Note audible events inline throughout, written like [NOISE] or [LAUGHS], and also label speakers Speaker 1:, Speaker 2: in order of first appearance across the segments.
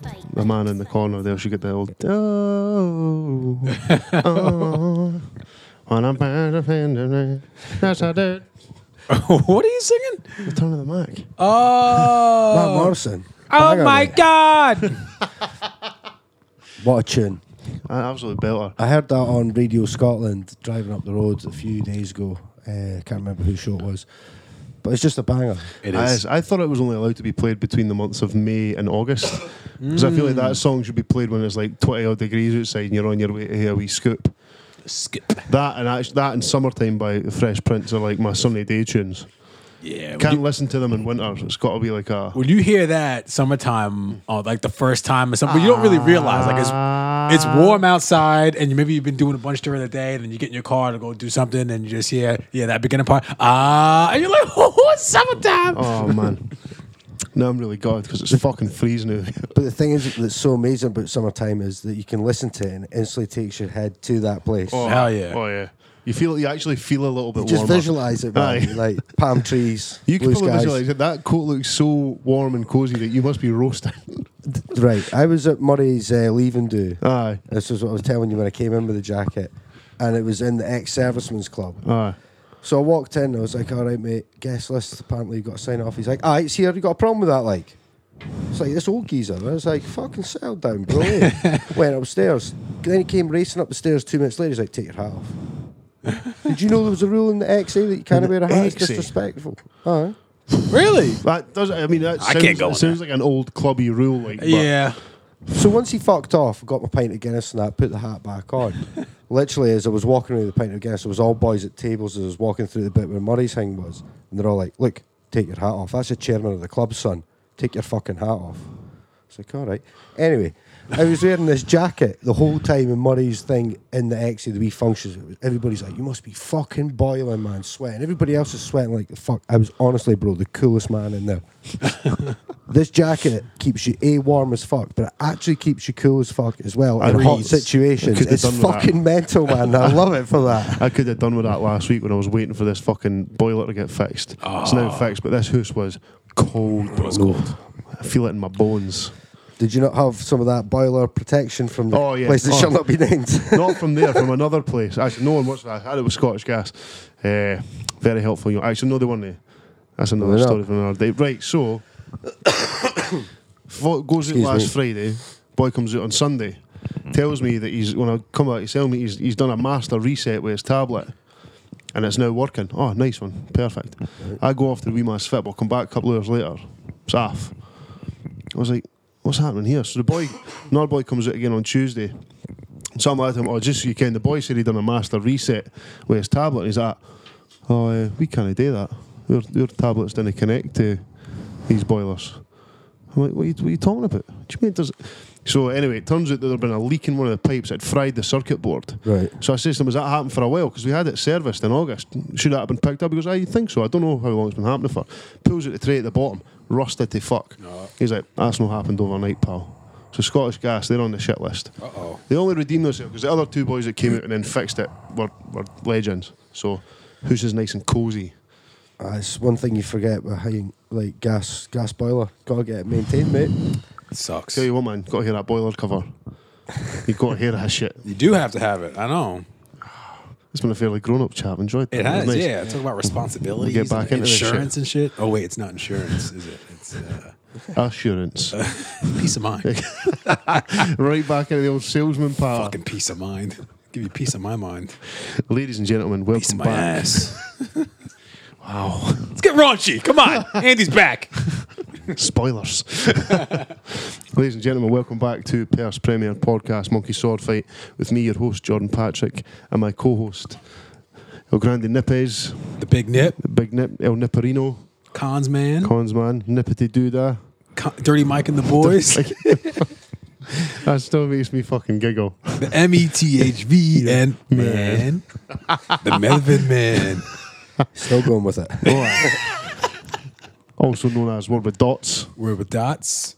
Speaker 1: down in the corner there, she get the old oh,
Speaker 2: [LAUGHS]
Speaker 1: oh on a band of hand- That's how I do it.
Speaker 2: [LAUGHS] what are you singing?
Speaker 1: The tone of the mic.
Speaker 3: Matt
Speaker 2: [LAUGHS] Oh,
Speaker 3: Morrison. Bang
Speaker 2: oh
Speaker 3: on
Speaker 2: my
Speaker 3: it.
Speaker 2: God!
Speaker 3: What a tune.
Speaker 1: I absolutely built her.
Speaker 3: I heard that on Radio Scotland driving up the road a few days ago. Uh, can't remember whose show it was, but it's just a banger.
Speaker 2: It
Speaker 1: I,
Speaker 2: is.
Speaker 1: I thought it was only allowed to be played between the months of May and August. Because I feel like
Speaker 2: Mm.
Speaker 1: that song should be played when it's like 20 odd degrees outside and you're on your way to hear a wee scoop.
Speaker 2: Skip.
Speaker 1: That and act- that and Summertime by the Fresh Prince are like my Sunday day tunes.
Speaker 2: Yeah. When
Speaker 1: Can't
Speaker 2: you,
Speaker 1: listen to them in winter. so It's got to be like
Speaker 2: [LAUGHS]
Speaker 1: a.
Speaker 2: when you hear that summertime, uh, like the first time or something, you don't really realize like it's it's warm outside, and you, maybe you've been doing a bunch during the day, and then you get in your car to go do something, and you just hear yeah that beginning part ah, and you're like [LAUGHS] oh it's summertime.
Speaker 1: Oh man. No, I'm really gutted because it's fucking freezing out.
Speaker 3: But the thing is that's so amazing about summertime is that you can listen to it and it instantly takes your head to that place.
Speaker 2: Hell yeah.
Speaker 1: Oh yeah. You feel you actually feel a little bit
Speaker 3: Just
Speaker 1: warmer.
Speaker 3: visualize it, man.
Speaker 1: Aye.
Speaker 3: Like palm trees,
Speaker 1: [LAUGHS] You can
Speaker 3: blue
Speaker 1: probably
Speaker 3: skies.
Speaker 1: visualize it. That coat looks so warm and cozy that you must be roasting.
Speaker 3: Right. I was at Murray's uh, leave and do.
Speaker 1: [LAUGHS] Aye.
Speaker 3: This is what I was telling you when I came in with the jacket, and it was in the ex-servicemen's club.
Speaker 1: Aye.
Speaker 3: So I walked in. I was like, "All right, mate, guest list. Apparently, you got to sign off." He's like, "All right, see, have you got a problem with that?" Like, it's like this old geezer. I was like, "Fucking settle down, [LAUGHS] bro." Went upstairs. Then he came racing up the stairs two minutes later. He's like, "Take your hat off." Did you know there was a rule in the XA that you can't wear a hat? It's
Speaker 1: XA?
Speaker 3: disrespectful. Aye.
Speaker 2: Really?
Speaker 1: That does. I mean, that
Speaker 2: I
Speaker 1: sounds,
Speaker 2: can't go
Speaker 1: it
Speaker 2: on
Speaker 1: sounds like an old clubby rule. Like but
Speaker 2: Yeah.
Speaker 3: So once he fucked off, got my pint of Guinness and that, put the hat back on. Literally, as I was walking away with the pint of Guinness, it was all boys at tables as I was walking through the bit where Murray's thing was. And they're all like, look, take your hat off. That's the chairman of the club, son. Take your fucking hat off. It's like, all right. Anyway, I was wearing this jacket the whole time in Murray's thing in the X of the wee functions. It was- Everybody's like, you must be fucking boiling, man, sweating. Everybody else is sweating like the fuck. I was honestly, bro, the coolest man in there. This jacket keeps you a warm as fuck, but it actually keeps you cool as fuck as well
Speaker 1: I
Speaker 3: in hot
Speaker 1: read-
Speaker 3: situations.
Speaker 1: Could've
Speaker 3: It's
Speaker 1: done with that.
Speaker 3: fucking mental, man. I love it for that.
Speaker 1: [LAUGHS] I could have done with that last week when I was waiting for this fucking boiler to get fixed. It's
Speaker 2: Ah.
Speaker 1: now fixed, but this house was cold. Bro. cold. I feel it in my bones.
Speaker 3: Did you not have some of that boiler protection from the
Speaker 1: Oh, yeah.
Speaker 3: place that
Speaker 1: Oh.
Speaker 3: shall not be named? [LAUGHS]
Speaker 1: Not from there, from another place. Actually, no one watched that. I had it with Scottish Gas. Uh, very helpful. You know. Actually, no, they weren't. there. That's another
Speaker 3: They're not.
Speaker 1: story from another day. Right, so [COUGHS] fo- goes out
Speaker 3: Excuse
Speaker 1: last
Speaker 3: me.
Speaker 1: Friday. Boy comes out on Sunday. Tells me that he's when I come out. He's telling me he's, he's done a master reset with his tablet, and it's now working. Oh, nice one, perfect. I go off to the wee man's football. Come back a couple hours later. It's off. I was like, what's happening here? So the boy, [COUGHS] another boy comes out again on Tuesday. So I'm like to him, oh, just so you can. The boy said he'd done a master reset with his tablet. And he's like, oh, uh, we can't do that. Your, your tablets didn't connect to these boilers. I'm like, what are you, what are you talking about? What do you mean? Does so anyway, it turns out that there'd been a leak in one of the pipes that fried the circuit board.
Speaker 3: Right.
Speaker 1: So I says to him, has that happened for a while? Because we had it serviced in August. Should that have been picked up? He goes, I think so. I don't know how long it's been happening for. Pulls out the tray at the bottom, rusted to fuck. He's like, that's not happened overnight, pal. So Scottish Gas, they're on the shit list.
Speaker 2: oh.
Speaker 1: They only redeemed themselves because the other two boys that came out and then fixed it were, were legends. So who's is nice and cosy?
Speaker 3: Ah, it's one thing you forget about how you, like gas gas boiler. Gotta get it maintained, mate.
Speaker 2: Sucks.
Speaker 1: Tell you what, man, got to hear that boiler cover. you got to hear that shit.
Speaker 2: You do have to have it. I know.
Speaker 1: It's been a fairly grown-up chat. Enjoyed that.
Speaker 2: It
Speaker 1: was
Speaker 2: has,
Speaker 1: nice.
Speaker 2: yeah. Talk about responsibilities,
Speaker 1: We'll get back
Speaker 2: and
Speaker 1: into this shit.
Speaker 2: insurance and shit. Oh wait, it's not insurance, is it? It's uh, [LAUGHS]
Speaker 1: Assurance.
Speaker 2: peace of mind.
Speaker 1: right back into the old salesman part.
Speaker 2: Fucking peace of mind. Give you peace of my mind.
Speaker 1: Ladies and gentlemen,
Speaker 2: Peace
Speaker 1: welcome
Speaker 2: of my
Speaker 1: back.
Speaker 2: ass. wow. Let's get raunchy. Come on, Andy's back.
Speaker 1: [LAUGHS] Spoilers. Ladies and gentlemen, welcome back to Perth's Premier Podcast, Monkey Sword Fight, with me, your host, Jordan Patrick, and my co-host, El Grande Nipes,
Speaker 2: The big nip,
Speaker 1: Big Nip, El Nipperino,
Speaker 2: cons man,
Speaker 1: Cons Man, Nippity Doodah.
Speaker 2: Con- dirty Mike and the boys,
Speaker 1: [LAUGHS] That still makes me fucking giggle.
Speaker 2: the M E T H V and man, the Melvin man.
Speaker 3: Still going with it.
Speaker 1: [LAUGHS] also known as Word with Dots.
Speaker 2: Word with dots.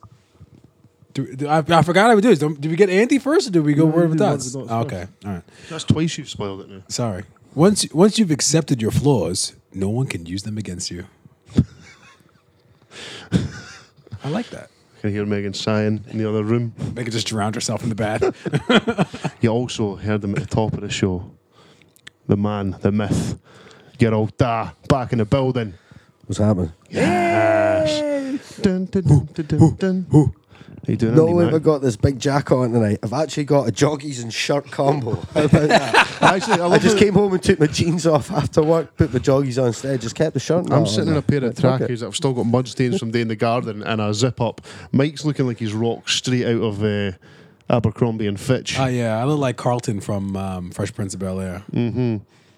Speaker 2: Do, do- I, I forgot I would do this. Don't- Did we get Andy first, or did we go word with
Speaker 1: did word
Speaker 2: dots? Oh,
Speaker 1: with dots
Speaker 2: okay, all right.
Speaker 1: That's twice you've spoiled it now.
Speaker 2: Sorry. Once once you've accepted your flaws, no one can use them against you. [LAUGHS] I like that.
Speaker 1: can hear Megan sighing in the other room.
Speaker 2: Megan just drowned herself in the Uh, bath.
Speaker 1: You also heard them at the top of the show. The man, the myth, your old da, back in the building.
Speaker 3: What's happening?
Speaker 1: Yes. Dun, dun, dun, dun, dun, dun. Are you doing
Speaker 3: Not
Speaker 1: Andy,
Speaker 3: only have I
Speaker 1: Mac?
Speaker 3: got this big jack on tonight, I've actually got a joggies and shirt
Speaker 1: [LAUGHS]
Speaker 3: combo. How about that?
Speaker 1: Actually, I,
Speaker 3: I
Speaker 1: love
Speaker 3: just
Speaker 1: it.
Speaker 3: came home and took my jeans off after work, put my joggies on instead, just kept the shirt. and that
Speaker 2: Oh,
Speaker 1: I'm
Speaker 3: on.
Speaker 1: sitting in a pair of
Speaker 3: Like, fuck it.
Speaker 1: trackies that I've still got mud stains from day in the garden and a zip up. Mike's looking like he's rocked straight out of uh, Abercrombie and Fitch.
Speaker 2: Oh yeah, I look like Carlton from um, Fresh Prince of Bel Air. Mm-hmm.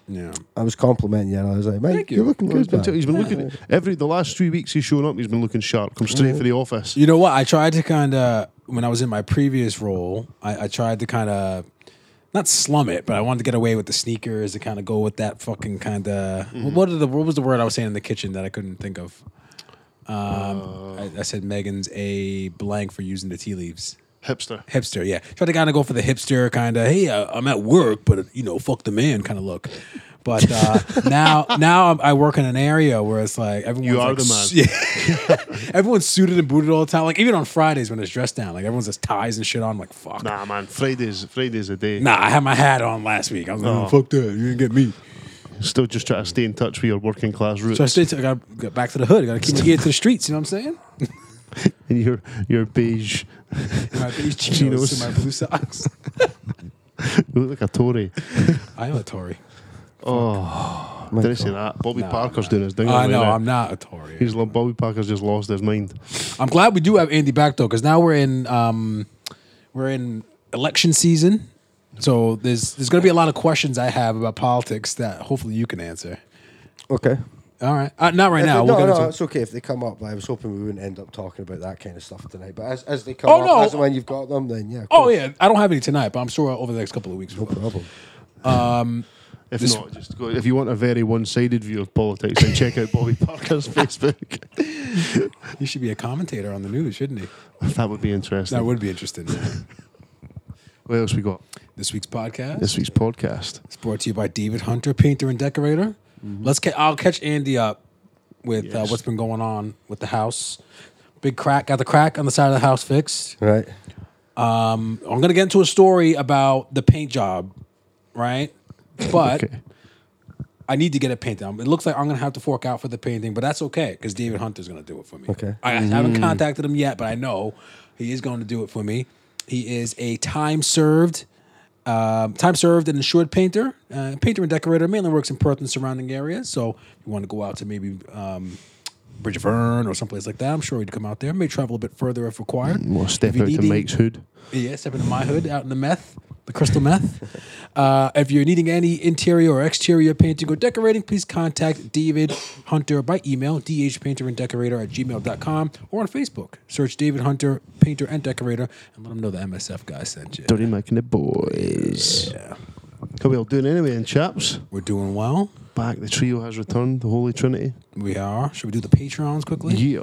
Speaker 2: Yeah.
Speaker 3: I was complimenting you, and I was like, "Mate,
Speaker 2: Thank
Speaker 3: you.
Speaker 2: you.
Speaker 3: are looking
Speaker 1: Well, he's
Speaker 3: good."
Speaker 1: been,
Speaker 3: Man.
Speaker 1: t- he's been looking every the last three weeks he's shown up. He's been looking sharp. Come straight
Speaker 2: Mm-hmm.
Speaker 1: for the office.
Speaker 2: You know what? I tried to kind of when I was in my previous role, I, I tried to kind of not slum it, but I wanted to get away with the sneakers and kind of go with that fucking kind of what are the what was the word I was saying in the kitchen that I couldn't think of. Um, I, I said Megan's a blank for using the tea leaves.
Speaker 1: Hipster.
Speaker 2: Hipster, yeah. Try to kind of go for the hipster kind of, hey, uh, I'm at work, but uh, you know, fuck the man kind of look. But
Speaker 1: [LAUGHS]
Speaker 2: uh, now, now I'm, I work in an area where it's like everyone's
Speaker 1: You are
Speaker 2: like,
Speaker 1: the man.
Speaker 2: su- Yeah. [LAUGHS] everyone's suited and booted all the time. Like even on Fridays when it's dressed down, like everyone's has ties and shit on. I'm like fuck. Nah.
Speaker 1: Nah, man. Fridays, Fridays a day.
Speaker 2: I had my hat on last week. I was like,
Speaker 1: Oh.
Speaker 2: oh, fuck that. You didn't get me.
Speaker 1: Still just trying to stay in touch with your working class roots
Speaker 2: So I stayed. I got to get back to the hood. I got to keep my gear to the streets. You know what I'm saying?
Speaker 1: and your your beige.
Speaker 2: My
Speaker 1: [LAUGHS]
Speaker 2: beige
Speaker 1: Chinos.
Speaker 2: chinos, and my
Speaker 1: [LAUGHS]
Speaker 2: blue socks.
Speaker 1: You look like a Tory.
Speaker 2: I am a Tory.
Speaker 3: My
Speaker 1: Did I say
Speaker 3: God.
Speaker 1: that? Bobby
Speaker 2: Nah,
Speaker 1: Parker's
Speaker 2: nah.
Speaker 1: doing his thing.
Speaker 2: I know.
Speaker 1: already.
Speaker 2: I'm not a Tory.
Speaker 1: He's like Bobby Parker's just lost his mind.
Speaker 2: I'm glad we do have Andy back though, because now we're in um, we're in election season, so there's there's going to be a lot of questions I have about politics that hopefully you can answer.
Speaker 3: Okay.
Speaker 2: All right, uh, not right
Speaker 3: If
Speaker 2: now.
Speaker 3: it-
Speaker 2: We'll
Speaker 3: no,
Speaker 2: get
Speaker 3: no,
Speaker 2: into-
Speaker 3: it's okay if they come up. I was hoping we wouldn't end up talking about that kind of stuff tonight. But as, as they come
Speaker 2: Oh,
Speaker 3: up,
Speaker 2: no.
Speaker 3: as and when you've got them, then yeah. of
Speaker 2: oh
Speaker 3: course.
Speaker 2: yeah, I don't have any tonight, but I'm sure over the next couple of weeks. we
Speaker 3: no
Speaker 2: will.
Speaker 3: problem.
Speaker 1: If
Speaker 2: This-
Speaker 1: not, just go. If you want a very one-sided view of politics, then check out Bobby [LAUGHS]
Speaker 2: [LAUGHS]
Speaker 1: Parker's Facebook.
Speaker 2: He should be a commentator on the news, shouldn't he?
Speaker 1: That would be interesting.
Speaker 2: That would be interesting.
Speaker 1: What else we got?
Speaker 2: this week's podcast
Speaker 1: This week's podcast.
Speaker 2: is brought to you by David Hunter, painter and decorator.
Speaker 3: Mm-hmm.
Speaker 2: Let's ca- I'll catch Andy up with uh,
Speaker 1: Yes.
Speaker 2: what's been going on with the house. Big crack, got the crack on the side of the house fixed.
Speaker 3: Right.
Speaker 2: Um, I'm gonna get into a story about the paint job, right? But
Speaker 1: Okay.
Speaker 2: I need to get it painted. Um, It looks like I'm gonna have to fork out for the painting, but that's okay because David Hunter's gonna do it for me.
Speaker 3: Okay.
Speaker 2: I, I haven't contacted him yet, but I know he is going to do it for me. He is a time served, um, time served and insured painter, uh, painter and decorator. Mainly works in Perth and surrounding areas. So if you want to go out to maybe. Um, Bridge of Fern or someplace like that. I'm sure he'd come out there. May travel a bit further if required.
Speaker 1: We'll
Speaker 2: If
Speaker 1: step
Speaker 2: you
Speaker 1: out
Speaker 2: need
Speaker 1: to
Speaker 2: the-
Speaker 1: Mike's hood.
Speaker 2: yeah, stepping in my hood out in the meth, the crystal meth. Uh, if you're needing any interior or exterior painting or decorating, please contact David Hunter by email, dhpainteranddecorator at gmail.com or on Facebook. Search David Hunter, painter and decorator, and let them know the MSF guy sent you.
Speaker 1: Dirty Mike and the boys.
Speaker 2: Yeah.
Speaker 1: How we all doing anyway, and chaps?
Speaker 2: We're doing well.
Speaker 1: Back, the trio has returned, the Holy Trinity.
Speaker 2: We are. Should we do the Patreons quickly?
Speaker 1: Yeah.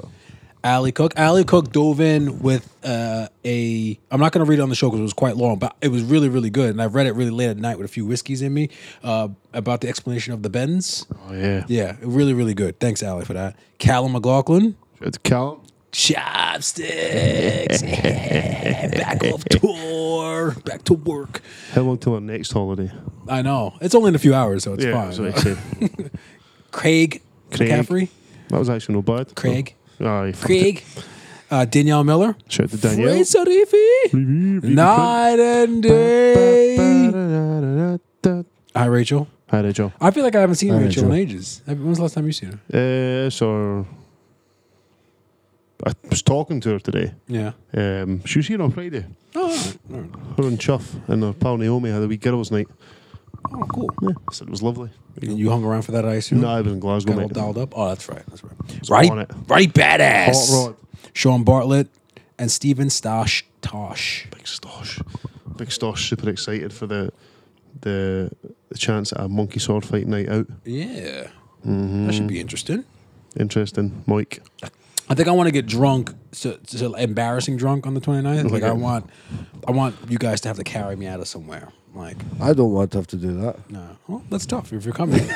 Speaker 2: Alley Cook. Alley Cook dove in with uh, a. I'm not going to read it on the show because it was quite long, but it was really, really good. And I read it really late at night with a few whiskeys in me uh, about the explanation of the bends.
Speaker 1: Oh, yeah.
Speaker 2: Yeah, really, really good. Thanks, Alley, for that. Callum McLaughlin.
Speaker 1: Shout out to Callum.
Speaker 2: Chopsticks. Back off tour. Back to work.
Speaker 1: How long till our next holiday?
Speaker 2: I know. It's only in a few hours, so it's
Speaker 1: that's
Speaker 2: fine.
Speaker 1: what I said.
Speaker 2: Craig,
Speaker 1: Craig.
Speaker 2: McCaffrey.
Speaker 1: That was actually no bad.
Speaker 2: Craig.
Speaker 1: Oh, aye, fuck
Speaker 2: Craig. Uh, Danielle Miller.
Speaker 1: it. Shout out to Danielle.
Speaker 2: Ray Sarifi. Night and day. Hi, Rachel.
Speaker 1: Hi there, Joe.
Speaker 2: I feel like I haven't seen
Speaker 3: Hi,
Speaker 2: Rachel,
Speaker 3: Rachel.
Speaker 2: in ages. Have- When was the last time you seen her?
Speaker 1: Uh, so, I was talking to her today.
Speaker 2: Yeah.
Speaker 1: Um, she was here on Friday.
Speaker 2: Oh,
Speaker 1: Her and Chuff and her pal Naomi had a wee girls' night.
Speaker 2: oh, cool.
Speaker 1: Yeah, said it was lovely.
Speaker 2: And you hung around for that, I assume?
Speaker 1: No, I was in Glasgow.
Speaker 2: Got all
Speaker 1: mate.
Speaker 2: dialed up. Oh, that's right. That's right.
Speaker 1: on it.
Speaker 2: Right, right, badass.
Speaker 1: Hot rod.
Speaker 2: Sean Bartlett and Steven Stosh Tosh.
Speaker 1: Big Stosh. Big Stosh super excited for the the the chance at a monkey sword fight night out.
Speaker 2: Yeah, that should be interesting.
Speaker 1: Interesting, Mike.
Speaker 2: I think I want to get drunk, so, so embarrassing drunk on the 29th. Like I want, I want you guys to have to carry me out of somewhere. Like,
Speaker 3: I don't want to have to do that.
Speaker 2: no. Well, that's tough if you're [LAUGHS] coming.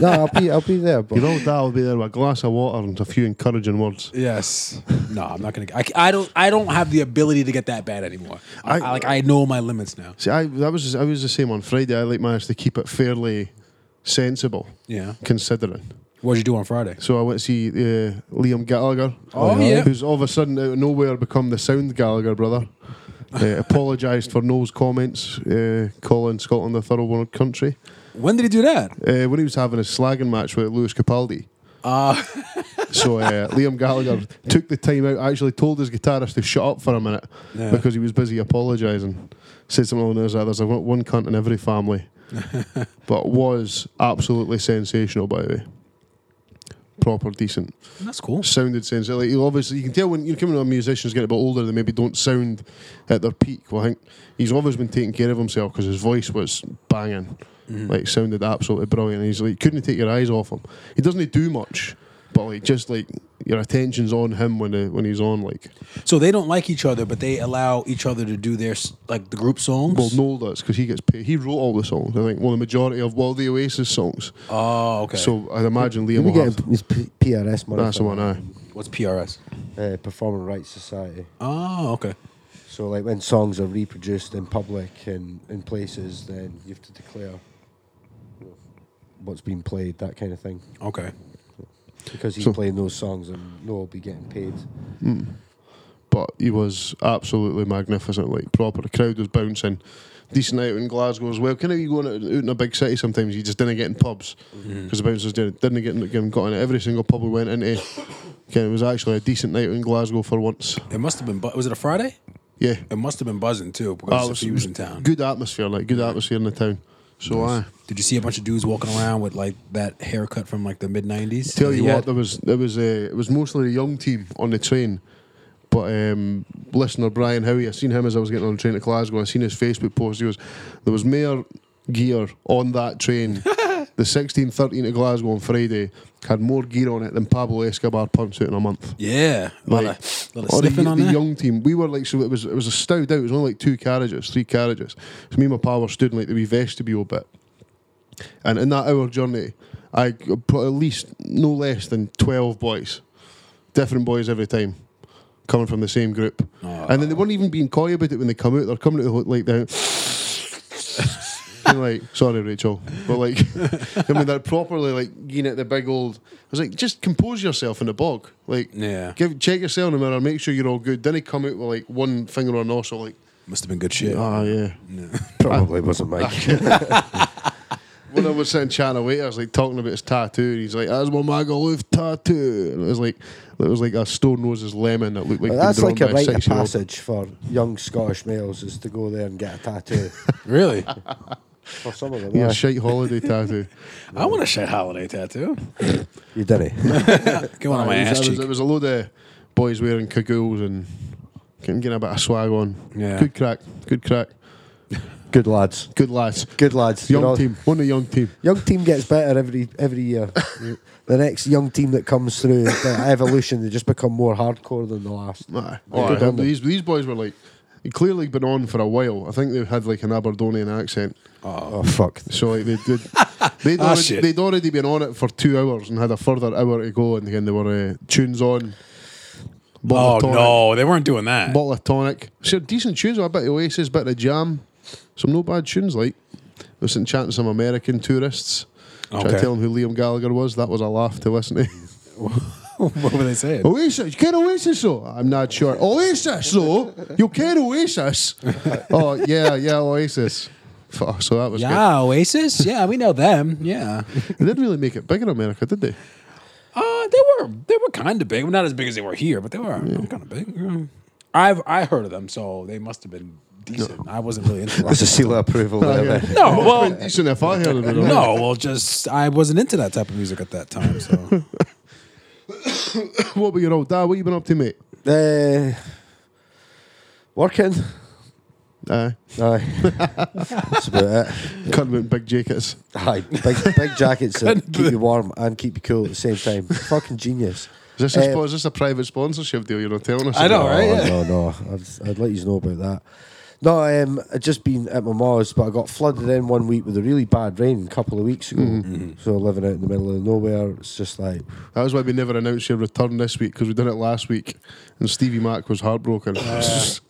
Speaker 3: no, I'll be, I'll be there. But
Speaker 1: Your old dad will be there with a glass of water and a few encouraging words.
Speaker 2: yes. No, I'm not gonna. I, I don't. I don't have the ability to get that bad anymore. I,
Speaker 1: I-
Speaker 2: I- like I know my limits now.
Speaker 1: See, I that was I was the same on Friday. I like managed to keep it fairly sensible,
Speaker 2: Yeah.
Speaker 1: considering.
Speaker 2: What'd you do on Friday?
Speaker 1: So I went to see uh, Liam Gallagher.
Speaker 2: Oh, yeah.
Speaker 1: Who's all of a sudden out of nowhere become the sound Gallagher brother. Uh, [LAUGHS] Apologised for Noel's comments, uh, calling Scotland a third world country.
Speaker 2: When did he do that?
Speaker 1: Uh, when he was having a slagging match with Lewis Capaldi.
Speaker 2: Ah.
Speaker 1: [LAUGHS] so uh, Liam Gallagher took the time out, actually told his guitarist to shut up for a minute
Speaker 2: Yeah.
Speaker 1: because he was busy apologising. Said something along those lines, there's a one one cunt in every
Speaker 2: [LAUGHS]
Speaker 1: family. but was absolutely sensational, by the way. Proper decent
Speaker 2: That's cool.
Speaker 1: sounded sense. Like you obviously, you can tell when you're coming on musicians get a bit older, they maybe don't sound at their peak. Well, I think he's always been taking care of himself because his voice was banging, like sounded absolutely brilliant. He's like couldn't take your eyes off him. He doesn't do much, but like just like your attention's on him when uh, when he's on. Like
Speaker 2: So they don't like each other, but they allow each other to do their s- like the group songs.
Speaker 1: well, Noel does because he gets paid. He wrote all the songs. I think well the majority of well the Oasis songs.
Speaker 2: Oh, okay.
Speaker 1: So I imagine Liam
Speaker 3: we
Speaker 1: will
Speaker 3: get
Speaker 1: have.
Speaker 3: his P- PRS money.
Speaker 1: That's the
Speaker 3: for
Speaker 1: one. I.
Speaker 2: what's PRS?
Speaker 3: that, Uh, Performing Rights Society.
Speaker 2: Oh, okay.
Speaker 3: So like when songs are reproduced in public and in places, then you have to declare you know, what's being played, that kind of thing.
Speaker 2: Okay.
Speaker 3: Because he's
Speaker 1: So-
Speaker 3: playing those songs and no will be getting paid.
Speaker 1: but he was absolutely magnificent. Like proper, the crowd was bouncing. Decent out in Glasgow as well. Kind of you going out, out in a big city sometimes, you just didn't get in pubs because
Speaker 2: Mm-hmm.
Speaker 1: the bouncers didn't, didn't get in, got in every single pub we went into. Ken, it was actually a decent night out in Glasgow for once.
Speaker 2: It must have been. Bu- was it a Friday?
Speaker 1: Yeah,
Speaker 2: It must have been buzzing too
Speaker 1: Ah,
Speaker 2: because if he was in town.
Speaker 1: Good atmosphere, like good atmosphere in the town. So I
Speaker 2: Did you see a bunch of dudes walking around with like that haircut from like the mid '90s?
Speaker 1: tell you what, there was there was a it was mostly a young team on the train. But um, listener Brian Howie, I seen him as I was getting on the train to Glasgow. I seen his Facebook post. He was there was mayor gear on that train. the sixteen thirteen to Glasgow on Friday had more gear on it than Pablo Escobar punch out in a month.
Speaker 2: Yeah, a lot
Speaker 1: Like,
Speaker 2: of, lot of
Speaker 1: Or the,
Speaker 2: sniffing on
Speaker 1: the
Speaker 2: there.
Speaker 1: young team, we were like so. It was it was a stowed out. It was only like two carriages, three carriages. So me and my pal were stood in like the wee vestibule bit. And in that hour journey, I got put at least no less than twelve boys, different boys every time, coming from the same group. And then they weren't even being coy about it when they come out. They're coming out with, like the. And like, sorry, Rachel, but like, [LAUGHS] I mean, they're properly like getting at the big old. I was like, just compose yourself in the bog, like,
Speaker 2: Yeah.
Speaker 1: give check yourself in the mirror, make sure you're all good. Then he come out with like one finger on nostril, like,
Speaker 2: Must have been good shit.
Speaker 1: ah, yeah.
Speaker 3: Probably wasn't Mike.
Speaker 1: When I was sitting chatting away, I was like talking about his tattoo, and he's like, "That's my Magaluf tattoo," and it was like, it was like a stone noses lemon that looked like.
Speaker 3: But
Speaker 1: been
Speaker 3: that's
Speaker 1: drawn
Speaker 3: like a
Speaker 1: by
Speaker 3: rite of
Speaker 1: six-year-old.
Speaker 3: passage for young Scottish males is to go there and get a tattoo.
Speaker 2: [LAUGHS]
Speaker 3: [LAUGHS]
Speaker 2: Really?
Speaker 3: for some of them,
Speaker 1: Yeah,
Speaker 3: yeah.
Speaker 1: shite holiday
Speaker 3: [LAUGHS]
Speaker 1: tattoo.
Speaker 2: I want a shit holiday tattoo.
Speaker 3: you did it.
Speaker 2: Get one on my
Speaker 1: it, was, it
Speaker 2: ass
Speaker 1: was-
Speaker 2: Oh, cheek.
Speaker 1: it was a load of boys wearing cagoules and getting getting a bit of swag on.
Speaker 2: Yeah.
Speaker 1: Good crack. Good crack.
Speaker 3: [LAUGHS] Good lads.
Speaker 1: Good lads.
Speaker 3: Good lads.
Speaker 1: Young
Speaker 3: You're all-
Speaker 1: team. One the young team.
Speaker 3: Young team gets better every every year. [LAUGHS] the next young team that comes through the evolution, they just become more hardcore than the last.
Speaker 1: Aye.
Speaker 3: Good
Speaker 1: Aye.
Speaker 3: on them.
Speaker 1: these these boys were like they'd clearly been on for a while. I think they had like an Aberdonian accent.
Speaker 3: Oh fuck!
Speaker 1: So like they
Speaker 2: [LAUGHS]
Speaker 1: did. They'd,
Speaker 2: Ah,
Speaker 1: already,
Speaker 2: shit.
Speaker 1: they'd already been on it for two hours and had a further hour to go, and again they were uh, tunes on.
Speaker 2: Oh
Speaker 1: Bottle of tonic,
Speaker 2: no, they weren't doing that.
Speaker 1: Bottle of tonic. So decent tunes, a bit of Oasis, bit of Jam, some no bad tunes. Like I was sitting chatting to some American tourists. Trying
Speaker 2: Okay.
Speaker 1: to tell them who Liam Gallagher was. That was a laugh to listen to. [LAUGHS]
Speaker 2: what were they saying?
Speaker 1: Oasis, you care Oasis though? I'm not sure. Oasis though? You care
Speaker 2: [LAUGHS]
Speaker 1: Oasis? oh yeah, yeah, Oasis. Fuck, so that was good.
Speaker 2: Yeah, Oasis. Yeah, we know them. Yeah.
Speaker 1: They didn't really make it big in America, did they?
Speaker 2: Uh, they were they were kind of big. Not as big as they were here, but they were kind of big. Mm. I've I heard of them, so they must have been decent. I wasn't really into
Speaker 3: That's a
Speaker 2: them.
Speaker 3: seal of approval. there,
Speaker 1: yeah.
Speaker 3: then.
Speaker 2: no, well,
Speaker 1: Been decent if I heard of it.
Speaker 2: no, well, just I wasn't into that type of music at that time. So
Speaker 1: What about your old dad? What you been up to, mate?
Speaker 3: [LAUGHS] Uh, working.
Speaker 1: Aye.
Speaker 3: [LAUGHS] Aye. That's about it.
Speaker 1: Cutting out big jackets.
Speaker 3: Aye. [LAUGHS] Big big jackets that keep you warm and keep you cool at the same time. Fucking genius.
Speaker 1: Is this, a,
Speaker 3: Eh,
Speaker 1: spo- is this a private sponsorship deal you're not telling us?
Speaker 2: Uh, I know,
Speaker 1: about?
Speaker 2: right?
Speaker 3: Oh,
Speaker 2: yeah.
Speaker 3: No, no. I'd, I'd let you know about that. No, um, I'd just been at my ma's, but I got flooded in one week with a really bad rain a couple of weeks ago. So living out in the middle of nowhere, it's just like,
Speaker 1: That was why we never announced your return this week because we done it last week, and Stevie Mac was heartbroken. [LAUGHS]
Speaker 3: it's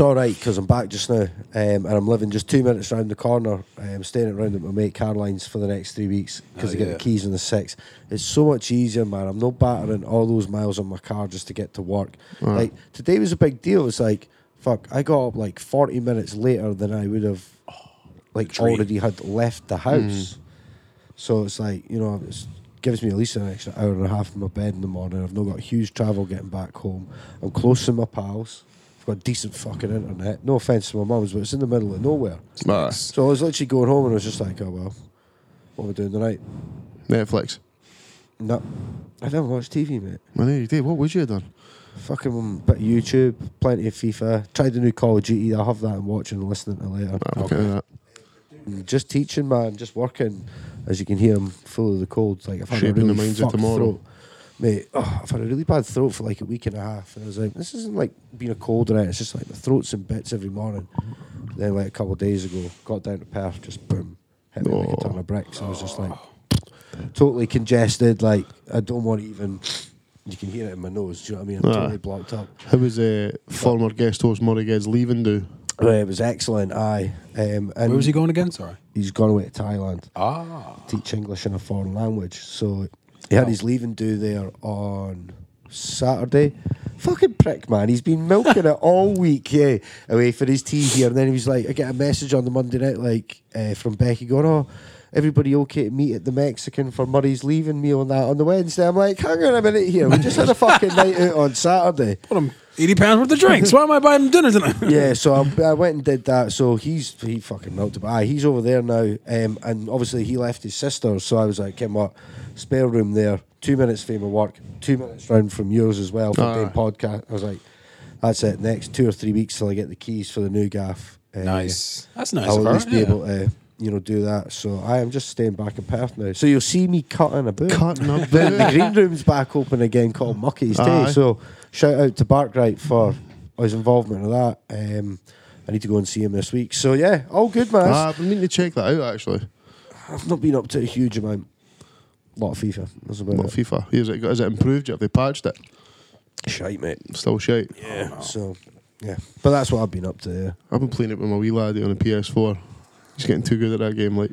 Speaker 3: all right because I'm back just now um, and I'm living just two minutes round the corner. I'm staying around at my mate Caroline's for the next three weeks because
Speaker 4: Oh,
Speaker 3: I get
Speaker 4: yeah.
Speaker 3: the keys on the six. It's so much easier, man. I'm not battering all those miles on my car just to get to work. Like today was a big deal. It's like, fuck, I got up like 40 minutes later than I would have like
Speaker 2: dream.
Speaker 3: already had left the house. So it's like, you know, it gives me at least an extra hour and a half in my bed in the morning. I've not got huge travel getting back home. I'm close to my pals. I've got decent fucking internet. No offence to my mum's, but it's in the middle of nowhere.
Speaker 1: Nah,
Speaker 3: So I was literally going home and I was just like, oh well, what am I doing tonight?
Speaker 1: Netflix.
Speaker 3: No. I don't watch TV, mate.
Speaker 1: I know you did. What would you have done?
Speaker 3: Fucking bit of YouTube, plenty of FIFA. Tried the new Call of Duty. I'll have that and watching and listening to later.
Speaker 1: Nah, okay. that.
Speaker 3: just teaching, man, just working. As you can hear, I'm full of the cold. Like I've had
Speaker 1: Shaping
Speaker 3: a
Speaker 1: the
Speaker 3: really
Speaker 1: minds of
Speaker 3: fucked
Speaker 1: tomorrow.
Speaker 3: throat, mate. Oh, I've had a really bad throat for like a week and a half, and I was like, this isn't like being a cold or anything. It's just like my throat's in bits every morning. Then like a couple of days ago, got down to Perth, just boom, hit me like
Speaker 1: Oh.
Speaker 3: a ton of bricks. I was just like totally congested. Like I don't want to even. You can hear it in my nose. Do you know what I mean? I'm
Speaker 1: Aye.
Speaker 3: totally blocked up.
Speaker 1: How was uh, former guest host Murray Geddes leaving? Do
Speaker 3: Uh, it was excellent. Aye. Um,
Speaker 2: Where
Speaker 3: and
Speaker 2: was he going again? Sorry.
Speaker 3: He's gone away to Thailand.
Speaker 2: Ah.
Speaker 3: teach English in a foreign language. So he had his leaving due there on Saturday. Fucking prick, man. He's been milking it all week, yeah, away for his tea here. And then he was like, I get a message on the Monday night, like uh, from Becky going, Oh, everybody okay to meet at the Mexican for Murray's leaving meal on that on the Wednesday? I'm like, Hang on a minute here. We just had a fucking [LAUGHS] night out on Saturday.
Speaker 2: Put him 80 pounds worth of drinks. Why am I buying him dinner tonight?
Speaker 3: yeah, so I, I went and did that. So he's he fucking melted. But aye, he's over there now, um, and obviously he left his sister. So I was like, "Kim, what spare room there? Two minutes from my work, two minutes round from yours as well for
Speaker 1: Aye.
Speaker 3: doing podcast." I was like, "That's it. Next two or three weeks till I get the keys for the new gaff."
Speaker 2: [LAUGHS]
Speaker 3: Uh,
Speaker 2: Nice. That's nice.
Speaker 3: I'll
Speaker 2: of
Speaker 3: at
Speaker 2: her,
Speaker 3: least be
Speaker 2: yeah.
Speaker 3: able to. You know, do that. So I am just staying back in Perth now. So you'll see me cutting a
Speaker 1: [LAUGHS]
Speaker 3: boot.
Speaker 1: cutting up
Speaker 3: Then the
Speaker 1: there.
Speaker 3: green room's back open again called Mucky's
Speaker 1: Aye.
Speaker 3: Day. So shout out to Barkright for his involvement in that. Um, I need to go and see him this week. So yeah, all good, man.
Speaker 1: Ah, I've been meaning to check that out actually.
Speaker 3: I've not been up to a huge amount. lot of FIFA. That's about
Speaker 1: Not
Speaker 3: it.
Speaker 1: FIFA. Has it, got- has it improved yet? Have they patched it?
Speaker 3: Shite, mate.
Speaker 1: Still shite.
Speaker 3: Oh, So yeah, but that's what I've been up to. Yeah.
Speaker 1: I've been playing it with my wee laddie on a PS4. He's getting too good at that game. Like,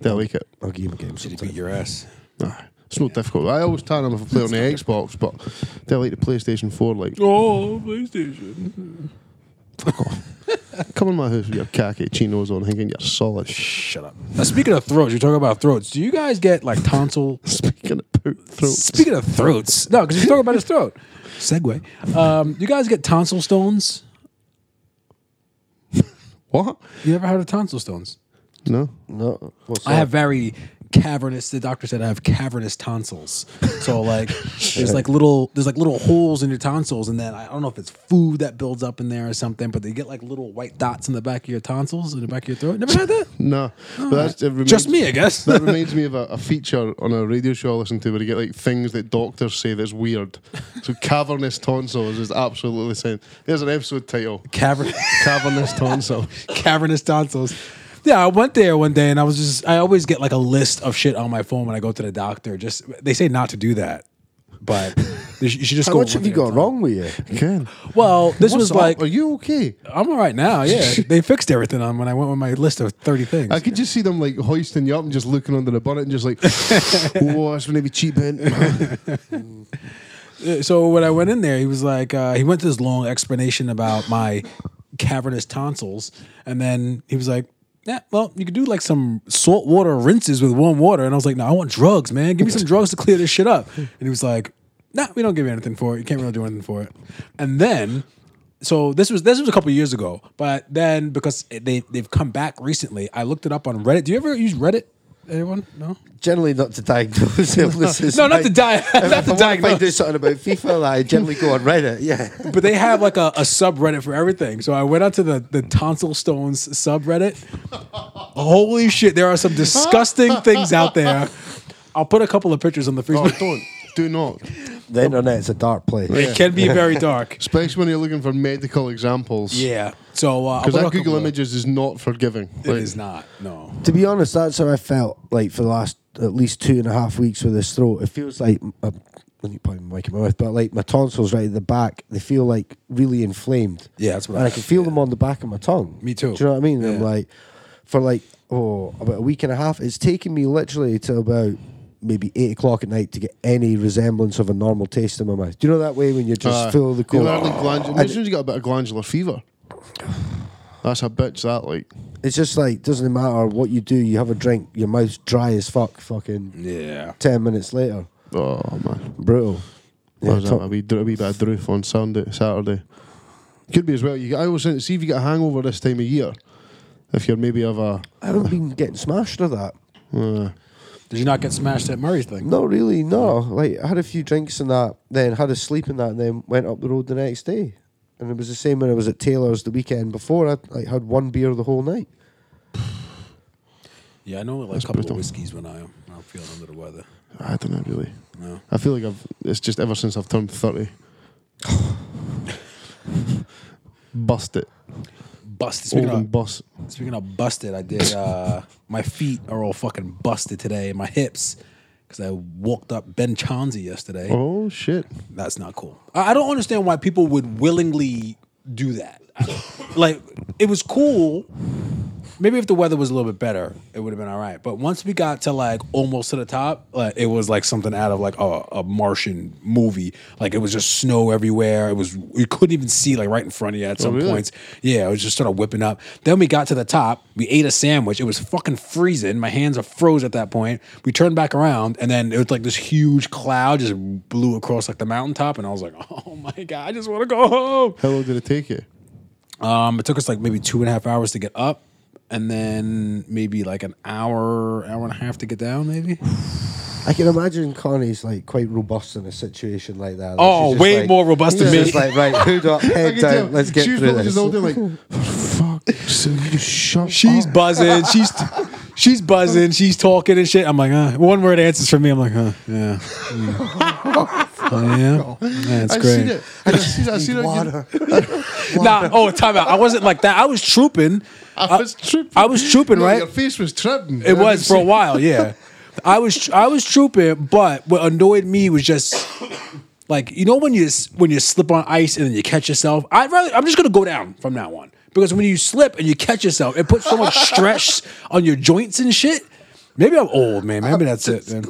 Speaker 1: don't like it.
Speaker 3: I'll give him a game
Speaker 4: Did he
Speaker 3: sometime.
Speaker 4: beat your ass?
Speaker 1: Nah, it's not difficult. I always tell him if I play on the Xbox, but they like the PlayStation 4. Like,
Speaker 2: Oh, PlayStation.
Speaker 1: come in my house with your khaki chinos on, thinking you're solid.
Speaker 2: Shut up. Now, speaking of throats, you're talking about throats. Do you guys get like tonsil?
Speaker 1: [LAUGHS] Speaking of poop throats,
Speaker 2: Speaking of throats, no, because you're talking about his throat. Segway. Um, you guys get tonsil stones?
Speaker 1: what?
Speaker 2: You ever heard of tonsil stones?
Speaker 1: No.
Speaker 3: No, what's
Speaker 2: I have very cavernous. The doctor said I have cavernous tonsils. So like, there's like little, there's like little holes in your tonsils, and then I don't know if it's food that builds up in there or something, but they get like little white dots in the back of your tonsils in the back of your throat. Never had that.
Speaker 1: No. But that's, it reminds,
Speaker 2: Just me, I
Speaker 1: [LAUGHS]
Speaker 2: guess.
Speaker 1: that reminds me of a, a feature on a radio show I listen to where you get like things that doctors say that's weird.
Speaker 2: [LAUGHS]
Speaker 1: So cavernous tonsils is absolutely saying. There's an episode title.
Speaker 2: Cavern,
Speaker 1: [LAUGHS] Cavernous tonsils.
Speaker 2: cavernous tonsils. Yeah, I went there one day, and I was just. I always get like a list of shit on my phone when I go to the doctor. Just they say not to do that, but you should just
Speaker 3: How
Speaker 2: go.
Speaker 3: much have
Speaker 2: one
Speaker 3: you
Speaker 2: at a
Speaker 3: got
Speaker 2: time.
Speaker 3: wrong with
Speaker 1: [LAUGHS]
Speaker 3: you?
Speaker 1: Again.
Speaker 2: Well, this
Speaker 1: What's
Speaker 2: was
Speaker 1: up?
Speaker 2: like
Speaker 1: Are you okay?
Speaker 2: I'm all right now. Yeah, they fixed everything on when I went with my list of thirty things.
Speaker 1: I could just see them like hoisting you up and just looking under the bonnet and just
Speaker 2: [LAUGHS]
Speaker 1: like, oh, that's going to be cheap, [LAUGHS] man.
Speaker 2: Uh, So when I went in there, he was like, uh, he went to this long explanation about my cavernous tonsils, and then he was like. Yeah, well, you could do like some salt water rinses with warm water. And I was like, no, I want drugs, man. Give me some drugs to clear this shit up. And he was like, nah, we don't give you anything for it. You can't really do anything for it. And then so this was this was a couple years ago, but then because they they've come back recently, I looked it up on Reddit. Do you ever use Reddit? Anyone? No.
Speaker 3: Generally, not to diagnose illnesses.
Speaker 2: No, [LAUGHS] not
Speaker 3: Like,
Speaker 2: to die.
Speaker 3: if-
Speaker 2: Not to
Speaker 3: if I wanna find
Speaker 2: diagnose.
Speaker 3: out something about FIFA, I generally go on Reddit. Yeah.
Speaker 2: but they have like a, a subreddit for everything. So I went onto the, the tonsil stones subreddit. Holy shit, there are some disgusting things out there. I'll put a couple of pictures on the
Speaker 1: Oh,
Speaker 2: Facebook.
Speaker 1: don't. Do not.
Speaker 3: The internet's a dark place.
Speaker 2: It can be very dark.
Speaker 1: [LAUGHS] Especially when you're looking for medical examples.
Speaker 2: Yeah. So uh,
Speaker 1: Because
Speaker 2: I'll
Speaker 1: that
Speaker 2: look up
Speaker 1: Google
Speaker 2: a-
Speaker 1: Images is not forgiving.
Speaker 2: It
Speaker 1: Like,
Speaker 2: is not. No.
Speaker 3: To be honest, that's how I felt like for the last at least two and a half weeks with this throat. It feels like I'm pointing my mic in my mouth, but like my tonsils right at the back, they feel like really inflamed.
Speaker 2: Yeah, that's what
Speaker 3: and
Speaker 2: I
Speaker 3: I can feel them on the back of my tongue.
Speaker 2: Me too.
Speaker 3: Do you know what I mean? And I'm
Speaker 2: Yeah.
Speaker 3: like, for like oh about a week and a half, it's taken me literally to about maybe eight o'clock at night to get any resemblance of a normal taste in my mouth. Do you know that way when you just
Speaker 1: Aye.
Speaker 2: Uh,
Speaker 3: feel the
Speaker 1: You'll hardly
Speaker 2: [SIGHS]
Speaker 3: cold?
Speaker 1: glandu- imagine you got a bit of glandular fever. That's a bitch. That like
Speaker 3: It's just like doesn't matter what you do, you have a drink, your mouth's dry as fuck. Fucking
Speaker 2: Mm. Yeah.
Speaker 3: ten minutes later.
Speaker 1: oh man.
Speaker 3: Brutal.
Speaker 1: Yeah,
Speaker 3: Yeah,
Speaker 1: was
Speaker 3: top-
Speaker 1: that, a, wee, dr- a wee bit of droof on Sunday, Saturday. Could be as well. You get, I always think, see if you get a hangover this time of year. If you're maybe of a
Speaker 3: I haven't been getting smashed or that.
Speaker 1: uh,
Speaker 2: Did you not get smashed at Murray's thing?
Speaker 3: Not really, no. Like I had a few drinks and that, then had a sleep in that, and then went up the road the next day. And it was the same when I was at Taylor's the weekend before. I like, had one beer the whole night.
Speaker 2: Yeah, I know like a couple of whiskeys when I am. I'm feeling under the weather.
Speaker 1: I don't know really.
Speaker 2: No.
Speaker 1: I feel like I've. It's just ever since I've turned
Speaker 2: [SIGHS]
Speaker 1: thirty. Bust it.
Speaker 2: Busted.
Speaker 1: Old
Speaker 2: Speaking
Speaker 1: and
Speaker 2: of,
Speaker 1: bust.
Speaker 2: speaking of busted, I did. Uh, my feet are all fucking busted today. My hips, because I walked up Ben Chanzi yesterday.
Speaker 1: Oh shit.
Speaker 2: That's not cool. I, I don't understand why people would willingly do that. like, it was cool. Maybe if the weather was a little bit better, it would have been all right. But once we got to like almost to the top, like it was like something out of like a, a Martian movie. Like it was just snow everywhere. It was you couldn't even see like right in front of you at some
Speaker 1: really?
Speaker 2: points. Yeah, it was just sort of whipping up. Then we got to the top. We ate a sandwich. It was fucking freezing. My hands are froze at that point. We turned back around, and then it was like this huge cloud just blew across like the mountaintop, and I was like, [LAUGHS] oh my god, I just want to go home.
Speaker 1: How long did it take you?
Speaker 2: Um, it took us like maybe two and a half hours to get up, and then maybe like an hour, hour and a half to get down, maybe.
Speaker 3: I can imagine Connie's like quite robust in a situation like that. Like,
Speaker 2: Oh,
Speaker 3: she's just
Speaker 2: way
Speaker 3: like-
Speaker 2: more robust
Speaker 3: she's
Speaker 2: than me.
Speaker 3: just
Speaker 2: [LAUGHS]
Speaker 3: like right, hood up, head down, let's get
Speaker 1: she was
Speaker 3: through
Speaker 1: probably
Speaker 3: this.
Speaker 1: just all doing
Speaker 3: [LAUGHS]
Speaker 1: like, [LAUGHS] for fuck, so you shut
Speaker 2: She's
Speaker 1: up.
Speaker 2: [LAUGHS] buzzing. She's she's buzzing. She's talking and shit. I'm like, uh, one word answers for me. I'm like, huh,
Speaker 1: [LAUGHS]
Speaker 2: yeah, mm. oh, yeah, yeah, it's
Speaker 1: I
Speaker 2: great.
Speaker 1: seen it. I seen, I seen it.
Speaker 3: Water.
Speaker 2: Nah, oh, time out. I wasn't like that. I was trooping.
Speaker 1: I was tripping.
Speaker 2: I was trooping,
Speaker 1: No,
Speaker 2: right?
Speaker 1: Your face was tripping.
Speaker 2: It was for a while, yeah. I was I was trooping, but what annoyed me was just like you know when you s- when you slip on ice and then you catch yourself. I'd rather I'm just gonna go down from now on because when you slip and you catch yourself, it puts so much stress on your joints and shit. Maybe I'm old, man. Maybe that's it. Man.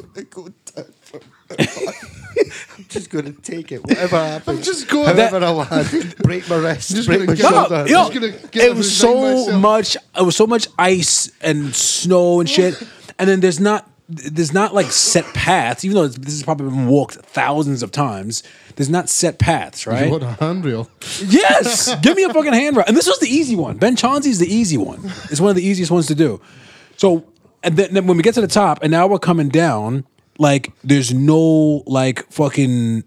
Speaker 3: I'm just going to take it,
Speaker 2: [LAUGHS]
Speaker 3: whatever happens.
Speaker 1: I'm just going-
Speaker 3: however I'll have, break my wrist,
Speaker 1: Just
Speaker 3: break
Speaker 1: gonna
Speaker 3: my
Speaker 1: get up.
Speaker 3: shoulder.
Speaker 2: No,
Speaker 1: I'm
Speaker 2: you know,
Speaker 1: just gonna get
Speaker 2: it
Speaker 1: up
Speaker 2: was
Speaker 1: and resign
Speaker 2: so
Speaker 1: myself.
Speaker 2: much. It was so much ice and snow and shit, and then there's not. There's not like set paths, even though it's, this has probably been walked thousands of times. There's not set paths, right?
Speaker 1: What a handrail.
Speaker 2: Yes, give me a fucking hand rub. And this was the easy one. Ben Chauncey's the easy one. It's one of the easiest ones to do. So, and then, then when we get to the top, and now we're coming down, like there's no like fucking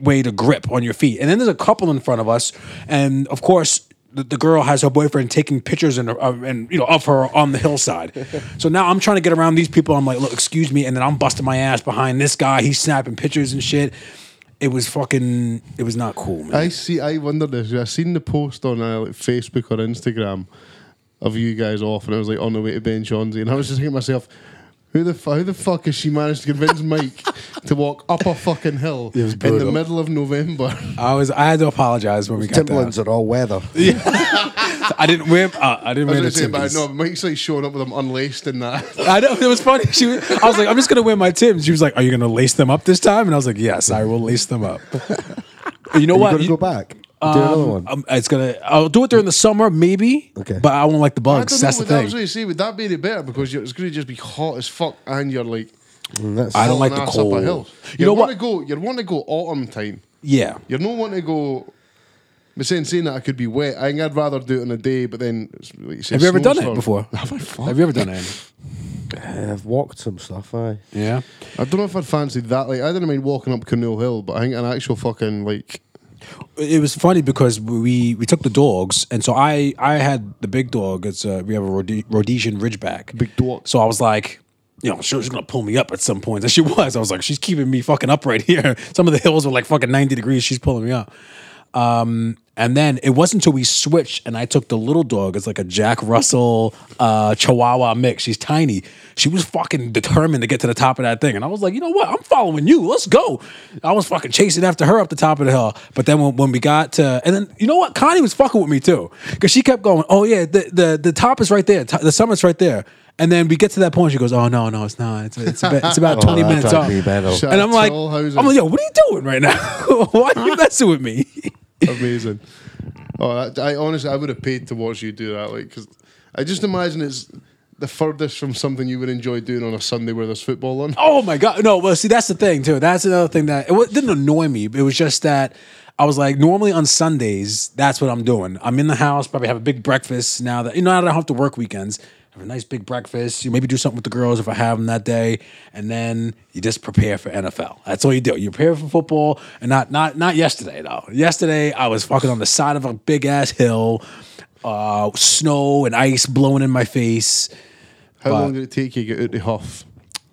Speaker 2: way to grip on your feet. And then there's a couple in front of us, and of course. The, the girl has her boyfriend taking pictures and, of- and you know of her on the hillside. so now I'm trying to get around these people. I'm like, look, excuse me, and then I'm busting my ass behind this guy. He's snapping pictures and shit. It was fucking. It was not cool, man.
Speaker 1: I see. I wonder this. I seen the post on uh, like Facebook or Instagram of you guys off, and I was like on the way to Ben Johnsy, and I was just thinking to myself, who the f- how the fuck has she managed to convince Mike [LAUGHS] to walk up a fucking hill
Speaker 2: was
Speaker 1: in the
Speaker 2: brutal.
Speaker 1: middle of November?
Speaker 2: I was I had to apologize when we got
Speaker 3: Timberlands
Speaker 2: that.
Speaker 3: are all weather.
Speaker 2: I didn't wear uh, I didn't
Speaker 1: I was gonna
Speaker 2: wear the
Speaker 1: say, but
Speaker 2: Timbs.
Speaker 1: no, Mike's like showing up with them unlaced in
Speaker 2: [LAUGHS]
Speaker 1: that.
Speaker 2: I know it was funny. She was, I was like, I'm just gonna wear my Timbs. She was like, Are you gonna lace them up this time? And I was like, Yes, I will lace them up. [LAUGHS] you know
Speaker 3: You're
Speaker 2: what?
Speaker 3: going to go back. do another one.
Speaker 2: Um, it's gonna. I'll do it during the summer, maybe.
Speaker 3: Okay.
Speaker 2: But I won't like the
Speaker 1: I
Speaker 2: bugs.
Speaker 1: don't know.
Speaker 2: That's the
Speaker 1: What I
Speaker 2: thing.
Speaker 1: was gonna say, would that be any better because you're, it's gonna just be hot as fuck, and you're like,
Speaker 3: Mm, that's-
Speaker 2: I don't like
Speaker 1: hauling
Speaker 2: the
Speaker 1: ass up a
Speaker 2: cold.
Speaker 1: hill.
Speaker 2: You
Speaker 1: You
Speaker 2: know
Speaker 1: know want
Speaker 2: what?
Speaker 1: to go. You want to go autumn time.
Speaker 2: yeah.
Speaker 1: You're not wanting to go. But saying saying that I could be wet, I think I'd rather do it in a day. But then, it's- like say,
Speaker 2: Have you ever done it
Speaker 1: snowstorm. [LAUGHS]
Speaker 2: before?
Speaker 1: Have I? Fuck?
Speaker 2: Have you ever done it? Andy?
Speaker 3: I've walked some stuff. Aye.
Speaker 2: Yeah.
Speaker 1: I don't know if I'd fancy that. Like, I didn't mind walking up Canoe Hill, but I think an actual fucking like.
Speaker 2: it was funny because we we took the dogs, and so I I had the big dog. It's uh, we have a Rhode- Rhodesian Ridgeback.
Speaker 1: Big dog.
Speaker 2: So I was like. You know, she was gonna pull me up at some point, and she was. I was like, she's [LAUGHS] keeping me fucking up right here. Some of the hills were like fucking ninety degrees. She's pulling me up. Um, And then it wasn't until we switched and I took the little dog. It's like a Jack Russell uh, Chihuahua mix. She's tiny. She was fucking determined to get to the top of that thing. And I was like, you know what? I'm following you. Let's go. I was fucking chasing after her up the top of the hill. But then when, when we got to, and then you know what? Connie was fucking with me too. Because she kept going, oh yeah, the, the, the top is right there. T- The summit's right there. And then we get to that point. She goes, "Oh no, no, it's not. It's, it's, about, it's about
Speaker 3: [LAUGHS] Oh,
Speaker 2: twenty
Speaker 3: that
Speaker 2: minutes
Speaker 3: drives
Speaker 2: off."
Speaker 3: me battle.
Speaker 2: And I'm like,
Speaker 1: Tall houses.
Speaker 2: I'm like, yo, what are you doing right now? [LAUGHS] Why are you messing with me?
Speaker 1: Amazing. Oh, that, I honestly, I would have paid to watch you do that. Like, because I just imagine it's the furthest from something you would enjoy doing on a Sunday where there's football on.
Speaker 2: [LAUGHS] Oh my god! No, well, see, that's the thing too. That's another thing that it wa- didn't annoy me. It was just that I was like, normally on Sundays, that's what I'm doing. I'm in the house, probably have a big breakfast. Now that you know, I don't have to work weekends. Have a nice big breakfast. You maybe do something with the girls if I have them that day, and then you just prepare for NFL. That's all you do. You prepare for football, and not not not yesterday though. Yesterday I was fucking on the side of a big ass hill, uh, snow and ice blowing in my face.
Speaker 1: How long did it take you to get out to Huff?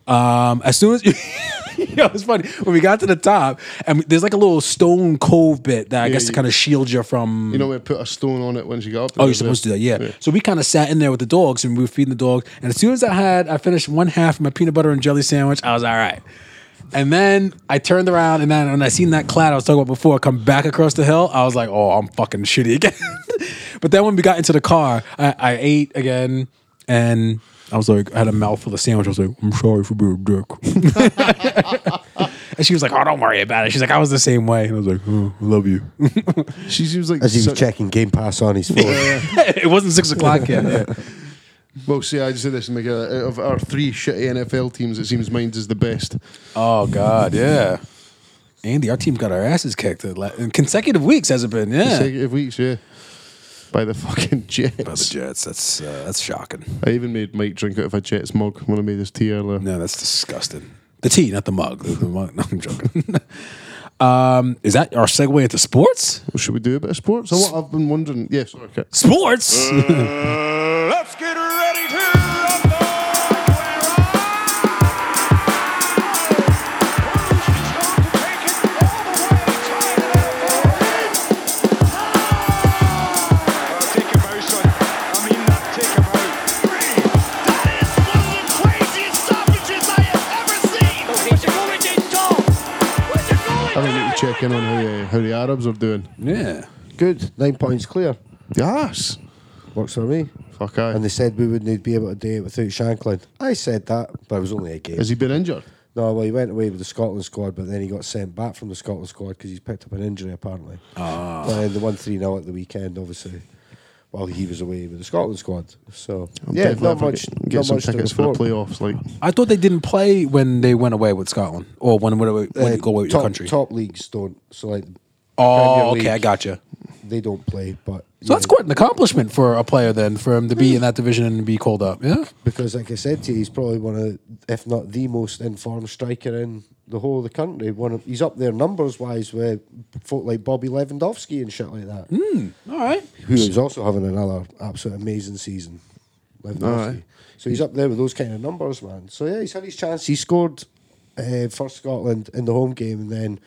Speaker 2: Um, as soon as [LAUGHS] yo, it's funny when we got to the top, and there's like a little stone cove bit that I guess to
Speaker 1: you-
Speaker 2: kind of shield you from.
Speaker 1: You know, we put a stone on it once you got up.
Speaker 2: oh, you're supposed to do that, yeah. So we kind of sat in there with the dogs, and we were feeding the dogs. And as soon as I had, I finished one half of my peanut butter and jelly sandwich. I was all right. And then I turned around, and then when I seen that cloud I was talking about before come back across the hill, I was like, "Oh, I'm fucking shitty again." [LAUGHS] but then when we got into the car, I, I ate again, and I was like, I had a mouthful of sandwich. I was like, "I'm sorry for being a dick." [LAUGHS] And she was like, "Oh, don't worry about it." She's like, "I was the same way." And I was like, oh, "I love you." [LAUGHS]
Speaker 1: She seems like
Speaker 3: As he was
Speaker 1: such-
Speaker 3: checking Game Pass on his phone.
Speaker 2: it wasn't six o'clock yet.
Speaker 1: Well, see, I just said this and make it out of our three shitty NFL teams, it seems mine's is the best.
Speaker 2: Oh God, yeah. Andy, our team got our asses kicked the la- in consecutive weeks. Has it been? Yeah.
Speaker 1: Consecutive weeks, yeah. By the fucking Jets.
Speaker 2: By the Jets. That's uh, that's shocking.
Speaker 1: I even made Mike drink out of a Jets mug when I made his tea earlier.
Speaker 2: No, that's disgusting. The tea, not the mug. The, the mug. [LAUGHS] No, I'm joking. um, is that our segue into sports?
Speaker 1: Well, should we do a bit of sports? Oh, what I've been wondering. Yeah, sorry, okay.
Speaker 2: Sports.
Speaker 4: Uh,
Speaker 2: [LAUGHS]
Speaker 4: Let's get ready to rumble!
Speaker 1: I don't need to check in on how, uh, how the Arabs are doing.
Speaker 2: yeah.
Speaker 3: Good. Nine points clear.
Speaker 1: Yes.
Speaker 3: Works for me.
Speaker 1: Fuck aye.
Speaker 3: And they said we wouldn't be able to do it without Shanklin. I said that, but it was only a game.
Speaker 1: Has he been injured?
Speaker 3: No, well, he went away with the Scotland squad, but then he got sent back from the Scotland squad because he's picked up an injury, apparently. Ah. But then they won 3 0 at the weekend, obviously, while he was away with the Scotland squad. So, yeah,
Speaker 1: Definitely
Speaker 3: not
Speaker 1: if I
Speaker 3: much,
Speaker 1: Get, get
Speaker 3: not
Speaker 1: some
Speaker 3: much to
Speaker 1: tickets for the
Speaker 3: report.
Speaker 1: playoffs. Like,
Speaker 2: I thought they didn't play when they went away with Scotland, or when when, when
Speaker 3: Uh,
Speaker 2: they go away with
Speaker 3: top,
Speaker 2: your country.
Speaker 3: Top leagues don't. So, like,
Speaker 2: oh,
Speaker 3: Premier
Speaker 2: okay, I
Speaker 3: League,
Speaker 2: got you.
Speaker 3: They don't play, but.
Speaker 2: So that's
Speaker 3: yeah,
Speaker 2: quite an accomplishment for a player then, for him to be in that division and be called up. Yeah.
Speaker 3: Because, like I said to you, he's probably one of, if not the most informed striker in the whole of the country. One of, he's up there numbers wise with folk like Bobby Lewandowski and shit like that.
Speaker 2: All right.
Speaker 3: who is also having another absolute amazing season. Lewandowski.
Speaker 1: Aye.
Speaker 3: So he's up there with those kind of numbers, man. So yeah, he's had his chance. He scored uh, for Scotland in the home game, and then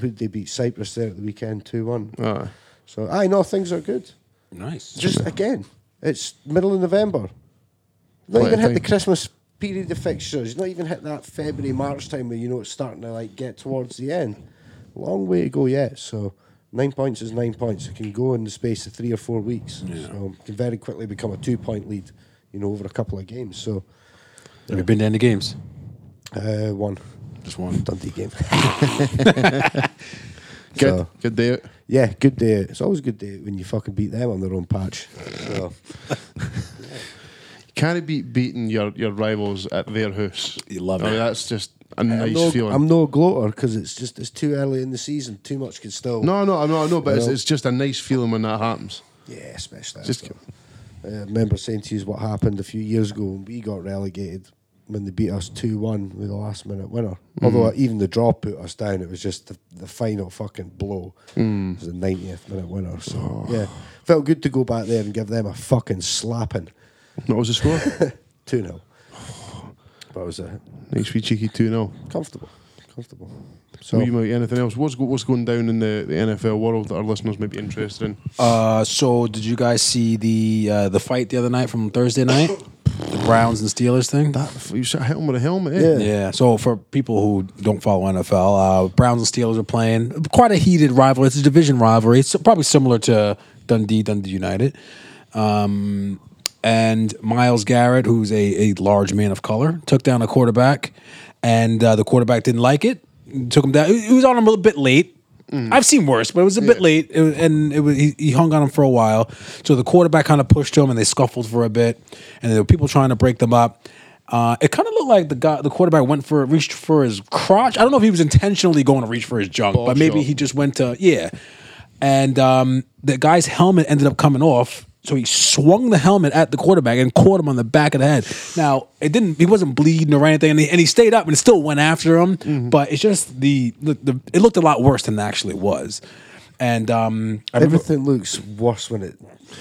Speaker 3: who'd they beat Cyprus there at the weekend two one.
Speaker 1: Aye.
Speaker 3: So I know things are good.
Speaker 2: Nice.
Speaker 3: Just again, it's middle of November. Not
Speaker 1: Plenty
Speaker 3: even
Speaker 1: of
Speaker 3: hit the
Speaker 1: time.
Speaker 3: Christmas period of fixtures. Not even hit that February March time where you know it's starting to like get towards the end. Long way to go yet. So nine points is nine points. It can go in the space of three or four weeks. So it can very quickly become a two point lead. You know, over a couple of games. So
Speaker 2: Have you been to any games?
Speaker 3: uh, one
Speaker 2: Just one.
Speaker 3: Dundee game. [LAUGHS]
Speaker 1: good,
Speaker 3: So-
Speaker 1: good day out.
Speaker 3: yeah, good day. out. It's always a good day out when you fucking beat them on their own patch. So
Speaker 1: Can it beat beating your, your rivals at their house?
Speaker 2: You love
Speaker 1: I mean,
Speaker 2: it.
Speaker 1: That's just a
Speaker 3: I'm
Speaker 1: nice
Speaker 3: no,
Speaker 1: feeling.
Speaker 3: I'm no gloater because it's just it's too early in the season. Too much can still
Speaker 1: no, no, I know, I know, but it's,
Speaker 3: Well-
Speaker 1: it's just a nice feeling when that happens.
Speaker 3: Yeah, especially.
Speaker 1: Just
Speaker 3: after. uh, I remember saying to you what happened a few years ago when we got relegated when they beat us 2 1 with a last minute winner.
Speaker 1: Mm.
Speaker 3: Although uh, even the draw put us down, it was just the, the final fucking blow.
Speaker 1: Mm.
Speaker 3: It was the 90th minute winner. So,
Speaker 1: Oh.
Speaker 3: yeah, felt good to go back there and give them a fucking slapping
Speaker 1: What was the score?
Speaker 3: [LAUGHS] 2 0. [SIGHS] But it was uh,
Speaker 1: nice wee cheeky 2 0.
Speaker 3: comfortable. comfortable. So
Speaker 1: So, you might anything else? What's go- what's going down in the, the NFL world that our listeners might be interested in?
Speaker 2: Uh, so did you guys see the uh, the fight the other night from Thursday night? [COUGHS] the Browns and Steelers thing.
Speaker 1: That you shot hit him with a helmet. Eh?
Speaker 3: Uh, Yeah.
Speaker 2: Yeah. So for people who don't follow NFL, uh, Browns and Steelers are playing quite a heated rivalry. It's a division rivalry. It's probably similar to Dundee, Dundee United. Um, and Miles Garrett, who's a, a large man of color, took down a quarterback, and uh, the quarterback didn't like it. Took him down. It was on him a little bit late. I've seen worse, but it was a
Speaker 1: Mm.
Speaker 2: bit
Speaker 1: Yeah.
Speaker 2: late, it, was- and it was, he, he hung on him for a while. So the quarterback kind of pushed him, and they scuffled for a bit, and there were people trying to break them up. Uh, it kind of looked like the guy, the quarterback, went for reached for his crotch. I don't know if he was intentionally going to reach for his junk,
Speaker 1: Ball
Speaker 2: but maybe
Speaker 1: shot.
Speaker 2: he just went to yeah. And um, the guy's helmet ended up coming off, so he swung the helmet at the quarterback and caught him on the back of the head. Now it didn't; he wasn't bleeding or anything, and he, and he stayed up and still went after him. But it's just the, the, the it looked a lot worse than it actually was. And um, I remember-
Speaker 3: everything looks worse when it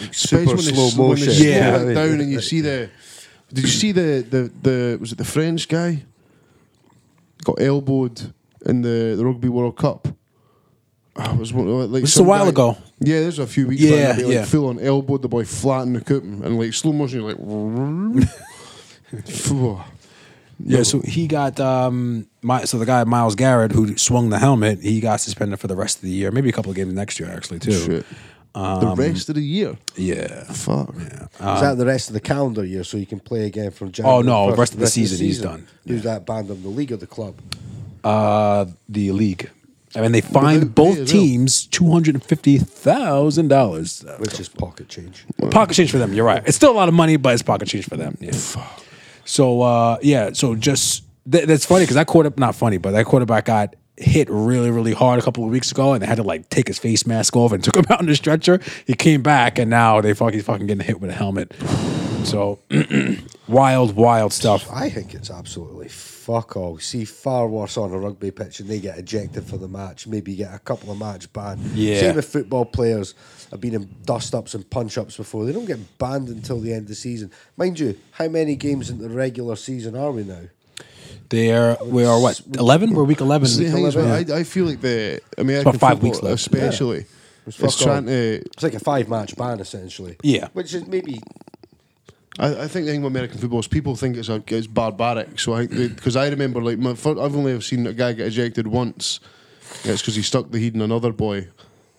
Speaker 1: Especially
Speaker 3: super
Speaker 1: when they
Speaker 3: slow
Speaker 1: s- when they
Speaker 3: motion.
Speaker 1: slow
Speaker 2: Yeah.
Speaker 1: it down and you see the. Did you see the, the, the was it the French guy? Got elbowed in the, the Rugby World Cup. Ah, it was one, like
Speaker 2: This is
Speaker 1: some
Speaker 2: a while
Speaker 1: guy-
Speaker 2: ago.
Speaker 1: Yeah, this was a few weeks back.
Speaker 2: Yeah,
Speaker 1: and they, Like,
Speaker 2: yeah.
Speaker 1: Full on elbowed the boy flat in the coop and like slow motion. You're like, [LAUGHS] Phew.
Speaker 2: Yeah, so he got um my so the guy Miles Garrett who swung the helmet, he got suspended for the rest of the year, maybe a couple of games next year actually too.
Speaker 1: shit. the rest of the year.
Speaker 2: Um, Yeah.
Speaker 1: Fuck.
Speaker 3: Is that the rest of the calendar year, so you can play again from January?
Speaker 2: Oh, no,
Speaker 3: 1st,
Speaker 2: rest of the season, he's done.
Speaker 3: Who's that banned him? The league or the club?
Speaker 2: Uh the league. I mean they
Speaker 1: they-
Speaker 2: fined
Speaker 1: they
Speaker 2: both
Speaker 1: as well.
Speaker 2: teams two hundred and fifty thousand dollars.
Speaker 3: Which is pocket change.
Speaker 2: Pocket change for them, you're right. It's still a lot of money, but it's pocket change for them. Yeah. So uh yeah, so just th- that's funny because that quarter not funny, but that quarterback got hit really, really hard a couple of weeks ago, and they had to like take his face mask off and [LAUGHS] took him out on the stretcher. He came back, and now they fuck, he's fucking getting hit with a helmet. So [CLEARS THROAT] wild, wild stuff.
Speaker 3: I think it's absolutely fuck all. See far worse on a rugby pitch, and they get ejected for the match. Maybe get a couple of match banned.
Speaker 2: Yeah.
Speaker 3: Same with football players. I've been in dust ups and punch ups before. They don't get banned until the end of the season, mind you. How many games in the regular season are we now?
Speaker 2: They're we are what eleven? We're week eleven.
Speaker 1: See, the thing is, I, I feel like the American
Speaker 2: about five
Speaker 1: football,
Speaker 2: weeks left.
Speaker 1: especially,
Speaker 3: It's
Speaker 1: is
Speaker 3: fuck all.
Speaker 1: trying to
Speaker 3: It's like a five match ban essentially.
Speaker 2: Yeah.
Speaker 3: which is maybe
Speaker 1: I, I think the thing with American football is people think it's a, it's barbaric. So I because I remember like my fir- I've only ever seen a guy get ejected once. Yeah, it's because he stuck the heat in another boy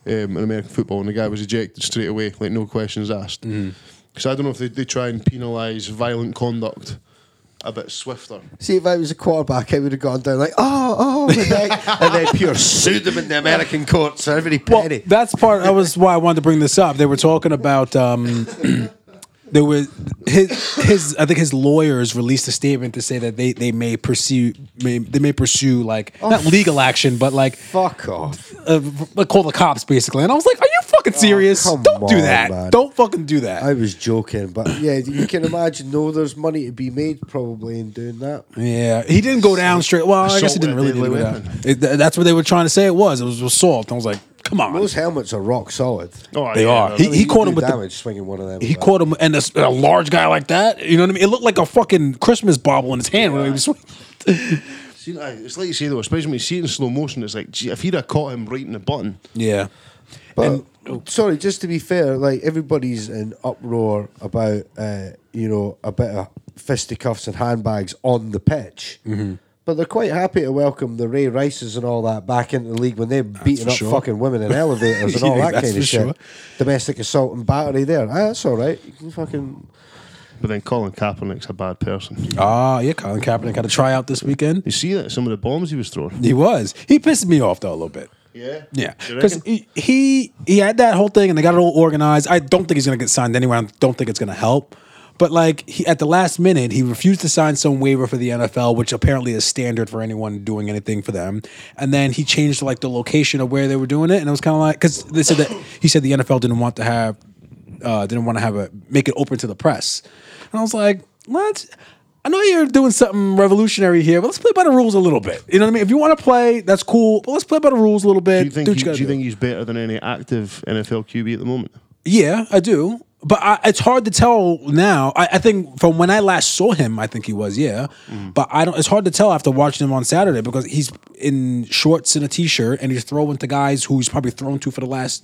Speaker 1: um, in American football, and the guy was ejected straight away, like no questions asked. Because I don't know if they, they try and penalise violent conduct a bit swifter.
Speaker 3: See, if I was a quarterback, I would have gone down like, oh, oh, my neck. and then [LAUGHS] pure sued them in the American courts for every
Speaker 2: Well,
Speaker 3: penny.
Speaker 2: that's part. That was why I wanted to bring this up. They were talking about. Um, [CLEARS THROAT] there was his, his. I think his lawyers released a statement to say that they, they may pursue may, they may pursue like
Speaker 3: Oh.
Speaker 2: not legal action, but like
Speaker 3: Fuck off.
Speaker 2: uh, like call the cops basically. And I was like, Are you fucking serious?
Speaker 3: Oh, come
Speaker 2: Don't do
Speaker 3: on,
Speaker 2: that.
Speaker 3: man.
Speaker 2: Don't fucking do that.
Speaker 3: I was joking, but yeah, you can imagine. No, there's money to be made probably in doing that.
Speaker 2: yeah, he didn't go down straight. Well, I
Speaker 1: Assault
Speaker 2: guess he didn't
Speaker 1: with
Speaker 2: really
Speaker 1: a
Speaker 2: do
Speaker 1: deadly
Speaker 2: that.
Speaker 1: weapon.
Speaker 2: It, th- that's what they were trying to say. It was. It was assault. I was like, Come on.
Speaker 3: Those helmets are rock solid.
Speaker 1: Oh,
Speaker 2: They are.
Speaker 1: no,
Speaker 2: He-
Speaker 1: no.
Speaker 3: You
Speaker 2: he caught
Speaker 3: do
Speaker 2: him with the-
Speaker 3: damage swinging one of them.
Speaker 2: He caught him, and a, s- a large guy like that, you know what I mean? It looked like a fucking Christmas bauble in his hand when he was swinging.
Speaker 1: See, aye, it's like you say though, especially when you see it in slow motion. It's like, gee, if he'd have caught him right in the button,
Speaker 2: [LAUGHS] Yeah.
Speaker 3: But sorry, just to be fair, like everybody's in uproar about uh, you know a bit of fisticuffs and handbags on the pitch.
Speaker 2: Mm-hmm.
Speaker 3: But they're quite happy to welcome the Ray Rices and all that back into the league when they're beating
Speaker 2: for
Speaker 3: up
Speaker 2: sure.
Speaker 3: fucking
Speaker 2: [LAUGHS]
Speaker 3: women in elevators and all
Speaker 2: Yeah,
Speaker 3: that
Speaker 2: that's
Speaker 3: kind of
Speaker 2: for
Speaker 3: shit.
Speaker 2: sure.
Speaker 3: Domestic assault and battery there. Ah, that's all right. You can fucking
Speaker 1: but then Colin Kaepernick's a bad person.
Speaker 2: Ah, yeah, Colin Kaepernick had a tryout this weekend.
Speaker 1: You see that some of the bombs he was throwing.
Speaker 2: He was. He pissed me off, though, a little bit.
Speaker 1: Yeah,
Speaker 2: Yeah,
Speaker 1: You
Speaker 2: because
Speaker 1: reckon?
Speaker 2: he, he he had that whole thing and they got it all organized. I don't think he's gonna get signed anyway. I don't think it's gonna help. But like he, at the last minute, he refused to sign some waiver for the NFL, which apparently is standard for anyone doing anything for them. And then he changed like the location of where they were doing it, and it was kind of like because they said that he said the NFL didn't want to have uh, didn't want to have a make it open to the press. And I was like, what? I know you're doing something revolutionary here, but let's play by the rules a little bit. You know what I mean? If you want to play, that's cool, but let's play by the rules a little bit.
Speaker 1: Do you think,
Speaker 2: Do what
Speaker 1: he-
Speaker 2: you gotta
Speaker 1: do you
Speaker 2: do.
Speaker 1: think he's better than any active NFL QB at the moment?
Speaker 2: Yeah, I do. But I, it's hard to tell now. I, I think from when I last saw him, I think he was, yeah. But I don't. It's hard to tell after watching him on Saturday because he's in shorts and a t-shirt, and he's throwing to guys who he's probably thrown to for the last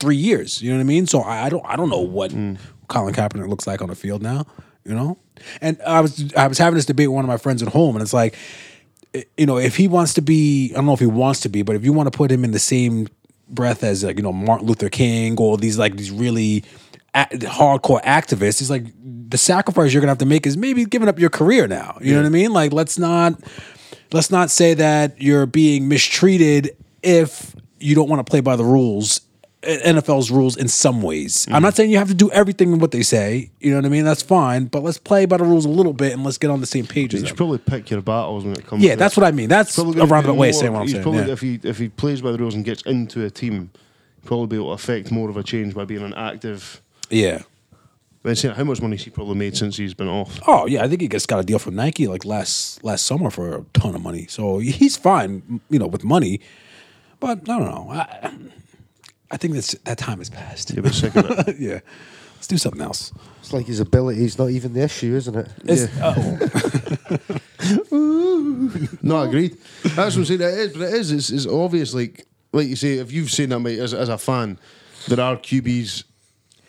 Speaker 2: three years. You know what I mean? So I, I don't. I don't know what Colin Kaepernick looks like on the field now. You know. And I was I was having this debate with one of my friends at home, and it's like, i- you know, if he wants to be, I don't know if he wants to be, but if you want to put him in the same breath as like you know Martin Luther King or these like these really a- hardcore activists. He's like the sacrifice you're gonna have to make is maybe giving up your career now. You know what I mean? Like let's not let's not say that you're being mistreated if you don't want to play by the rules. eh, NFL's rules in some ways. I'm not saying you have to do everything what they say. You know what I mean? That's fine, but let's play by the rules a little bit and let's get on the same page. As
Speaker 1: You
Speaker 2: them.
Speaker 1: should probably pick your battles when it comes.
Speaker 2: Yeah,
Speaker 1: to
Speaker 2: that's
Speaker 1: it.
Speaker 2: what I mean. That's
Speaker 1: Probably
Speaker 2: a
Speaker 1: gonna be
Speaker 2: roundabout way of
Speaker 1: more-
Speaker 2: saying what I'm
Speaker 1: he's
Speaker 2: saying.
Speaker 1: Probably,
Speaker 2: yeah.
Speaker 1: If he if he plays by the rules and gets into a team, he'll probably be able to affect more of a change by being an active.
Speaker 2: yeah.
Speaker 1: Then saying how much money he probably made since he's been off.
Speaker 2: Oh yeah, I think he just got a deal from Nike like last last summer for a ton of money. So he's fine, you know, with money. But I don't know. I, I think that's that time has passed.
Speaker 1: You'll be sick of it.
Speaker 2: [LAUGHS] yeah, let's do something else.
Speaker 3: It's like his ability is not even the issue, isn't it?
Speaker 2: It's- oh,
Speaker 1: No, agreed. That's what I'm saying. It is, but it is. It's, it's obvious. Like, like you say, if you've seen that, mate, as, as a fan, there are QBs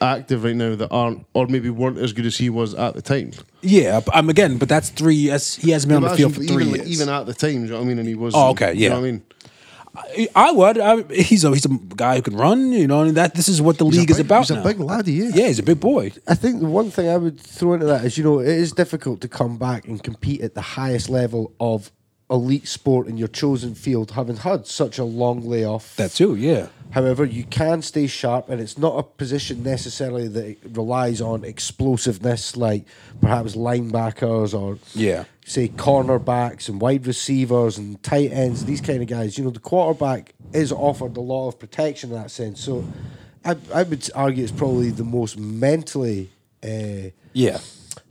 Speaker 1: active right now that aren't, or maybe weren't as good as he was at the time.
Speaker 2: yeah, but, um, again, but that's three. That's, he hasn't been on the field for
Speaker 1: Even-
Speaker 2: three
Speaker 1: even,
Speaker 2: years.
Speaker 1: even at the time, do you know what I mean? And he was.
Speaker 2: Oh, okay,
Speaker 1: You know
Speaker 2: yeah.
Speaker 1: what I mean?
Speaker 2: I would. I, he's a he's a guy who can run. You know, and that this is what the
Speaker 1: a
Speaker 2: league is
Speaker 1: big-
Speaker 2: about.
Speaker 1: he's a
Speaker 2: now.
Speaker 1: big lad, he is.
Speaker 2: Yeah, he's a big boy.
Speaker 3: I think the one thing I would throw into that is, you know, it is difficult to come back and compete at the highest level of elite sport in your chosen field, having had such a long layoff.
Speaker 2: That too. Yeah.
Speaker 3: However, you can stay sharp, and it's not a position necessarily that it relies on explosiveness, like perhaps linebackers or
Speaker 2: Yeah.
Speaker 3: say cornerbacks and wide receivers and tight ends. These kind of guys, you know, the quarterback is offered a lot of protection in that sense. So, I, I would argue it's probably the most mentally uh,
Speaker 2: Yeah.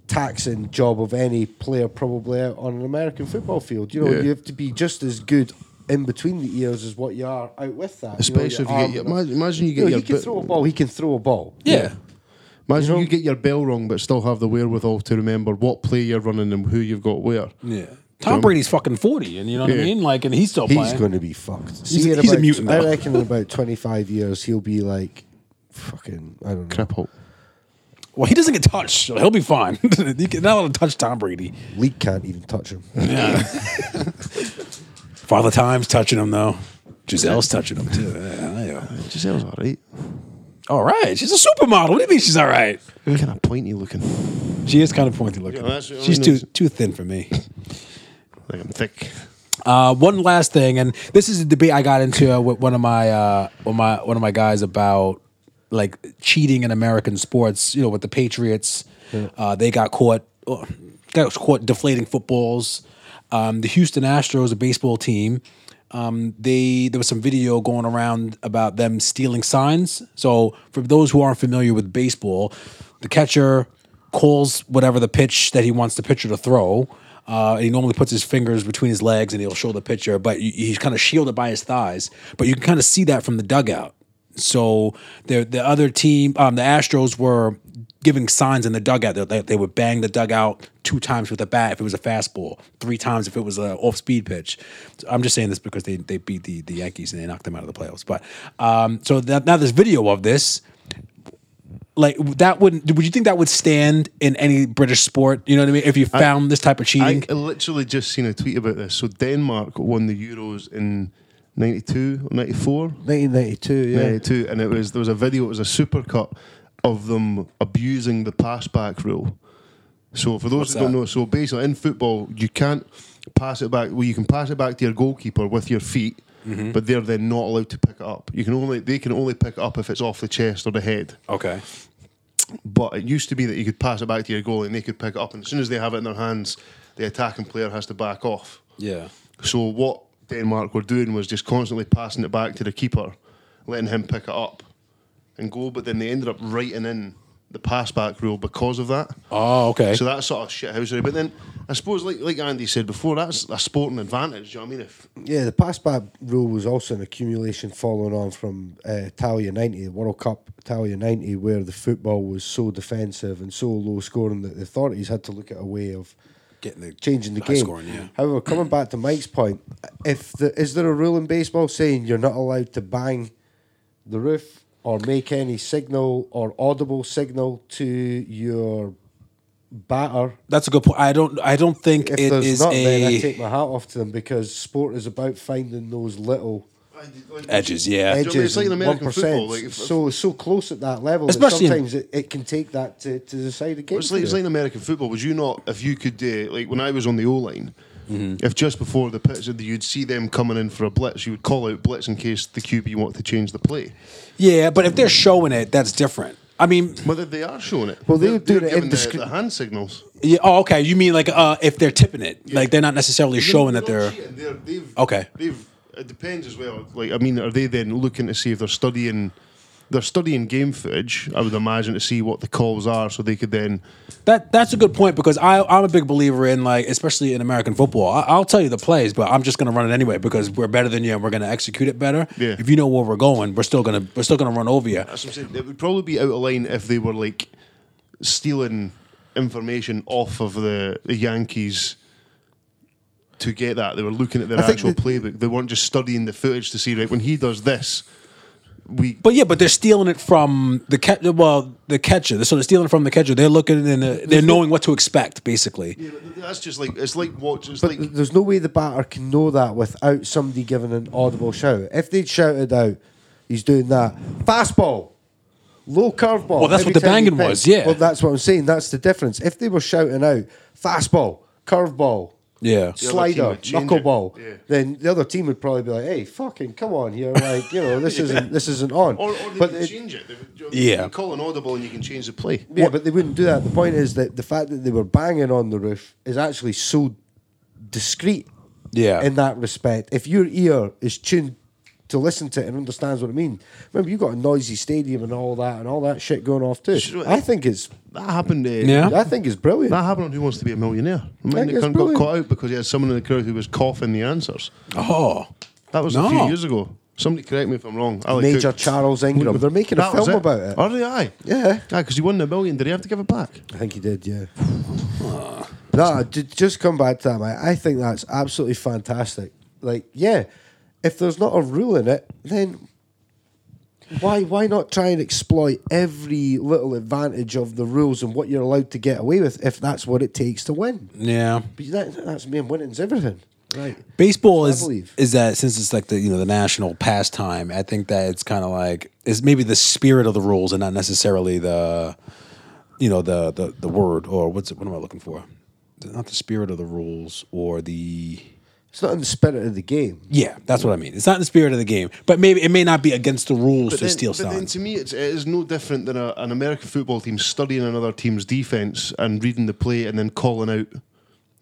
Speaker 3: taxing job of any player probably out on an American football field. You know,
Speaker 1: Yeah.
Speaker 3: you have to be just as good in between the ears as what you are out with that.
Speaker 1: Especially
Speaker 3: you know,
Speaker 1: if you get
Speaker 3: arm-
Speaker 1: your- imagine- imagine you get
Speaker 3: know,
Speaker 1: your
Speaker 3: he can
Speaker 1: bit-
Speaker 3: throw a ball. He can throw a ball.
Speaker 2: Yeah.
Speaker 1: Imagine you, get your bell wrong, but still have the wherewithal to remember what play you're running and who you've got where.
Speaker 2: Yeah. Tom Brady's fucking forty, and you know what
Speaker 1: Yeah.
Speaker 2: I mean. Like, and he's still
Speaker 3: he's
Speaker 2: playing.
Speaker 3: going to be fucked.
Speaker 2: He's-
Speaker 3: See, in
Speaker 2: he's a
Speaker 3: about-
Speaker 2: mutant,
Speaker 3: I
Speaker 2: though.
Speaker 3: reckon in about twenty five years he'll be like fucking. I don't know.
Speaker 1: Cripple.
Speaker 2: Well, he doesn't get touched, so he'll be fine. [LAUGHS] he can not allowed to touch Tom Brady.
Speaker 3: League can't even
Speaker 1: [LAUGHS]
Speaker 3: touch him.
Speaker 2: Father Time's touching him though. Giselle's touching him too. Yeah, yeah.
Speaker 1: Giselle's all right.
Speaker 2: All right, she's a supermodel. What do you mean she's all right?
Speaker 1: kind of pointy looking.
Speaker 2: She is kind of pointy looking.
Speaker 1: Yeah, that's- I
Speaker 2: she's
Speaker 1: mean,
Speaker 2: too
Speaker 1: it's-
Speaker 2: too thin for me.
Speaker 1: Like I'm thick.
Speaker 2: Uh, one last thing, and this is a debate I got into uh, with one of my uh, one of my one of my guys about like cheating in American sports. You know, with the Patriots, uh, they got caught oh, got caught deflating footballs. Um, the Houston Astros, a baseball team, um, they there was some video going around about them stealing signs. So for those who aren't familiar with baseball, the catcher calls whatever the pitch that he wants the pitcher to throw. Uh, and he normally puts his fingers between his legs and he'll show the pitcher, but y- he's kind of shielded by his thighs. But you can kind of see that from the dugout. So the the other team, um, the Astros were giving signs in the dugout that they, they would bang the dugout two times with a bat if it was a fastball, three times if it was an off speed pitch. So I'm just saying this because they, they beat the, the Yankees and they knocked them out of the playoffs. But um, so that, now there's video of this like that wouldn't would you think that would stand in any british sport you know what i mean if you found this type of cheating
Speaker 1: I literally just seen a tweet about this. So Denmark won the Euros in 92 or 94.
Speaker 3: Nineteen ninety two. Yeah.
Speaker 1: 92, and it was there was a video. It was a super cut of them abusing the pass back rule. So for those that, don't
Speaker 2: that?
Speaker 1: know, so basically in football you can't pass it back. Well, you can pass it back to your goalkeeper with your feet, but they're then not allowed to pick it up. You can only they can only pick it up if it's off the chest or the head.
Speaker 2: okay
Speaker 1: But it used to be that you could pass it back to your goalie and they could pick it up, and as soon as they have it in their hands, the attacking player has to back off.
Speaker 2: yeah
Speaker 1: So what Denmark were doing was just constantly passing it back to the keeper, letting him pick it up and go. But then they ended up writing in the pass back rule because of that.
Speaker 2: Oh, okay.
Speaker 1: So that sort of shithousery. But then I suppose, like like Andy said before, that's a sporting advantage. Do you know what I mean? If
Speaker 3: Yeah, the pass back rule was also an accumulation following on from uh, Italia 90, the World Cup Italia 90, where the football was so defensive and so low scoring that the authorities had to look at a way of
Speaker 2: Getting the
Speaker 3: changing the
Speaker 2: high
Speaker 3: game.
Speaker 2: scoring, yeah.
Speaker 3: However, coming back to Mike's point, if the, is there a rule in baseball saying you're not allowed to bang the roof or make any signal or audible signal to your batter
Speaker 2: That's a good point. I don't. I don't think
Speaker 3: if
Speaker 2: it
Speaker 3: there's
Speaker 2: is
Speaker 3: not, then I
Speaker 2: a
Speaker 3: take my hat off to them because sport is about finding those little
Speaker 2: edges. Yeah.
Speaker 1: Edge- I
Speaker 3: edges.
Speaker 1: mean? It's like in
Speaker 3: and
Speaker 1: American
Speaker 3: 1%.
Speaker 1: football, like, if-
Speaker 3: so so close at that level.
Speaker 2: Especially
Speaker 3: Especially
Speaker 2: in-
Speaker 3: sometimes it, it can take that to, to decide a game.
Speaker 1: It's like, it's
Speaker 3: for
Speaker 1: like
Speaker 3: you.
Speaker 1: in American football. Was you not, if you could, uh, like when I was on the O line, if just before the pitch, you'd see them coming in for a blitz, you would call out blitz in case the QB wanted to change the play.
Speaker 2: Yeah, but if they're showing it, that's different. I mean,
Speaker 1: Whether they are showing it,
Speaker 3: Well, they
Speaker 1: They're-
Speaker 3: would do
Speaker 1: they're
Speaker 3: it
Speaker 1: giving the,
Speaker 3: indiscre-
Speaker 1: the hand signals.
Speaker 2: yeah, oh, okay. You mean like uh, if they're tipping it, like they're not necessarily showing that
Speaker 1: not
Speaker 2: they're.
Speaker 1: cheating, they're- they've-
Speaker 2: Okay.
Speaker 1: They've. It depends as well. Like I mean, are they then looking to see if they're studying? They're studying game footage, I would imagine, to see what the calls are, so they could then.
Speaker 2: That that's a good point because I I'm a big believer in like especially in American football. I, I'll tell you the plays, but I'm just gonna run it anyway because we're better than you and we're gonna execute it better.
Speaker 1: Yeah.
Speaker 2: If you know where we're going, we're still gonna we're still gonna run over you.
Speaker 1: That's what I'm saying. It would probably be out of line if they were like stealing information off of the, the Yankees to get that. They were looking at their
Speaker 3: I think
Speaker 1: actual
Speaker 3: that-
Speaker 1: playbook. They weren't just studying the footage to see right when he does this. We
Speaker 2: But yeah, but they're stealing it from the catch. Well, the catcher. So they're stealing it from the catcher. They're looking and they're, they're knowing what to expect basically.
Speaker 1: yeah, but that's just like it's like watch. It's
Speaker 3: But
Speaker 1: like
Speaker 3: there's no way the batter can know that without somebody giving an audible shout. If they'd shouted out, he's doing that fastball, low curveball.
Speaker 2: Well, that's
Speaker 3: every
Speaker 2: what the
Speaker 3: time he
Speaker 2: banging
Speaker 3: pitched.
Speaker 2: was, yeah.
Speaker 3: Well, that's what I'm saying. That's the difference. If they were shouting out fastball, curveball,
Speaker 2: Yeah.
Speaker 1: team
Speaker 3: slider,
Speaker 1: would change it.
Speaker 3: knuckleball,
Speaker 1: Yeah.
Speaker 3: then the other team would probably be like, "Hey, fucking come on here, like you know
Speaker 1: [LAUGHS]
Speaker 3: this isn't this isn't on."
Speaker 1: or, or they
Speaker 3: but
Speaker 1: can
Speaker 3: it-
Speaker 1: change it. They, would- you know,
Speaker 2: Yeah.
Speaker 1: you call an audible and you can change the play.
Speaker 3: yeah, but they wouldn't do that. The point is that the fact that they were banging on the roof is actually so discreet
Speaker 2: Yeah.
Speaker 3: in that respect. If your ear is tuned to listen to it and understands what I mean, remember you've got a noisy stadium and all that and all that shit going off too.
Speaker 1: Sure.
Speaker 3: I think it's
Speaker 1: That happened. Uh,
Speaker 2: Yeah.
Speaker 3: I think it's brilliant.
Speaker 1: That happened on Who Wants to Be a Millionaire.
Speaker 3: Like,
Speaker 1: Remember, the
Speaker 3: it's
Speaker 1: cunt got
Speaker 3: brilliant.
Speaker 1: caught out because he had someone in the crowd who was coughing the answers.
Speaker 2: Oh.
Speaker 1: That was a
Speaker 2: No.
Speaker 1: few years ago. Somebody correct me if I'm wrong. Ali
Speaker 3: Major
Speaker 1: Cook.
Speaker 3: Charles Ingram. They're making a
Speaker 1: That was
Speaker 3: film about it.
Speaker 1: Are they? Aye.
Speaker 3: Yeah.
Speaker 1: because he won the million. Did he have to give it back?
Speaker 3: I think he did, yeah. no, ju- just come back to that, mate. I think that's absolutely fantastic. Like, yeah, if there's not a rule in it, then why why not try and exploit every little advantage of the rules and what you're allowed to get away with if that's what it takes to win?
Speaker 2: Yeah.
Speaker 3: But that, that's me and winning's everything. Right.
Speaker 2: Baseball
Speaker 3: I
Speaker 2: is
Speaker 3: believe.
Speaker 2: is that since it's like the you know the national pastime, I think that it's kind of like it's maybe the spirit of the rules and not necessarily the you know the the the word or what's it, what am I looking for? Not the spirit of the rules or the
Speaker 3: It's not in the spirit of the game.
Speaker 2: yeah, that's what I mean. It's not the spirit of the game, but maybe it may not be against the rules
Speaker 1: But
Speaker 2: to
Speaker 1: then,
Speaker 2: steal
Speaker 1: but then
Speaker 2: signs.
Speaker 1: to me, it's, it is no different than a, an American football team studying another team's defense and reading the play and then calling out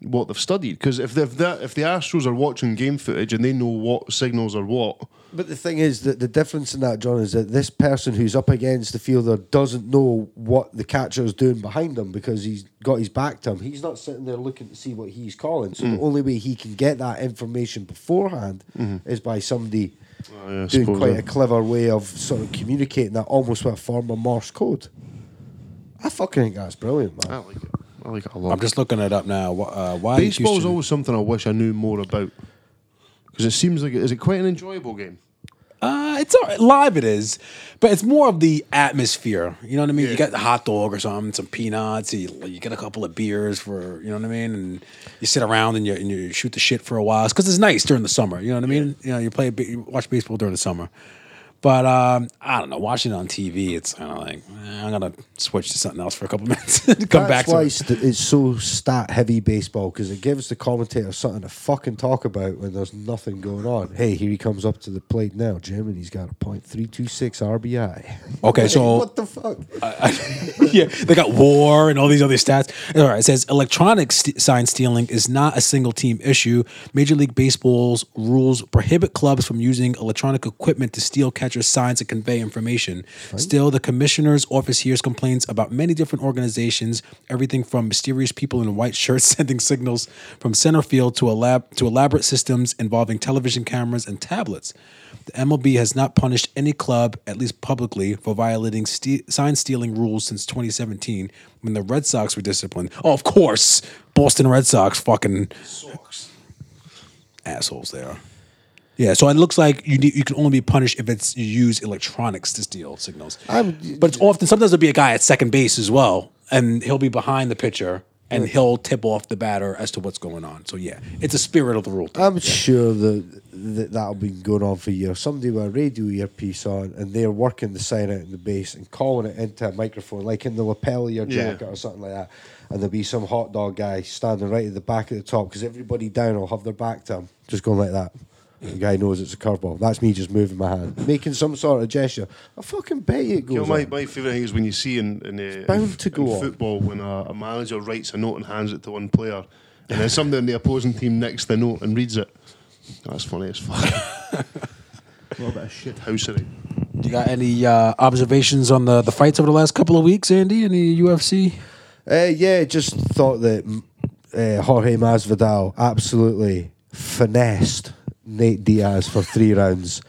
Speaker 1: what they've studied. Because if they've that, if the Astros are watching game footage and they know what signals are what,
Speaker 3: But the thing is that the difference in that, John, is that this person who's up against the fielder doesn't know what the catcher is doing behind him because he's got his back to him. He's not sitting there looking to see what he's calling. So
Speaker 1: Mm.
Speaker 3: the only way he can get that information beforehand is by somebody
Speaker 1: Oh, Mm-hmm. yeah, I
Speaker 3: doing
Speaker 1: suppose,
Speaker 3: quite
Speaker 1: yeah.
Speaker 3: a clever way of sort of communicating that almost with a form of Morse code. I fucking think that's brilliant, man.
Speaker 1: I like it. I like it a lot.
Speaker 2: I'm just looking it up now. Wh- Uh, why
Speaker 1: Baseball's
Speaker 2: Houston-
Speaker 1: always something I wish I knew more about because it seems like it, is it quite an enjoyable game?
Speaker 2: Uh, it's all right. live. It is, but it's more of the atmosphere. You know what I mean? You
Speaker 1: Yeah.
Speaker 2: got the hot dog or something, some peanuts. You, you get a couple of beers for you know what I mean, and you sit around and you and you shoot the shit for a while because it's nice during the summer. You know what I mean? You know you play ba- you watch baseball during the summer, but um, I don't know. Watching it on TV, it's kind of like eh, I'm gonna switch to something else for a couple [LAUGHS] minutes. and Come back
Speaker 3: That's
Speaker 2: to
Speaker 3: why
Speaker 2: it.
Speaker 3: st- it's so stat heavy baseball because it gives the commentator something to fucking talk about when there's nothing going on. Hey, here he comes up to the plate now, Jim, and he's got a point three two six RBI.
Speaker 2: Okay,
Speaker 3: [LAUGHS] Like,
Speaker 2: so-
Speaker 3: what the fuck?
Speaker 2: [LAUGHS] yeah, they got war and all these other stats. All right, it says electronic st- sign stealing is not a single team issue. Major League Baseball's rules prohibit clubs from using electronic equipment to steal catcher's manufacture, sign to convey information. Still, the commissioner's office hears complaints about many different organizations, everything from mysterious people in white shirts [LAUGHS] sending signals from center field to, elab- to elaborate systems involving television cameras and tablets. The MLB has not punished any club, at least publicly, for violating ste- sign stealing rules since 2017 when the Red Sox were disciplined. Oh, of course, Boston Red Sox fucking assholes they are. Yeah, so it looks like you need, you can only be punished if it's you use electronics to steal signals.
Speaker 3: I'm-
Speaker 2: but it's often sometimes there'll be a guy at second base as well, and he'll be behind the pitcher and he'll tip off the batter as to what's going on. So yeah, it's a spirit of the rule. thing.
Speaker 3: I'm sure that, that that'll been going on for years. Somebody with a radio earpiece on and they're working the sign out in the base and calling it into a microphone, like in the lapel of your
Speaker 1: Yeah.
Speaker 3: jacket or something like that. And there'll be some hot dog guy standing right at the back at the top because everybody down will have their back to him, just going like that. The guy knows it's a curveball. That's me just moving my hand, making some sort of gesture. I fucking bet you it
Speaker 1: You
Speaker 3: goes.
Speaker 1: know, my,
Speaker 3: on.
Speaker 1: my favourite thing is when you see in, in, uh,
Speaker 3: bound to
Speaker 1: in
Speaker 3: go on.
Speaker 1: football when a, a manager writes a note and hands it to one player, and then somebody on the opposing team nicks the note and reads it. That's funny as fuck. a little bit of shit housery.
Speaker 2: You got any uh, observations on the the fights over the last couple of weeks, Andy? Any UFC?
Speaker 3: Uh, yeah, just thought that mm, uh, Jorge Masvidal absolutely finessed Nate Diaz for three rounds,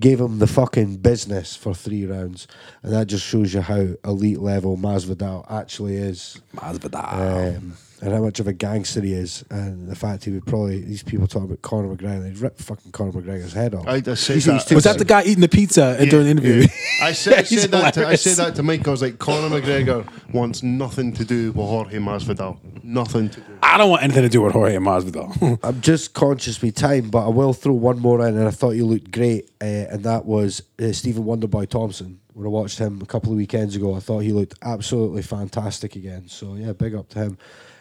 Speaker 3: gave him the fucking business for three rounds, and that just shows you how elite level Masvidal actually is,
Speaker 2: Masvidal.
Speaker 3: um, and how much of a gangster he is, and the fact he would probably these people talk about Conor McGregor, they'd rip fucking Conor McGregor's head off.
Speaker 1: I- I said
Speaker 3: He's-
Speaker 1: that.
Speaker 3: he's too
Speaker 2: was that
Speaker 1: [LAUGHS]
Speaker 2: the
Speaker 3: big.
Speaker 2: guy eating the pizza and during the interview?
Speaker 1: I said, I,
Speaker 2: he's
Speaker 1: said that to, I
Speaker 2: hilarious.
Speaker 1: said that to Mike. I was like, Conor McGregor wants nothing to do with Jorge Masvidal. Nothing to do.
Speaker 2: [LAUGHS] I don't want anything to do with Jorge Masvidal.
Speaker 3: I'm just conscious with time, but I will throw one more in, and I thought you looked great, uh, and that was uh, Stephen Wonderboy Thompson. When I watched him a couple of weekends ago, I thought he looked absolutely fantastic again. So yeah, big up to him.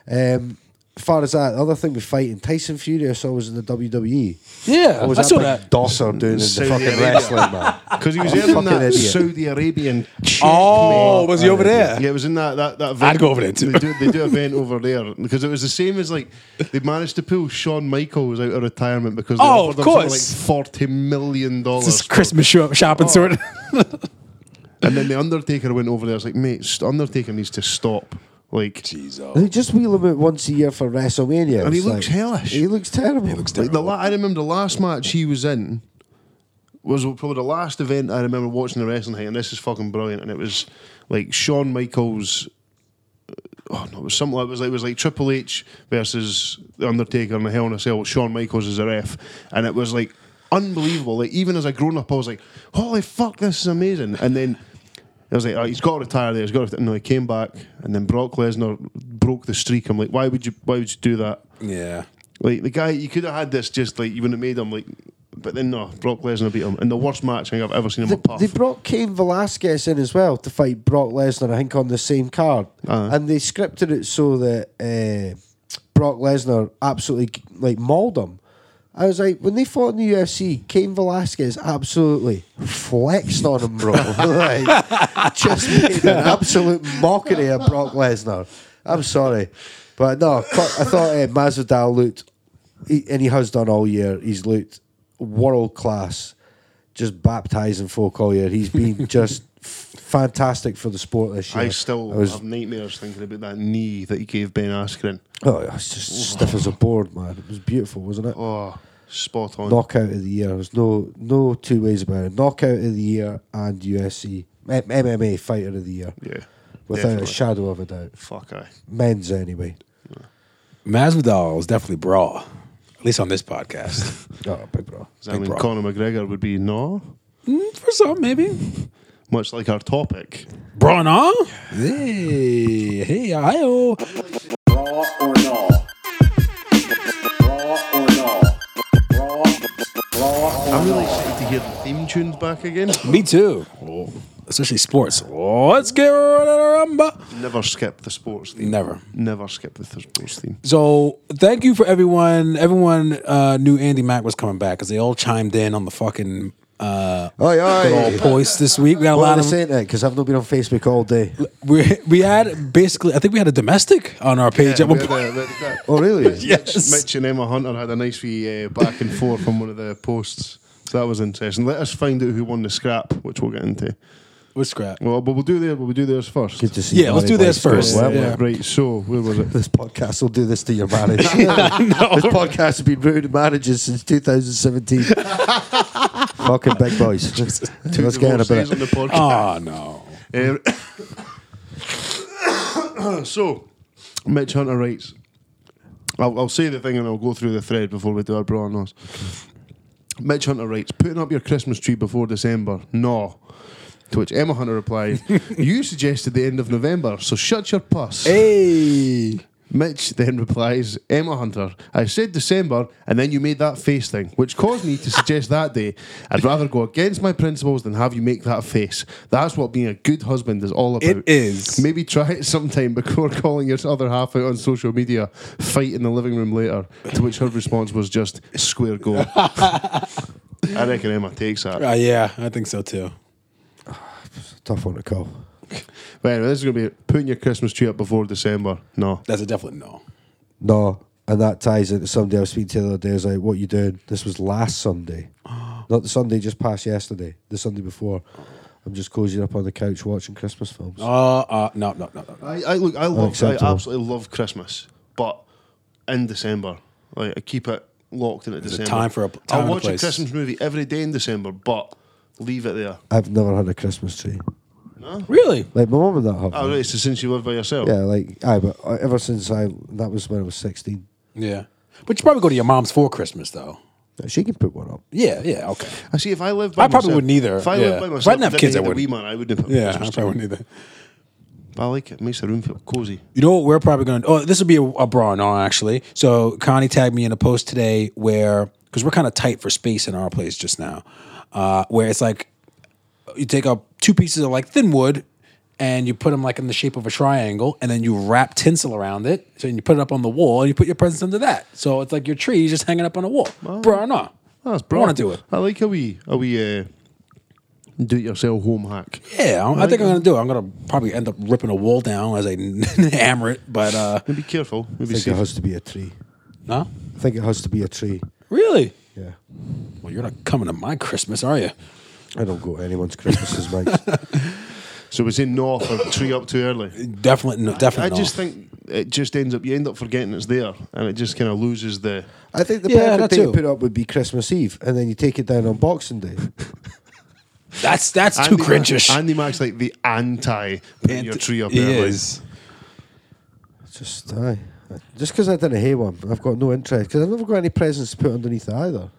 Speaker 3: Um, as far as that, the other thing with fighting, Tyson Fury I saw was in the WWE.
Speaker 2: yeah,
Speaker 3: What
Speaker 2: [LAUGHS]
Speaker 3: was
Speaker 2: I
Speaker 3: that
Speaker 2: saw
Speaker 3: big
Speaker 2: that.
Speaker 3: dosser doing in the
Speaker 1: Saudi
Speaker 3: fucking
Speaker 1: Arabia.
Speaker 3: wrestling man?
Speaker 1: Because he was
Speaker 3: I'm a
Speaker 1: in that
Speaker 3: fucking idiot.
Speaker 1: Saudi Arabian. chick,
Speaker 2: Oh,
Speaker 1: mate.
Speaker 2: was he over there?
Speaker 1: Yeah, it was in that that that. Event.
Speaker 2: I'd go over there too.
Speaker 1: They do, they do an event over there because it was the same as like they managed to pull Shawn Michaels out of retirement because they
Speaker 2: Oh,
Speaker 1: offered
Speaker 2: of
Speaker 1: him something
Speaker 2: course.
Speaker 1: like forty million
Speaker 2: This
Speaker 1: dollars,
Speaker 2: Christmas shop- shopping sort. of-
Speaker 1: and then the Undertaker went over there. It's like, mate, st- Undertaker needs to stop. Like,
Speaker 2: [LAUGHS]
Speaker 3: They just wheel him out once a year for WrestleMania.
Speaker 1: And he
Speaker 3: It's
Speaker 1: looks
Speaker 3: like-
Speaker 1: hellish.
Speaker 3: He looks terrible.
Speaker 1: Like the la- I remember the last match he was in was probably the last event I remember watching the wrestling thing, and this is fucking brilliant. And it was like Shawn Michaels. Oh no, it was something. It was like it was like Triple H versus the Undertaker in the Hell in a Cell. with Shawn Michaels as a ref, and it was like unbelievable. Like even as a grown up, I was like, "Holy fuck, this is amazing!" And then. I was like, oh, he's got to retire there. He's got to. No, he came back, and then Brock Lesnar broke the streak. I'm like, why would you? Why would you do that?
Speaker 2: yeah.
Speaker 1: Like the guy, you could have had this just like you wouldn't have made him like, but then no, Brock Lesnar beat him in the worst match I think I've ever seen him
Speaker 3: They,
Speaker 1: with Puff.
Speaker 3: they brought Cain Velasquez in as well to fight Brock Lesnar, I think, on the same card. And they scripted it so that uh, Brock Lesnar absolutely like mauled him. I was like, when they fought in the UFC, Cain Velasquez absolutely flexed on him, bro. [LAUGHS] like, just made an absolute mockery of Brock Lesnar. I'm sorry. But no, fu- I thought uh, Masvidal looked, he, and he has done all year, he's looked world class just baptizing folk all year.
Speaker 1: [LAUGHS]
Speaker 3: He's been just f- fantastic for the sport this year.
Speaker 1: I still
Speaker 3: I was,
Speaker 1: have nightmares thinking about that knee that he gave Ben Askren.
Speaker 3: oh, I was just stiff as a board, man. It was beautiful, wasn't it?
Speaker 1: Oh, spot on.
Speaker 3: Knockout of the year. There's no no two ways about it. Knockout of the year and USC M- MMA fighter of the year,
Speaker 1: Yeah,
Speaker 3: without a
Speaker 1: definitely.
Speaker 3: shadow of a doubt.
Speaker 1: Fuck I.
Speaker 3: Men's anyway.
Speaker 2: Masvidal is definitely braw, at least on this podcast.
Speaker 3: Oh, big bro.
Speaker 1: I
Speaker 2: Big
Speaker 1: mean,
Speaker 2: Brock.
Speaker 1: Conor McGregor would be no,
Speaker 2: [LAUGHS] For some, maybe.
Speaker 1: much like our topic.
Speaker 2: Braw and all? Hey, hey, ayo.
Speaker 5: Raw or no? Raw or no? Raw, raw or
Speaker 1: I'm really excited to hear the theme tunes back again.
Speaker 2: Me too. Especially sports. Oh. Let's get rid of the rumba.
Speaker 1: Never skip the sports theme.
Speaker 2: Never.
Speaker 1: Never skip the th- sports theme.
Speaker 2: So thank you for everyone. Everyone uh, knew Andy Mack was coming back because they all chimed in on the fucking uh,
Speaker 3: Oi,
Speaker 2: good old
Speaker 3: oi.
Speaker 2: poise this week. We got a
Speaker 3: What
Speaker 2: lot
Speaker 3: am I
Speaker 2: of
Speaker 3: saying Because I've not been on Facebook all day.
Speaker 2: we, we had basically. I think we had a domestic on our page at
Speaker 1: We
Speaker 2: one
Speaker 1: had
Speaker 2: point.
Speaker 1: a- that- that-
Speaker 3: [LAUGHS] Oh, really?
Speaker 1: Mitch-
Speaker 2: Yes.
Speaker 1: eh, Mitch and Emma Hunter had a nice wee uh, back and forth on one of the posts. So that was interesting. Let us find out who won the scrap, which we'll get into.
Speaker 2: What's scrap?
Speaker 1: Well, but we'll do there. We'll do theirs first.
Speaker 3: Good to see
Speaker 2: Yeah, let's
Speaker 3: Barry
Speaker 2: do this
Speaker 3: White
Speaker 2: first.
Speaker 3: score well.
Speaker 2: Yeah.
Speaker 1: Right. So where was it?
Speaker 3: This podcast will do this to
Speaker 2: [LAUGHS]
Speaker 3: your marriage. [LAUGHS] this podcast has been ruining marriages since
Speaker 2: [LAUGHS]
Speaker 3: 2017. Fucking big boys. let's get on a
Speaker 1: Divorces on the
Speaker 3: bit.
Speaker 1: podcast.
Speaker 2: Oh no.
Speaker 1: Eh, so, Mitch Hunter writes. I'll, I'll say the thing and I'll go through the thread before we do our bra and us. Mitch Hunter writes, putting up your Christmas tree before December. No. To which Emma Hunter replied, You suggested the end of November, so shut your puss.
Speaker 3: Hey,
Speaker 1: Mitch then replies, Emma Hunter, I said December, and then you made that face thing, which caused me to suggest that day. I'd rather go against my principles than have you make that face. That's what being a good husband is all about.
Speaker 2: It is.
Speaker 1: Maybe try it sometime before calling your other half out on social media. Fight in the living room later. To which her response was just square
Speaker 2: [LAUGHS]
Speaker 1: goal. I reckon Emma takes that.
Speaker 2: Uh, yeah, I think so too.
Speaker 3: tough one to call.
Speaker 1: But anyway, this is going to be putting your Christmas tree up before December. No.
Speaker 2: That's a definite no.
Speaker 3: No, and that ties into somebody I was speaking to the other day. I was like, "What you doing?" This was
Speaker 2: [GASPS]
Speaker 3: last Sunday, not the Sunday just past yesterday. The Sunday before. I'm just cozying up on the couch watching Christmas films.
Speaker 2: Uh, uh, no, no, no, no. no.
Speaker 1: I, I look, I love, I
Speaker 3: Unacceptable.
Speaker 1: absolutely love Christmas, but in December, like I keep it locked into
Speaker 2: a
Speaker 1: December.
Speaker 2: time for a- time
Speaker 1: I
Speaker 2: and a
Speaker 1: watch
Speaker 2: place.
Speaker 1: a Christmas movie every day in December, but leave it there.
Speaker 3: I've never had a Christmas tree.
Speaker 2: Really?
Speaker 3: Like my mum and that have.
Speaker 1: Oh,
Speaker 3: one.
Speaker 1: right, so since you live by yourself,
Speaker 3: Yeah, like I. But uh, ever since I, that was when I was 16.
Speaker 2: Yeah. But you probably go to your mom's for Christmas though.
Speaker 3: She can put one up.
Speaker 2: Yeah, yeah, okay.
Speaker 1: I see. If I live by,
Speaker 2: I probably
Speaker 1: myself-
Speaker 2: wouldn't either,
Speaker 1: If I
Speaker 2: yeah.
Speaker 1: lived by
Speaker 2: If I
Speaker 1: myself,
Speaker 2: didn't have
Speaker 1: then
Speaker 2: kids,
Speaker 1: I
Speaker 2: I
Speaker 1: had a
Speaker 2: wouldn't.
Speaker 1: wee man, I wouldn't put
Speaker 2: Yeah, I
Speaker 1: Christmas
Speaker 2: probably
Speaker 1: tree.
Speaker 2: wouldn't either.
Speaker 1: But I like it. Makes the room feel cozy.
Speaker 2: You know what we're probably going to. Oh, this will be a, a bra and all actually. So Connie tagged me in a post today where because we're kind of tight for space in our place just now, uh, where it's like you take up two pieces of like thin wood and you put them like in the shape of a triangle and then you wrap tinsel around it. So you put it up on the wall and you put your presents under that. So it's like your tree is just hanging up on a wall. Bra and all.
Speaker 1: Oh, that's
Speaker 2: I
Speaker 1: brilliant.
Speaker 2: want to do it.
Speaker 1: I like a wee, a wee. Uh, do-it-yourself home hack.
Speaker 2: Yeah, I, I think I'm gonna do it. I'm gonna probably end up ripping a wall down as I [LAUGHS] hammer it, but uh,
Speaker 1: Be careful. Maybe
Speaker 3: I think it
Speaker 1: safe.
Speaker 3: has to be a tree.
Speaker 2: no,
Speaker 3: I think it has to be a tree.
Speaker 2: really.
Speaker 3: Yeah.
Speaker 2: Well, you're not coming to my Christmas, are you?
Speaker 3: I don't go to anyone's
Speaker 1: [LAUGHS]
Speaker 3: Christmases, Mike.
Speaker 1: So we say no for tree up too early.
Speaker 2: [LAUGHS] Definitely, no,
Speaker 1: I
Speaker 2: definitely.
Speaker 1: just
Speaker 2: no.
Speaker 1: think it just ends up you end up forgetting it's there, and it just kind of loses the.
Speaker 3: I think the
Speaker 2: Yeah, that
Speaker 3: perfect day
Speaker 2: too.
Speaker 3: to put up would be Christmas Eve, and then you take it down on Boxing Day.
Speaker 2: that's that's too
Speaker 1: Ma-
Speaker 2: cringish.
Speaker 1: Andy Mack's like the anti putting your tree up
Speaker 2: He
Speaker 1: early.
Speaker 2: is.
Speaker 3: Just aye. Just because I didn't hate one, I've got no interest. Because I've never got any presents to put underneath it either.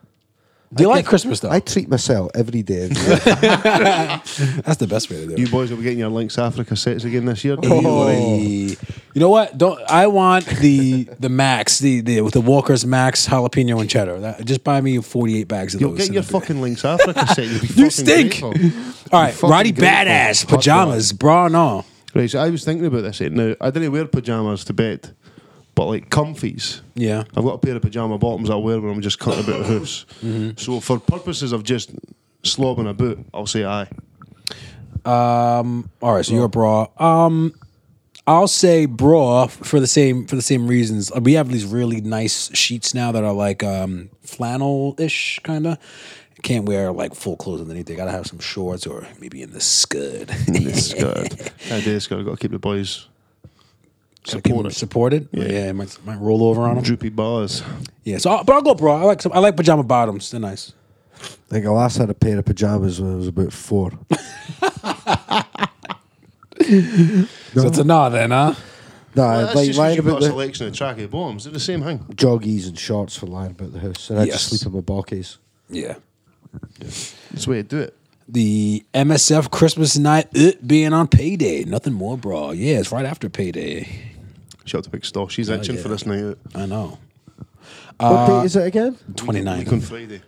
Speaker 2: Do you like Christmas though?
Speaker 3: I treat myself every day. of the year.
Speaker 1: [LAUGHS]
Speaker 2: that's the best way to do
Speaker 1: You Oh.
Speaker 2: it.
Speaker 1: boys will be getting your Lynx Africa sets again this
Speaker 2: Oh.
Speaker 1: year. don't you, Lorraine?
Speaker 2: Hey. You know what? Don't I want
Speaker 1: [LAUGHS]
Speaker 2: the the max the the with the Walker's max jalapeno and cheddar? That, just buy me 48 bags of
Speaker 1: You'll
Speaker 2: those.
Speaker 1: get
Speaker 2: and
Speaker 1: your
Speaker 2: it'll be-
Speaker 1: fucking Lynx Africa set. You'll be
Speaker 2: [LAUGHS]
Speaker 1: fucking
Speaker 2: You stink. [LAUGHS] All
Speaker 1: grateful.
Speaker 2: right,
Speaker 1: fucking
Speaker 2: Roddy
Speaker 1: grateful.
Speaker 2: badass
Speaker 1: Hot dog.
Speaker 2: pajamas, bra and all.
Speaker 1: Right, so I was thinking about this. eh, Now I didn't wear pajamas to bed, but like comfies.
Speaker 2: Yeah.
Speaker 1: I've got a pair of [LAUGHS] pajama bottoms I wear when I'm just cutting about the house.
Speaker 2: Mm-hmm.
Speaker 1: So for purposes of just slobbing a boot, I'll say aye.
Speaker 2: All right, so you're a bra. Um, I'll say bra f- for the same for the same reasons. Uh, We have these really nice sheets now that are like um, flannel ish kind of. Can't wear like full clothes underneath. They gotta have some shorts or maybe [LAUGHS] in the scud.
Speaker 1: This good. I do this good. I've got to keep the boys
Speaker 2: Supported. Supported. Yeah, yeah. it might, might roll over on them.
Speaker 1: droopy bars.
Speaker 2: Uh, Yeah. So, I'll, but I'll go bra. I like some, I like pajama bottoms. They're nice.
Speaker 3: I think I last had a pair of pajamas when I was
Speaker 1: [LAUGHS]
Speaker 3: about four.
Speaker 2: So it's a nah then, huh?
Speaker 3: No,
Speaker 1: Well,
Speaker 3: I
Speaker 1: that's
Speaker 3: like
Speaker 1: just 'cause
Speaker 3: lying
Speaker 1: you've got
Speaker 3: about
Speaker 1: a
Speaker 3: the
Speaker 1: selection of tracky bombs. They're the same thing.
Speaker 3: joggies and shorts for lying about the house, and I
Speaker 2: Yes.
Speaker 3: just sleep in my bockies.
Speaker 2: Yeah.
Speaker 1: That's the way to do it.
Speaker 2: The MSF Christmas night it being on payday. Nothing more bra. Yeah, it's right after payday.
Speaker 1: Shout out to Big Store. She's itching
Speaker 2: yeah.
Speaker 1: for this night uh, out.
Speaker 2: I know.
Speaker 3: what date is it again?
Speaker 2: 29.
Speaker 1: Week on Friday.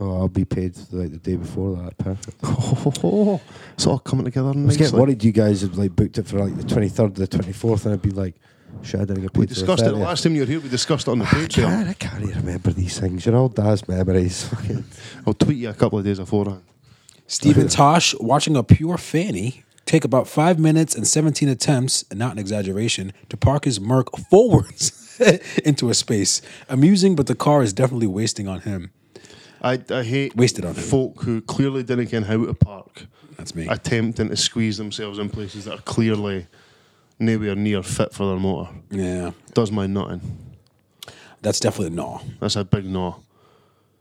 Speaker 3: Oh, I'll be paid like the day before that. Perfect. I
Speaker 1: It's all coming together
Speaker 3: was
Speaker 1: nicely.
Speaker 3: getting worried you guys had like booked it for like the twenty third, the twenty fourth, and I'd be like, "Shit, I didn't get paid."
Speaker 1: We discussed it last time you were here. We discussed
Speaker 2: [LAUGHS]
Speaker 1: it on the Patreon.
Speaker 3: God, I can't even remember these things. You're all Daz memories. [LAUGHS] Fucking-
Speaker 1: I'll tweet you a couple of days beforehand.
Speaker 2: Stephen Tosh watching a pure fanny take about five minutes and 17 attempts, not an exaggeration, to park his Merc [LAUGHS] forwards into a space. Amusing, but the car is definitely wasting on him.
Speaker 1: I, I hate
Speaker 2: Wasted on him.
Speaker 1: folk who clearly didn't ken how to park,
Speaker 2: That's me.
Speaker 1: attempting to squeeze themselves in places that are clearly nowhere near fit for their motor.
Speaker 2: yeah,
Speaker 1: Does my nothing.
Speaker 2: that's definitely a no.
Speaker 1: That's a big no.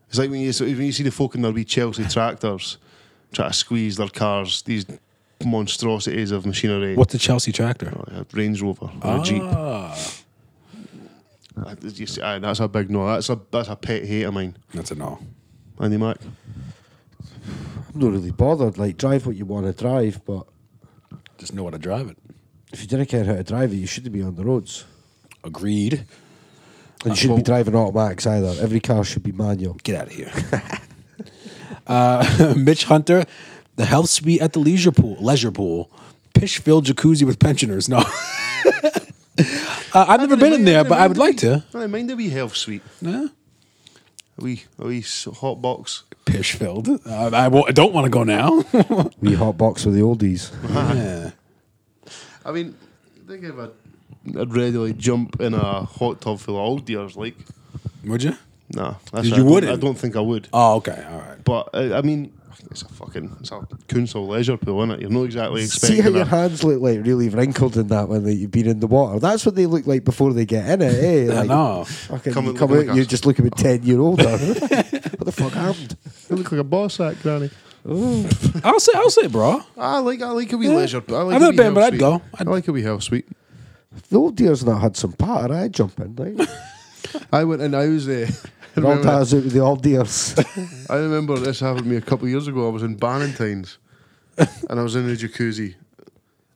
Speaker 1: It's like when you, so when you see the folk in their wee Chelsea tractors try to squeeze their cars, these monstrosities of machinery.
Speaker 2: What's the Chelsea tractor?
Speaker 1: A Range Rover or a Jeep.
Speaker 2: Ah,
Speaker 1: I- you see- aye, that's a big no. That's a that's a pet hate of mine.
Speaker 2: that's a no.
Speaker 1: Andy Mac.
Speaker 3: I'm not really bothered. Like, drive what you want to drive, but
Speaker 2: Just know how to drive it.
Speaker 3: if you didn't care how to drive it, you shouldn't be on the roads.
Speaker 2: Agreed.
Speaker 3: And you shouldn't be driving automatics either. Every car should be manual.
Speaker 2: Get out of here. [LAUGHS] uh, [LAUGHS] Mitch Hunter, the health suite at the leisure pool, leisure pool, pish filled jacuzzi with pensioners. No. [LAUGHS] Uh, I've never been in there, but I would like to.
Speaker 1: I mind a wee health suite.
Speaker 2: Yeah.
Speaker 1: A wee, a wee s- hot box.
Speaker 2: Pish filled. Uh, I, w- I don't want to go now. [LAUGHS]
Speaker 3: We hot box with the oldies.
Speaker 2: yeah.
Speaker 1: I mean, I think if I'd, I'd readily jump in a hot tub full of old deers, like,
Speaker 2: Would you?
Speaker 1: nah. That's
Speaker 2: You
Speaker 1: it. I don't-
Speaker 2: wouldn't?
Speaker 1: I don't think I would.
Speaker 2: Oh, okay. All right.
Speaker 1: But, I, I mean, it's a fucking, it's a council leisure pool, isn't it? You're not exactly expecting
Speaker 3: See how your
Speaker 1: that.
Speaker 3: hands look like really wrinkled in that when like, you've been in the water. That's what they look like before they get in it,
Speaker 2: [LAUGHS]
Speaker 3: eh? Like,
Speaker 2: know.
Speaker 3: Fucking,
Speaker 1: Come
Speaker 3: you
Speaker 1: and
Speaker 3: come
Speaker 1: look
Speaker 3: out,
Speaker 1: like
Speaker 3: you
Speaker 1: us.
Speaker 3: just look about 10 year
Speaker 1: [LAUGHS]
Speaker 3: older. what the fuck happened?
Speaker 1: You look like a ball sack, Granny.
Speaker 2: I'll say, I'll say, bro.
Speaker 1: I like, I like a wee leisure pool. I like
Speaker 2: I've
Speaker 1: a
Speaker 2: never
Speaker 1: wee
Speaker 2: been,
Speaker 1: health
Speaker 2: but I'd
Speaker 1: suite.
Speaker 2: go.
Speaker 1: i
Speaker 2: I'd-
Speaker 1: like a wee health suite.
Speaker 3: If the old deer's not had some patter, I'd jump in.
Speaker 1: [LAUGHS]
Speaker 3: Like,
Speaker 1: I went and I was uh, there. I
Speaker 3: it all
Speaker 1: remember,
Speaker 3: ties out with the old deers. [LAUGHS]
Speaker 1: I remember this happened to me a couple of years ago. I was in
Speaker 2: [LAUGHS]
Speaker 1: Ballantines and I was in the jacuzzi.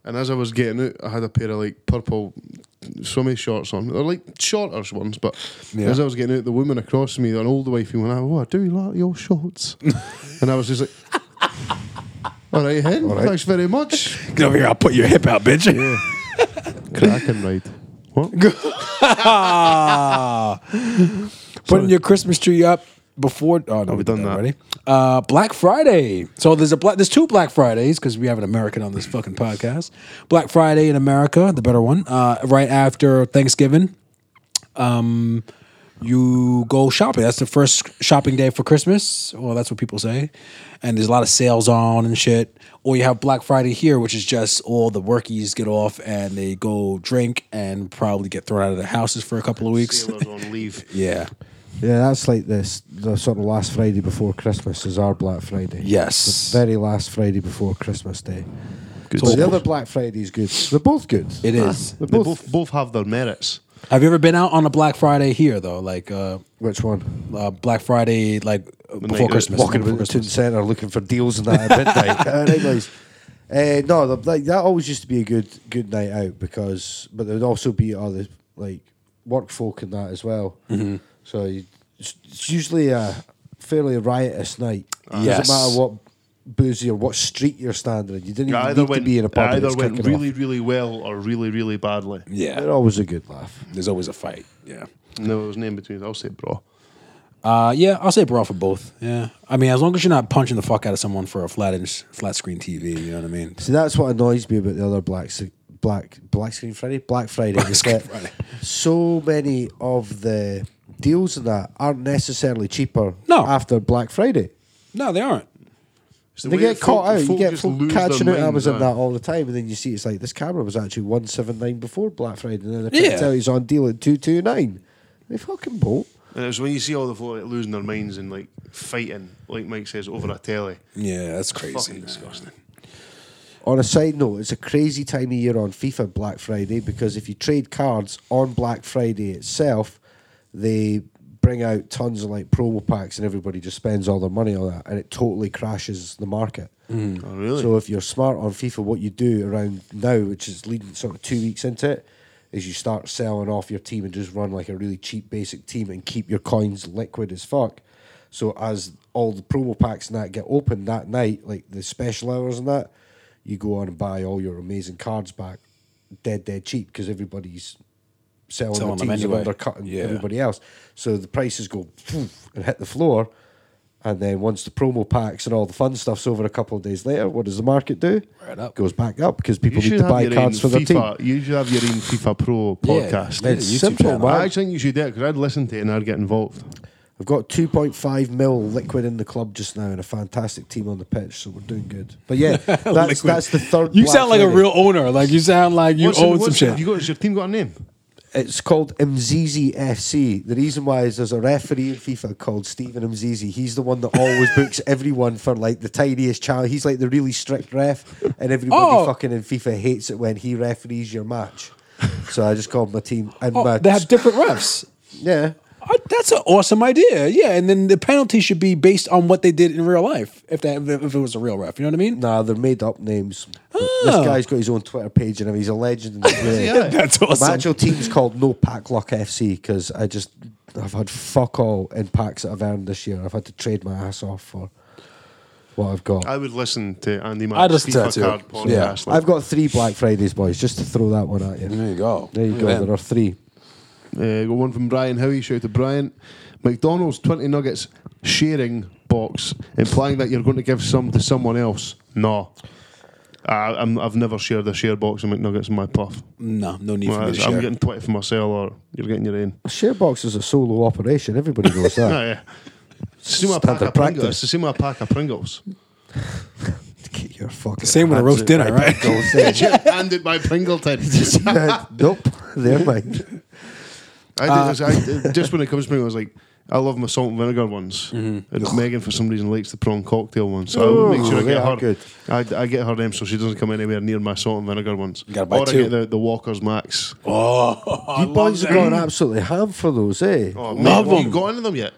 Speaker 1: And as I was getting out, I had a pair of like purple swimming shorts on. They're like shorter ones, but
Speaker 2: Yeah.
Speaker 1: as I was getting out, the woman across from me, an old wifey, went, "Oh, I do like your
Speaker 2: [LAUGHS]
Speaker 1: shorts." and I was just like, "All right, hen, thanks very much."
Speaker 2: Get over here. I'll put your hip out, bitch.
Speaker 1: Cracking ride. What?
Speaker 2: Putting your Christmas tree up before. Oh no,
Speaker 1: we've
Speaker 2: we've
Speaker 1: done
Speaker 2: done that
Speaker 1: that.
Speaker 2: already. Uh, Black Friday. So there's a black. There's two Black Fridays because we have an American on this fucking podcast. Black Friday in America, the better one, uh, right after Thanksgiving. Um, you go shopping. That's the first shopping day for Christmas. Well, that's what people say. And there's a lot of sales on and shit. Or you have Black Friday here, which is just all the workies get off and they go drink and probably get thrown out of their houses for a couple of weeks.
Speaker 1: Sailors on [LAUGHS] leave.
Speaker 2: [LAUGHS] Yeah.
Speaker 3: yeah, that's like this the sort of last Friday before Christmas is our Black Friday.
Speaker 2: Yes.
Speaker 3: The very last Friday before Christmas Day.
Speaker 1: Good.
Speaker 3: But the other Black Friday's good. They're both good.
Speaker 2: It is.
Speaker 3: They're
Speaker 1: they
Speaker 3: both,
Speaker 1: both both have their merits.
Speaker 2: Have you ever been out on a Black Friday here though? Like uh,
Speaker 3: Which one?
Speaker 2: uh Black Friday, like uh,
Speaker 1: you do-
Speaker 2: before Christmas.
Speaker 3: Walking
Speaker 2: before
Speaker 3: about the town
Speaker 2: Christmas.
Speaker 3: centre looking for deals and that
Speaker 2: [LAUGHS]
Speaker 3: at midnight. Uh, right, guys. Uh, no, the, like that always used to be a good good night out because, but there would also be other like work folk in that as well.
Speaker 2: Mm-hmm.
Speaker 3: So you, it's, it's usually a fairly riotous night.
Speaker 2: Yes.
Speaker 3: Doesn't matter what boozy or what street you're standing in. You didn't
Speaker 1: It
Speaker 3: even
Speaker 1: either
Speaker 3: need
Speaker 1: went,
Speaker 3: to be in a
Speaker 1: it
Speaker 3: pub. and
Speaker 1: either
Speaker 3: it's
Speaker 1: went
Speaker 3: kicking off.
Speaker 1: really, really well or really, really badly.
Speaker 3: They're
Speaker 2: Yeah.
Speaker 3: always a good laugh.
Speaker 2: There's always a fight. Yeah.
Speaker 1: No, it was name between. I'll say bro.
Speaker 2: Uh, yeah, I'll say bra for both. Yeah. I mean, as long as you're not punching the fuck out of someone for a flat inch, flat screen TV, you know what I mean?
Speaker 3: See, that's what annoys me about the other Black Si- Black Black Screen Friday, Black Friday. is
Speaker 2: Screen
Speaker 3: that
Speaker 2: Friday.
Speaker 3: So many of the deals and that aren't necessarily cheaper
Speaker 2: No.
Speaker 3: after Black Friday.
Speaker 2: No, they aren't.
Speaker 1: It's the
Speaker 3: they
Speaker 1: way
Speaker 3: get
Speaker 1: folk-
Speaker 3: caught out. You
Speaker 1: folk
Speaker 3: get
Speaker 1: just
Speaker 3: folk
Speaker 1: lose their
Speaker 3: catching out
Speaker 1: minds,
Speaker 3: Amazon
Speaker 1: aye.
Speaker 3: that all the time, and then you see it's like this camera was actually one seven nine before Black Friday, and then they
Speaker 2: Yeah.
Speaker 3: yeah. tell you it's on deal at two two nine. They fucking bolt.
Speaker 1: And it's when you see all the folk like, losing their minds and like fighting, like Mike says, over a telly.
Speaker 2: Yeah, that's crazy.
Speaker 1: Fucking
Speaker 2: man.
Speaker 1: disgusting.
Speaker 3: On a side note, it's a crazy time of year on FIFA Black Friday because if you trade cards on Black Friday itself, they bring out tons of like promo packs and everybody just spends all their money on that and it totally crashes the market.
Speaker 1: Oh, really?
Speaker 3: So if you're smart on FIFA, what you do around now, which is leading sort of two weeks into it, is you start selling off your team and just run like a really cheap basic team and keep your coins liquid as fuck. So as all the promo packs and that get opened that night, like the special hours and that, you go on and buy all your amazing cards back, dead dead cheap because everybody's selling,
Speaker 2: Selling them
Speaker 3: their teams and
Speaker 2: anyway.
Speaker 3: undercutting
Speaker 2: Yeah.
Speaker 3: everybody else. So the prices go poof and hit the floor. And then once the promo packs and all the fun stuff's over a couple of days later, what does the market do?
Speaker 2: Right up.
Speaker 3: Goes back up because
Speaker 1: You
Speaker 3: people
Speaker 1: should
Speaker 3: need to
Speaker 1: have
Speaker 3: buy
Speaker 1: your
Speaker 3: cards
Speaker 1: own
Speaker 3: for their team.
Speaker 1: FIFA. You should have your own FIFA Pro
Speaker 2: Yeah,
Speaker 1: podcast.
Speaker 2: yeah,
Speaker 3: It's
Speaker 2: YouTube
Speaker 3: simple,
Speaker 2: channel.
Speaker 3: man.
Speaker 1: I actually think you should do it because I'd listen to it and I'd get involved.
Speaker 3: We've got 2.5 mil liquid in the club just now and a fantastic team on the pitch, so we're doing good.
Speaker 2: [LAUGHS]
Speaker 3: But yeah, that's,
Speaker 2: Liquid.
Speaker 3: that's the third.
Speaker 2: You
Speaker 3: Black
Speaker 2: sound like a
Speaker 3: Friday.
Speaker 2: real owner. Like you sound like you
Speaker 1: What's the-
Speaker 2: own some
Speaker 1: what's-
Speaker 2: shit.
Speaker 1: have You got, has your team got a name?
Speaker 3: It's called Mzizi FC. The reason why is there's a referee in FIFA called Stephen Mzizi. He's the one that always
Speaker 2: [LAUGHS]
Speaker 3: books everyone for like the tiniest child. He's like the really strict ref, and everybody
Speaker 2: Oh.
Speaker 3: fucking in FIFA hates it when he referees your match. So I just called my team and
Speaker 2: Oh,
Speaker 3: my
Speaker 2: they have different refs.
Speaker 3: yeah.
Speaker 2: Oh, that's an awesome idea. Yeah, and then the penalty should be based on what they did in real life. If that if it was a real ref, you know what I mean?
Speaker 3: Nah, they're made up names.
Speaker 2: Oh.
Speaker 3: This guy's got his own Twitter page and he's a legend. In the game.
Speaker 2: That's
Speaker 3: My
Speaker 2: awesome.
Speaker 3: actual team's called No Pack Luck FC because I just I've had fuck all in packs that I've earned this year. I've had to trade my ass off for what I've got.
Speaker 1: I would listen to Andy
Speaker 2: I
Speaker 1: Mack's
Speaker 2: just
Speaker 1: FIFA
Speaker 2: tattoo.
Speaker 1: card
Speaker 2: Yeah.
Speaker 1: podcast. like,
Speaker 3: I've got three Black Fridays, boys. Just to throw that one at you.
Speaker 2: There you go.
Speaker 3: There you
Speaker 2: Look
Speaker 3: go.
Speaker 2: at that.
Speaker 3: There are three.
Speaker 1: Uh, got one from Brian Howie. Shout out to Brian. McDonald's 20 nuggets sharing box, implying that you're going to give some to someone else. No. I, I'm, I've never shared a share box of McNuggets in my puff.
Speaker 2: No, no need for
Speaker 1: Well,
Speaker 2: me to
Speaker 1: I'm
Speaker 2: share.
Speaker 1: getting 20 for myself, or you're getting your own.
Speaker 3: Sharebox is a solo operation. Everybody knows that.
Speaker 1: Aye. Same with a pack
Speaker 3: Standard
Speaker 1: of Pringles.
Speaker 3: practice.
Speaker 1: It's the same with a pack of
Speaker 3: [LAUGHS]
Speaker 1: Pringles.
Speaker 3: Get your fucking
Speaker 2: Same with a roast
Speaker 3: hands
Speaker 2: dinner,
Speaker 3: out my
Speaker 2: right?
Speaker 3: pickles, eh?
Speaker 1: and it by Pringleton.
Speaker 2: [LAUGHS]
Speaker 3: [LAUGHS] nope. They're mine.
Speaker 1: I,
Speaker 3: Ah.
Speaker 1: did this- I-
Speaker 3: [LAUGHS]
Speaker 1: just when it comes to me, I was like, I love my salt and vinegar ones.
Speaker 2: Mm-hmm.
Speaker 1: And Megan, for some reason, likes the prawn cocktail ones. So
Speaker 2: Oh,
Speaker 1: I would make sure I
Speaker 3: they
Speaker 1: get
Speaker 3: are
Speaker 1: her.
Speaker 3: good.
Speaker 1: I, I get her them so she doesn't come anywhere near my salt and vinegar ones.
Speaker 2: gotta buy
Speaker 1: or
Speaker 2: two.
Speaker 1: I get the, the Walker's Max. Oh,
Speaker 2: Oh, I
Speaker 3: You boys
Speaker 2: love Oh.
Speaker 3: are
Speaker 2: that.
Speaker 3: going absolutely ham for those, eh?
Speaker 1: mate,
Speaker 2: love
Speaker 1: what,
Speaker 2: them.
Speaker 1: You got any of them yet?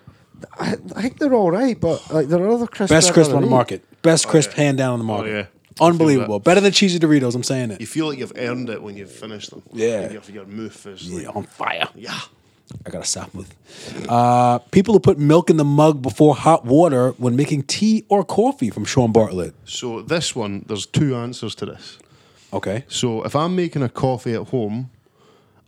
Speaker 3: I, I think they're all right, but like there are other crisps.
Speaker 2: Best
Speaker 3: I'd
Speaker 2: crisp
Speaker 3: rather
Speaker 2: on the
Speaker 3: eat.
Speaker 2: market. Best crisp hand down on the market.
Speaker 1: Oh, yeah.
Speaker 2: Unbelievable. Better than cheesy Doritos. I'm saying
Speaker 1: You
Speaker 2: it.
Speaker 1: feel like you've earned it when you've finished them.
Speaker 2: Yeah.
Speaker 1: And your, your move is like,
Speaker 2: Yeah, on fire.
Speaker 1: yeah.
Speaker 2: I got a stop with. Uh, people who put milk in the mug before hot water when making tea or coffee from Sean Bartlett.
Speaker 1: So this one, there's two answers to this.
Speaker 2: Okay.
Speaker 1: So if I'm making a coffee at home,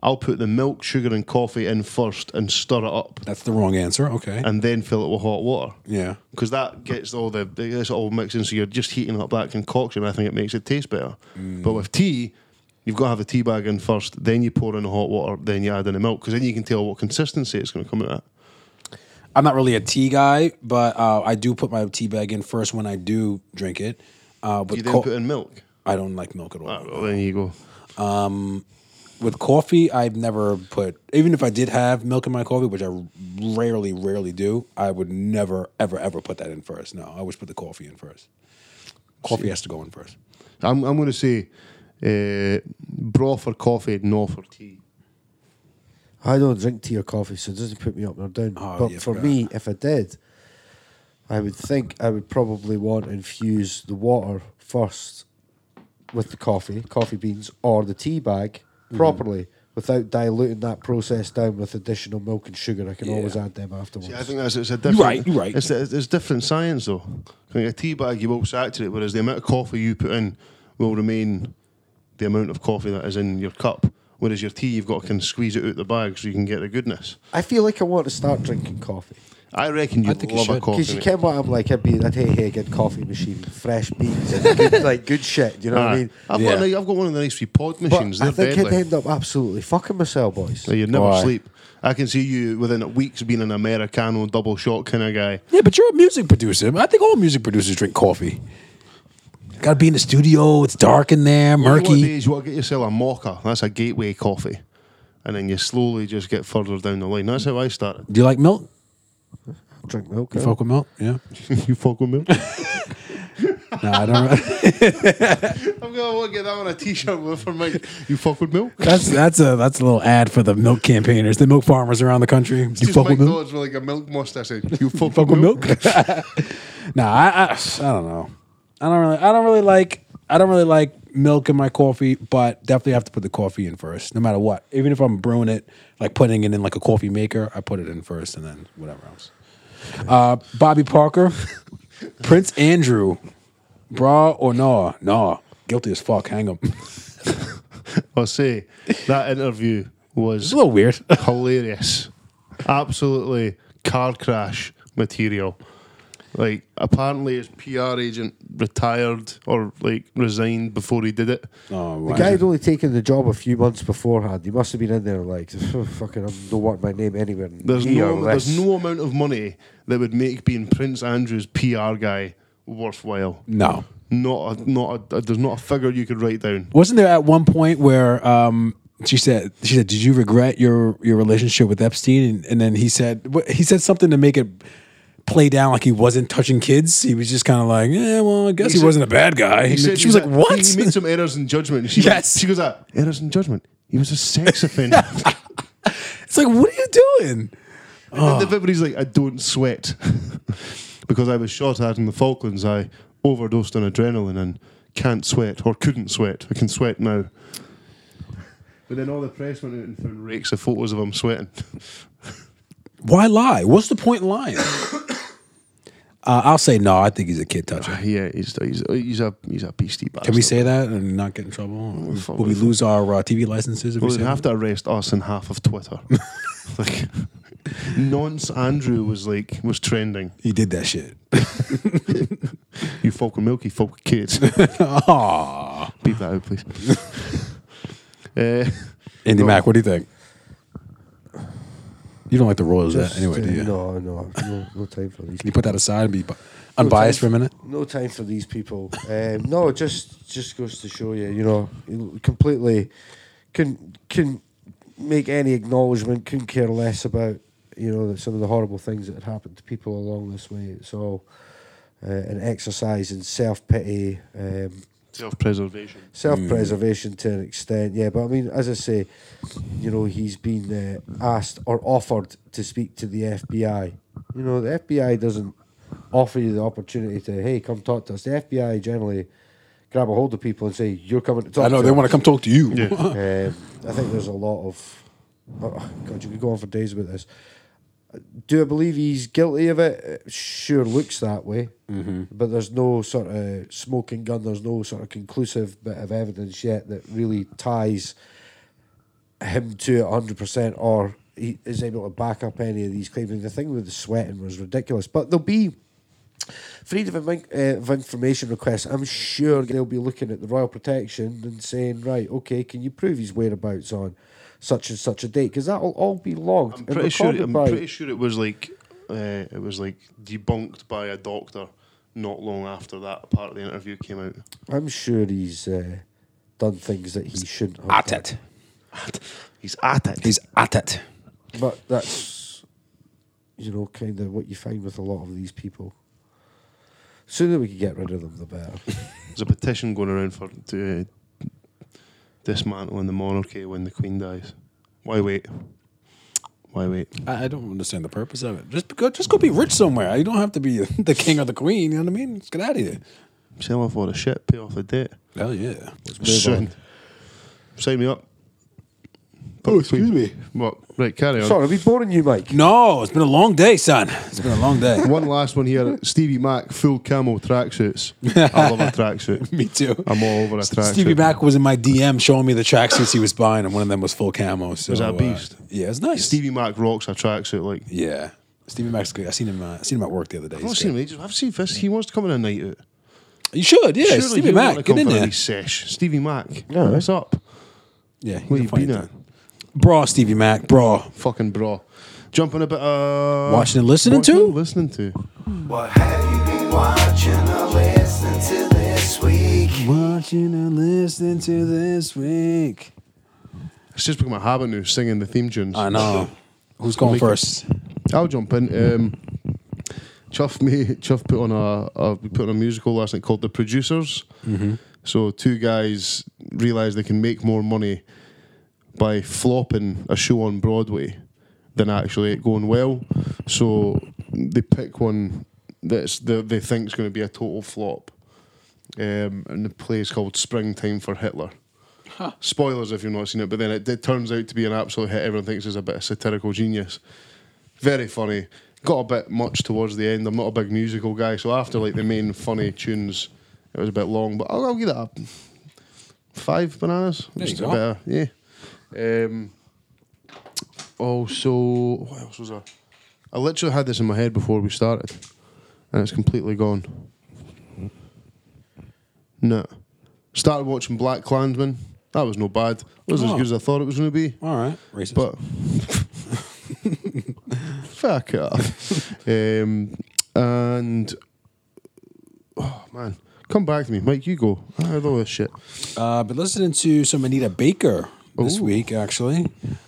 Speaker 1: I'll put the milk, sugar, and coffee in first and stir it up,
Speaker 2: That's the wrong answer. Okay.
Speaker 1: and then fill it with hot water.
Speaker 2: yeah.
Speaker 1: because that gets all the it's all mixed in. So you're just heating up that concoction. I think it makes it taste better. But with tea, you've got to have the tea bag in first, then you pour in the hot water, then you add in the milk because then you can tell what consistency it's going to come out. At.
Speaker 2: I'm not really a tea guy, but uh, I do put my tea bag in first when I do drink it. Uh,
Speaker 1: You
Speaker 2: with
Speaker 1: then
Speaker 2: co-
Speaker 1: put in milk.
Speaker 2: I don't like milk at all.
Speaker 1: Ah, well, there you go.
Speaker 2: With coffee, I've never put. Even if I did have milk in my coffee, which I rarely, rarely do, I would never, ever, ever put that in first. No, I always put the coffee in first. Coffee has to go in first.
Speaker 1: I'm I'm going to say uh, broth or coffee, no for tea.
Speaker 3: I don't drink tea or coffee, so it doesn't put me up nor down.
Speaker 2: Oh,
Speaker 3: but
Speaker 2: yeah,
Speaker 3: for
Speaker 2: fair.
Speaker 3: me, if I did, I would think I would probably want to infuse the water first with the coffee, coffee beans, or the tea bag
Speaker 2: Mm-hmm.
Speaker 3: properly without diluting that process down with additional milk and sugar. I can always add them afterwards.
Speaker 1: Yeah, I think that's it's a different.
Speaker 2: right, you're right.
Speaker 1: It's, it's, it's different science though. Like a tea bag, you will saturate, whereas the amount of coffee you put in will remain the amount of coffee that is in your cup. Whereas your tea, you've got to can squeeze it out the bag so you can get the goodness.
Speaker 3: I feel like I want to start drinking coffee.
Speaker 1: I reckon you
Speaker 2: I
Speaker 1: would
Speaker 2: think you
Speaker 1: love a
Speaker 2: should.
Speaker 1: coffee.
Speaker 3: Because you
Speaker 1: mate.
Speaker 3: can what I'm like, I'd be, I'd hey, hey, good coffee machine, fresh
Speaker 1: [LAUGHS]
Speaker 3: beans, and good, like good shit. You know what I
Speaker 1: Aye.
Speaker 3: mean?
Speaker 1: I've,
Speaker 2: Yeah.
Speaker 1: got a, I've got one of the nice wee pod
Speaker 3: But
Speaker 1: machines.
Speaker 3: I
Speaker 1: They're
Speaker 3: think I'd
Speaker 1: deadly.
Speaker 3: end up absolutely fucking myself, boys.
Speaker 1: So you'd never
Speaker 2: Why?
Speaker 1: sleep. I can see you within weeks being an Americano double shot kind of guy.
Speaker 2: Yeah, but you're a music producer. I think all music producers drink coffee. Got to be in the studio. It's dark in there,
Speaker 1: What
Speaker 2: murky.
Speaker 1: days you want to get yourself a mocha? That's a gateway coffee, and then you slowly just get further down the line. That's how I started.
Speaker 2: Do you like milk?
Speaker 3: Drink milk.
Speaker 2: You
Speaker 3: eh?
Speaker 2: fuck with milk? Yeah.
Speaker 1: you fuck with [LAUGHS] me.
Speaker 2: No,
Speaker 1: [LAUGHS]
Speaker 2: I don't. [LAUGHS]
Speaker 1: I'm gonna get that on a t-shirt with for Mike. You fuck with milk.
Speaker 2: that's that's a that's a little ad for the milk campaigners, the milk farmers around the country. You
Speaker 1: Just
Speaker 2: fuck
Speaker 1: Mike
Speaker 2: with milk?
Speaker 1: Dodds with like a milk mustache. saying, You fuck,
Speaker 2: Fuck with milk? [LAUGHS] nah, I, I I don't know. I don't really I don't really like I don't really like milk in my coffee, but definitely have to put the coffee in first, no matter what. Even if I'm brewing it, like putting it in like a coffee maker, I put it in first, and then whatever else. Uh, Bobby Parker, Prince Andrew, bra or nah, nah, guilty as fuck. Hang him. It's
Speaker 1: I'll say that interview was
Speaker 2: a little weird.
Speaker 1: hilarious. Absolutely car crash material. Like apparently his PR agent retired or like resigned before he did it.
Speaker 2: Oh,
Speaker 3: The
Speaker 2: wow.
Speaker 3: guy had only taken the job a few months beforehand. He must have been in there like, [LAUGHS] "Oh, fucking, I don't want my name anywhere
Speaker 1: There's
Speaker 3: near
Speaker 1: no there's
Speaker 3: this."
Speaker 1: no amount of money that would make being Prince Andrew's PR guy worthwhile.
Speaker 2: no.
Speaker 1: Not a, not a, there's not a figure you could write down.
Speaker 2: Wasn't there at one point where um, she said she said, "Did you regret your your relationship with Epstein?" And, and then he said wh- he said something to make it play down like he wasn't touching kids. He was just kind of like, "Yeah, well, I guess he,
Speaker 1: said-
Speaker 2: wasn't a bad guy." He
Speaker 1: said
Speaker 2: she was
Speaker 1: he's
Speaker 2: like,
Speaker 1: a-
Speaker 2: "What?"
Speaker 1: He made some errors in judgment.
Speaker 2: [LAUGHS]
Speaker 1: And she
Speaker 2: Yes.
Speaker 1: went- she goes, ah, errors in judgment. He was a
Speaker 2: [LAUGHS]
Speaker 1: sex offender.
Speaker 2: it's like, "What are you doing?"
Speaker 1: And everybody's like, I don't sweat [LAUGHS] because I was shot at in the Falklands. I overdosed on adrenaline and can't sweat or couldn't sweat. I can sweat now. But then all the press went out and found rakes of photos of him sweating.
Speaker 2: Why lie? What's the point in lying? [COUGHS] uh, I'll say no. I think he's a kid toucher.
Speaker 1: [LAUGHS] yeah, he's he's he's a he's a beastie bastard.
Speaker 2: Can we say that and not get in trouble? Will we lose our uh, TV licenses? If
Speaker 1: Well,
Speaker 2: we
Speaker 1: they'd
Speaker 2: say
Speaker 1: have
Speaker 2: that?
Speaker 1: to arrest us and half of
Speaker 2: [LAUGHS]
Speaker 1: Twitter. like, nonce Andrew was like was trending.
Speaker 2: He did that shit. [LAUGHS]
Speaker 1: You folk are milky, folk are
Speaker 2: [LAUGHS]
Speaker 1: kids.
Speaker 2: Aww.
Speaker 1: Beep that out,
Speaker 2: [LAUGHS]
Speaker 1: please. uh, [LAUGHS]
Speaker 2: Andy Mac, what do you think? You don't like the Royals that
Speaker 3: Just,
Speaker 2: anyway,
Speaker 3: uh,
Speaker 2: do you?
Speaker 3: No, no, no, no time for these.
Speaker 2: Can you put that aside and be bu- unbiased for a minute?
Speaker 3: No time for these people. Um, no, it just just goes to show you, you know, you completely can can make any acknowledgement, couldn't care less about you know that some of the horrible things that had happened to people along this way. It's all uh, an exercise in self pity, um,
Speaker 1: Self-preservation.
Speaker 3: self preservation to an extent. Yeah, but I mean, as I say, you know, he's been uh, asked or offered to speak to the FBI. You know, the FBI doesn't offer you the opportunity to, hey, come talk to us. The FBI generally grab a hold of people and say, you're coming to talk
Speaker 2: I know
Speaker 3: to
Speaker 2: they
Speaker 3: us."
Speaker 2: want to come talk to you. [LAUGHS]
Speaker 1: Yeah.
Speaker 3: Um, I think there's a lot of. Oh, God, you could go on for days about this. Do I believe he's guilty of it? It sure looks that way. But there's no sort of smoking gun, there's no sort of conclusive bit of evidence yet that really ties him to it 100% or he is able to back up any of these claims. And the thing with the sweating was ridiculous. But there'll be. Freedom of, in- uh, of Information request, I'm sure they'll be looking at the Royal Protection and saying, right, okay, can you prove his whereabouts on such and such a date? Because that'll all be logged.
Speaker 1: I'm
Speaker 3: and
Speaker 1: pretty sure.
Speaker 3: recorded
Speaker 1: I'm
Speaker 3: by-
Speaker 1: pretty sure it was like uh, it was like debunked by a doctor not long after that part of the interview came out.
Speaker 3: I'm sure he's uh, done things that he shouldn't have.
Speaker 2: At
Speaker 3: done.
Speaker 2: it.
Speaker 1: He's at it.
Speaker 2: He's at it.
Speaker 3: But that's, you know, kind of what you find with a lot of these people. Sooner we can get rid of them, the better.
Speaker 1: There's a petition going around for to uh, dismantling the monarchy when the Queen dies. Why wait? Why wait?
Speaker 2: I, I don't understand the purpose of it. Just go, just go be rich somewhere. You don't have to be [LAUGHS] the king or the queen. You know what I mean? Just get out of here.
Speaker 1: Sell off all the shit, pay off the debt.
Speaker 2: Hell yeah.
Speaker 1: Soon. Sign me up. Oh, excuse me. What? Right, carry on.
Speaker 3: Sorry, are we boring you, Mike?
Speaker 2: No, it's been a long day, son. It's been a long day.
Speaker 1: One last one here. Stevie Mac, full camel tracksuits. I love a tracksuit.
Speaker 2: [LAUGHS] Me too.
Speaker 1: I'm all over a tracksuit.
Speaker 2: Stevie Mac was in my DM showing me the tracksuits he was buying, and one of them was full camo. So,
Speaker 1: Was that a
Speaker 2: uh,
Speaker 1: beast?
Speaker 2: yeah, it's nice.
Speaker 1: Stevie Mac rocks a tracksuit. Like
Speaker 2: Yeah, Stevie Mac's good. I seen him. Uh, I seen him at work the other day.
Speaker 1: I've not
Speaker 2: He's
Speaker 1: seen him.
Speaker 2: good.
Speaker 1: in ages. I've seen this. He wants to come on a night out.
Speaker 2: You should. Yeah,
Speaker 1: Surely
Speaker 2: Stevie
Speaker 1: you don't
Speaker 2: Mac,
Speaker 1: wanna
Speaker 2: get
Speaker 1: come
Speaker 2: in
Speaker 1: for a
Speaker 2: there.
Speaker 1: wee sesh. Stevie Mac,
Speaker 3: Yeah.
Speaker 1: what's up?
Speaker 2: Yeah, he's
Speaker 1: Where
Speaker 2: a
Speaker 1: you
Speaker 2: funny
Speaker 1: been
Speaker 2: dude.
Speaker 1: at?
Speaker 2: Bra, Stevie Mac, bra.
Speaker 1: Fucking bra. Jumping a bit. Uh,
Speaker 2: Watching and listening
Speaker 1: watching
Speaker 2: to?
Speaker 1: and listening to.
Speaker 6: What have you been watching or listening to this week?
Speaker 2: Watching and listening to this week.
Speaker 1: It's just become a habit now. Singing the theme tunes.
Speaker 2: I know. Who's going
Speaker 1: Make it-
Speaker 2: first?
Speaker 1: I'll jump in. Um, Chuff me, Chuff put on a, a we put on a musical last night called The Producers. Mm-hmm. So two guys realize they can make more money by flopping a show on Broadway than actually it going well. So they pick one that's that they think is going to be a total flop, um, and the play is called Springtime for Hitler. Spoilers if you've not seen it, but then it, it turns out to be an absolute hit. Everyone thinks it's a bit of satirical genius very funny. Got a bit much towards the end. I'm not a big musical guy, so after like the main funny tunes, it was a bit long. But I'll, I'll give it a five bananas.
Speaker 2: There you
Speaker 1: Just
Speaker 2: go.
Speaker 1: a bit of- yeah. Um, also, what else was there? I literally had this in my head before we started. and it's completely gone. No. Started watching Black Klansman. That was no bad. It was as
Speaker 2: Oh.
Speaker 1: good as I thought it was going to be.
Speaker 2: All right. Racist.
Speaker 1: But fuck off. um, and oh man, come back to me, Mike. You go. I had all this shit.
Speaker 2: Uh, been listening to some Anita Baker this week, actually.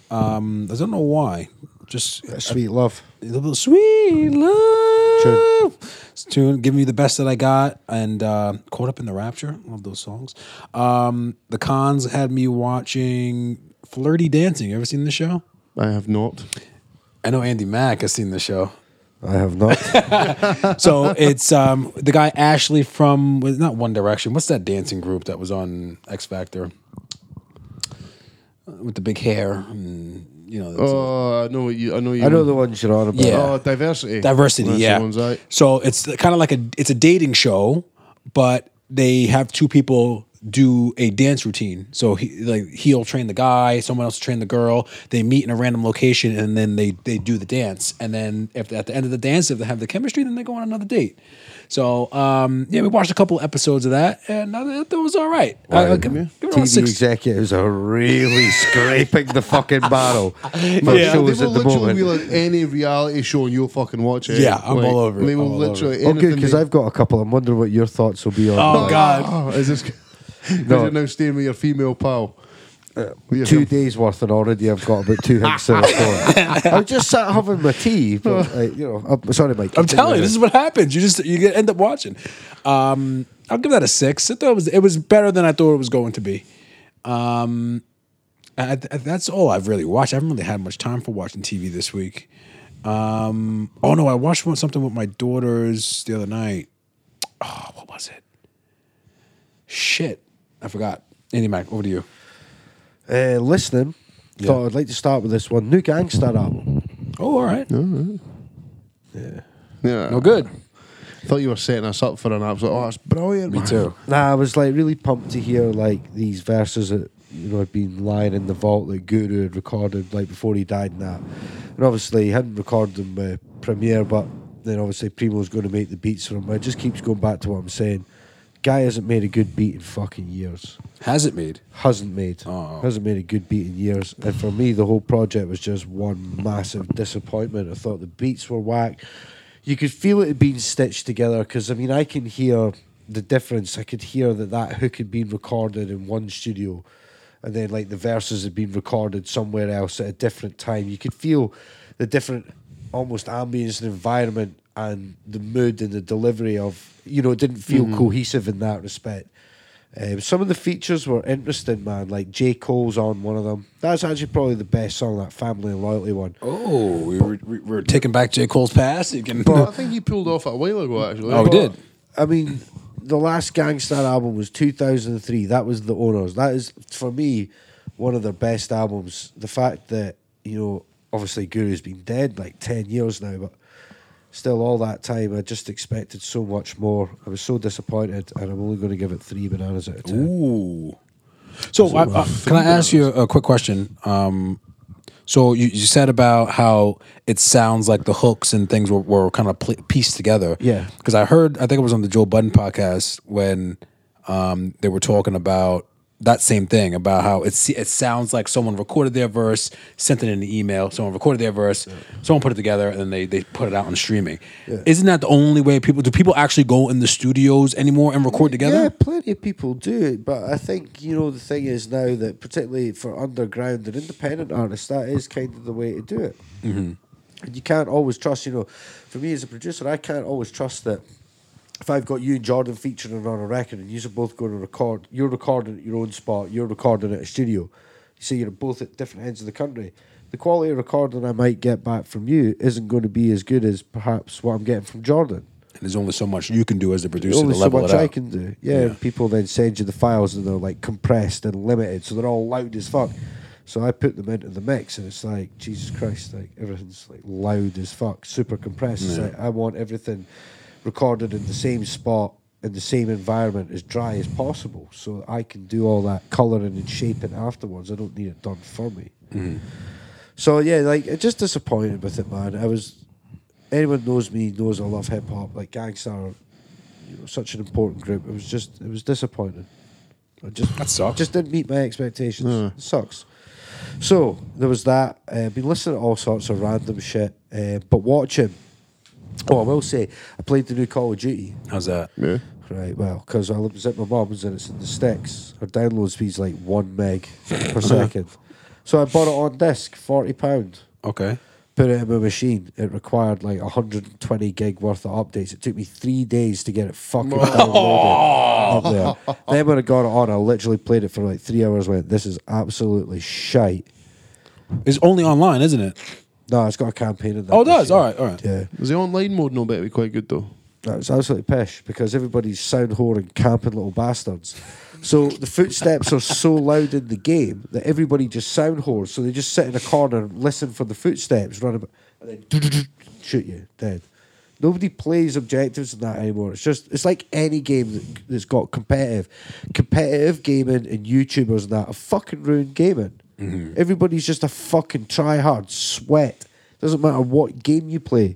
Speaker 2: Um, I don't know why. Just a
Speaker 3: Sweet love.
Speaker 2: little sweet love. It's a Tune. Give me the best that I got. And uh, Caught Up in the Rapture. Love those songs. Um, the cons had me watching Flirty Dancing. You ever seen the show?
Speaker 1: I have not.
Speaker 2: I know Andy Mack has seen the show.
Speaker 3: I
Speaker 2: [LAUGHS]
Speaker 3: have not.
Speaker 2: So it's um, the guy Ashley from was not One Direction. What's that dancing group that was on X Factor Uh, with the big hair and you know it's, uh,
Speaker 1: Oh, I know what you. I know you.
Speaker 3: I know the
Speaker 1: mean.
Speaker 3: ones you're on about.
Speaker 2: Yeah.
Speaker 1: Oh, diversity.
Speaker 2: diversity.
Speaker 1: That's the
Speaker 2: yeah.
Speaker 1: ones, aye.
Speaker 2: So it's kind of like a it's a dating show, but they have two people do a dance routine. So he like he'll train the guy, someone else will train the girl. They meet in a random location and then they they do the dance. And then if at the end of the dance if they have the chemistry, then they go on another date. So um yeah, we watched a couple episodes of that and I thought it was all right. I- I'll give- give it about
Speaker 3: TV
Speaker 2: six.
Speaker 3: executives are
Speaker 2: [LAUGHS]
Speaker 3: really scraping the fucking barrel for
Speaker 2: Yeah.
Speaker 1: They
Speaker 3: shows
Speaker 1: will
Speaker 3: at the
Speaker 1: literally
Speaker 3: moment.
Speaker 1: wheel out any reality show and you'll fucking watch it.
Speaker 2: Yeah, I'm all over it.
Speaker 1: They will
Speaker 2: I'm all over
Speaker 1: literally.
Speaker 3: Oh, good,
Speaker 1: anything
Speaker 3: because
Speaker 1: they-
Speaker 3: I've got a couple. I'm wondering what your thoughts will be on.
Speaker 2: Oh, [LAUGHS]
Speaker 3: like,
Speaker 2: God.
Speaker 1: Oh, is this?
Speaker 3: [LAUGHS] No. Uh,
Speaker 1: No.
Speaker 2: [LAUGHS]
Speaker 1: You're now staying with your female pal. With your
Speaker 3: Two
Speaker 1: fem-
Speaker 3: days worth, and already I've got about
Speaker 2: [LAUGHS]
Speaker 3: two hints of it. I just sat having my
Speaker 2: [LAUGHS]
Speaker 3: tea, but like, you know, I'm sorry, Mike.
Speaker 2: I'm telling you, this is what happens. You just you get- end up watching. Um, I'll give that a six. I thought it was it was better than I thought it was going to be. Um, I, I, that's all I've really watched. I haven't really had much time for watching TV this week. Um, oh no, I watched one, something with my daughters the other night. Oh, what was it? Shit, I forgot. Andy Mac, over to you.
Speaker 3: uh, listening. Thought I'd like to start with this one. New Gangstar album.
Speaker 2: Oh, all right. No,
Speaker 1: Yeah.
Speaker 2: good.
Speaker 1: Thought you were setting us up for an absolute. Oh, that's brilliant.
Speaker 2: Me
Speaker 1: man.
Speaker 2: too.
Speaker 3: Nah, I was like really pumped to hear like these verses that you know had been lying in the vault that Guru had recorded like before he died and that. And obviously he hadn't recorded them with Premiere, but then obviously Primo's going to make the beats for him. It just keeps going back to what I'm saying. Guy hasn't made a good beat in fucking years.
Speaker 2: Has it made?
Speaker 3: Hasn't made.
Speaker 2: Oh.
Speaker 3: Hasn't made a good beat in years. And for me, the whole project was just one massive disappointment. I thought the beats were whack. You could feel it had been stitched together because, I mean, I can hear the difference. I could hear that that hook had been recorded in one studio and then, like, the verses had been recorded somewhere else at a different time. You could feel the different almost ambience and environment and the mood and the delivery of, you know, it didn't feel
Speaker 2: Mm-hmm.
Speaker 3: cohesive in that respect. Um, some of the features were interesting, man. Like J. Cole's on one of them. That's actually probably the best song, that Family and Loyalty one.
Speaker 2: Oh, we were, we were taking back J. Cole's pass. You can.
Speaker 1: But I think he pulled off a while ago, actually.
Speaker 2: [LAUGHS] Oh, he did.
Speaker 3: I mean, the last Gangstar album was 2003. That was the Owners. That is, for me, one of their best albums. The fact that, you know, obviously Guru's been dead like 10 years now, but still all that time, I just expected so much more. I was so disappointed, and I'm only going to give it three bananas out of 10.
Speaker 2: Ooh. So, I, I, can I ask you a quick question? Um, so you, you said about how it sounds like the hooks and things were, were kind of pl- pieced together.
Speaker 3: Yeah.
Speaker 2: Because I heard, I think it was on the Joe Budden podcast when um, they were talking about that same thing about how it se- it sounds like someone recorded their verse, sent it in an email, someone recorded their verse, someone put it together, and then they they put it out on streaming. Isn't that the only way people do? People actually go in the studios anymore and record together?
Speaker 3: Yeah, plenty of people do it, but I think you know the thing is now that particularly for underground and independent artists, that is kind of the way to do it. Mm-hmm. And you can't always trust. You know, for me as a producer, I can't always trust that if I've got you and Jordan featuring on a record and you're both going to record, you're recording at your own spot, you're recording at a studio. You say you're both at different ends of the country. The quality of recording I might get back from you isn't going to be as good as perhaps what I'm getting from Jordan
Speaker 2: And there's only so much you can do as a producer
Speaker 3: only
Speaker 2: to
Speaker 3: so
Speaker 2: level
Speaker 3: much
Speaker 2: it out.
Speaker 3: I can do. Yeah, and people then send you the files and they're like compressed and limited, so they're all loud as fuck. So I put them into the mix, and it's like Jesus Christ, like everything's like loud as fuck, super compressed. It's like I want everything recorded in the same spot in the same environment as dry as possible, so I can do all that coloring and shaping afterwards. I don't need it
Speaker 2: Mm-hmm.
Speaker 3: done for me. So yeah, like just disappointed with it, man. I was anyone knows me knows I love hip hop. Like Gangsta, are, you know, such an important group. It was just it was disappointing. I just
Speaker 2: That sucks.
Speaker 3: Just didn't meet my expectations. It sucks. So there was that. Uh, been listening to all sorts of random shit, uh, but watching. Oh, I will say, I played the new Call of Duty.
Speaker 2: How's that?
Speaker 1: Yeah.
Speaker 3: Right, well, because I was at my mum's and it's in the sticks. Her download speed's like one meg
Speaker 2: [LAUGHS] Uh-huh.
Speaker 3: per second. So I bought it on disc, forty pound.
Speaker 2: Okay.
Speaker 3: Put it in my machine. It required like hundred and twenty gig worth of updates. It took me three days to get it fucking downloaded up there. Then when I got it on, I literally played it for like three hours. Went, this is absolutely shite.
Speaker 2: It's only online, isn't it?
Speaker 3: No, it's got a campaign in there.
Speaker 2: Oh, it does.
Speaker 3: this year.
Speaker 2: All right, all right.
Speaker 3: Yeah.
Speaker 1: Is the online mode no better? Be quite good though.
Speaker 3: No, it's absolutely pish because everybody's sound whoring, camping little bastards. So the footsteps are so loud in the game that everybody just sound whores. So they just sit in a corner and listen for the footsteps, run about, and then shoot you dead. Nobody plays objectives in that anymore. It's just it's like any game that, that's got competitive, competitive gaming and YouTubers and that have fucking ruined gaming. Everybody's just a fucking try hard sweat. Doesn't matter what game you play.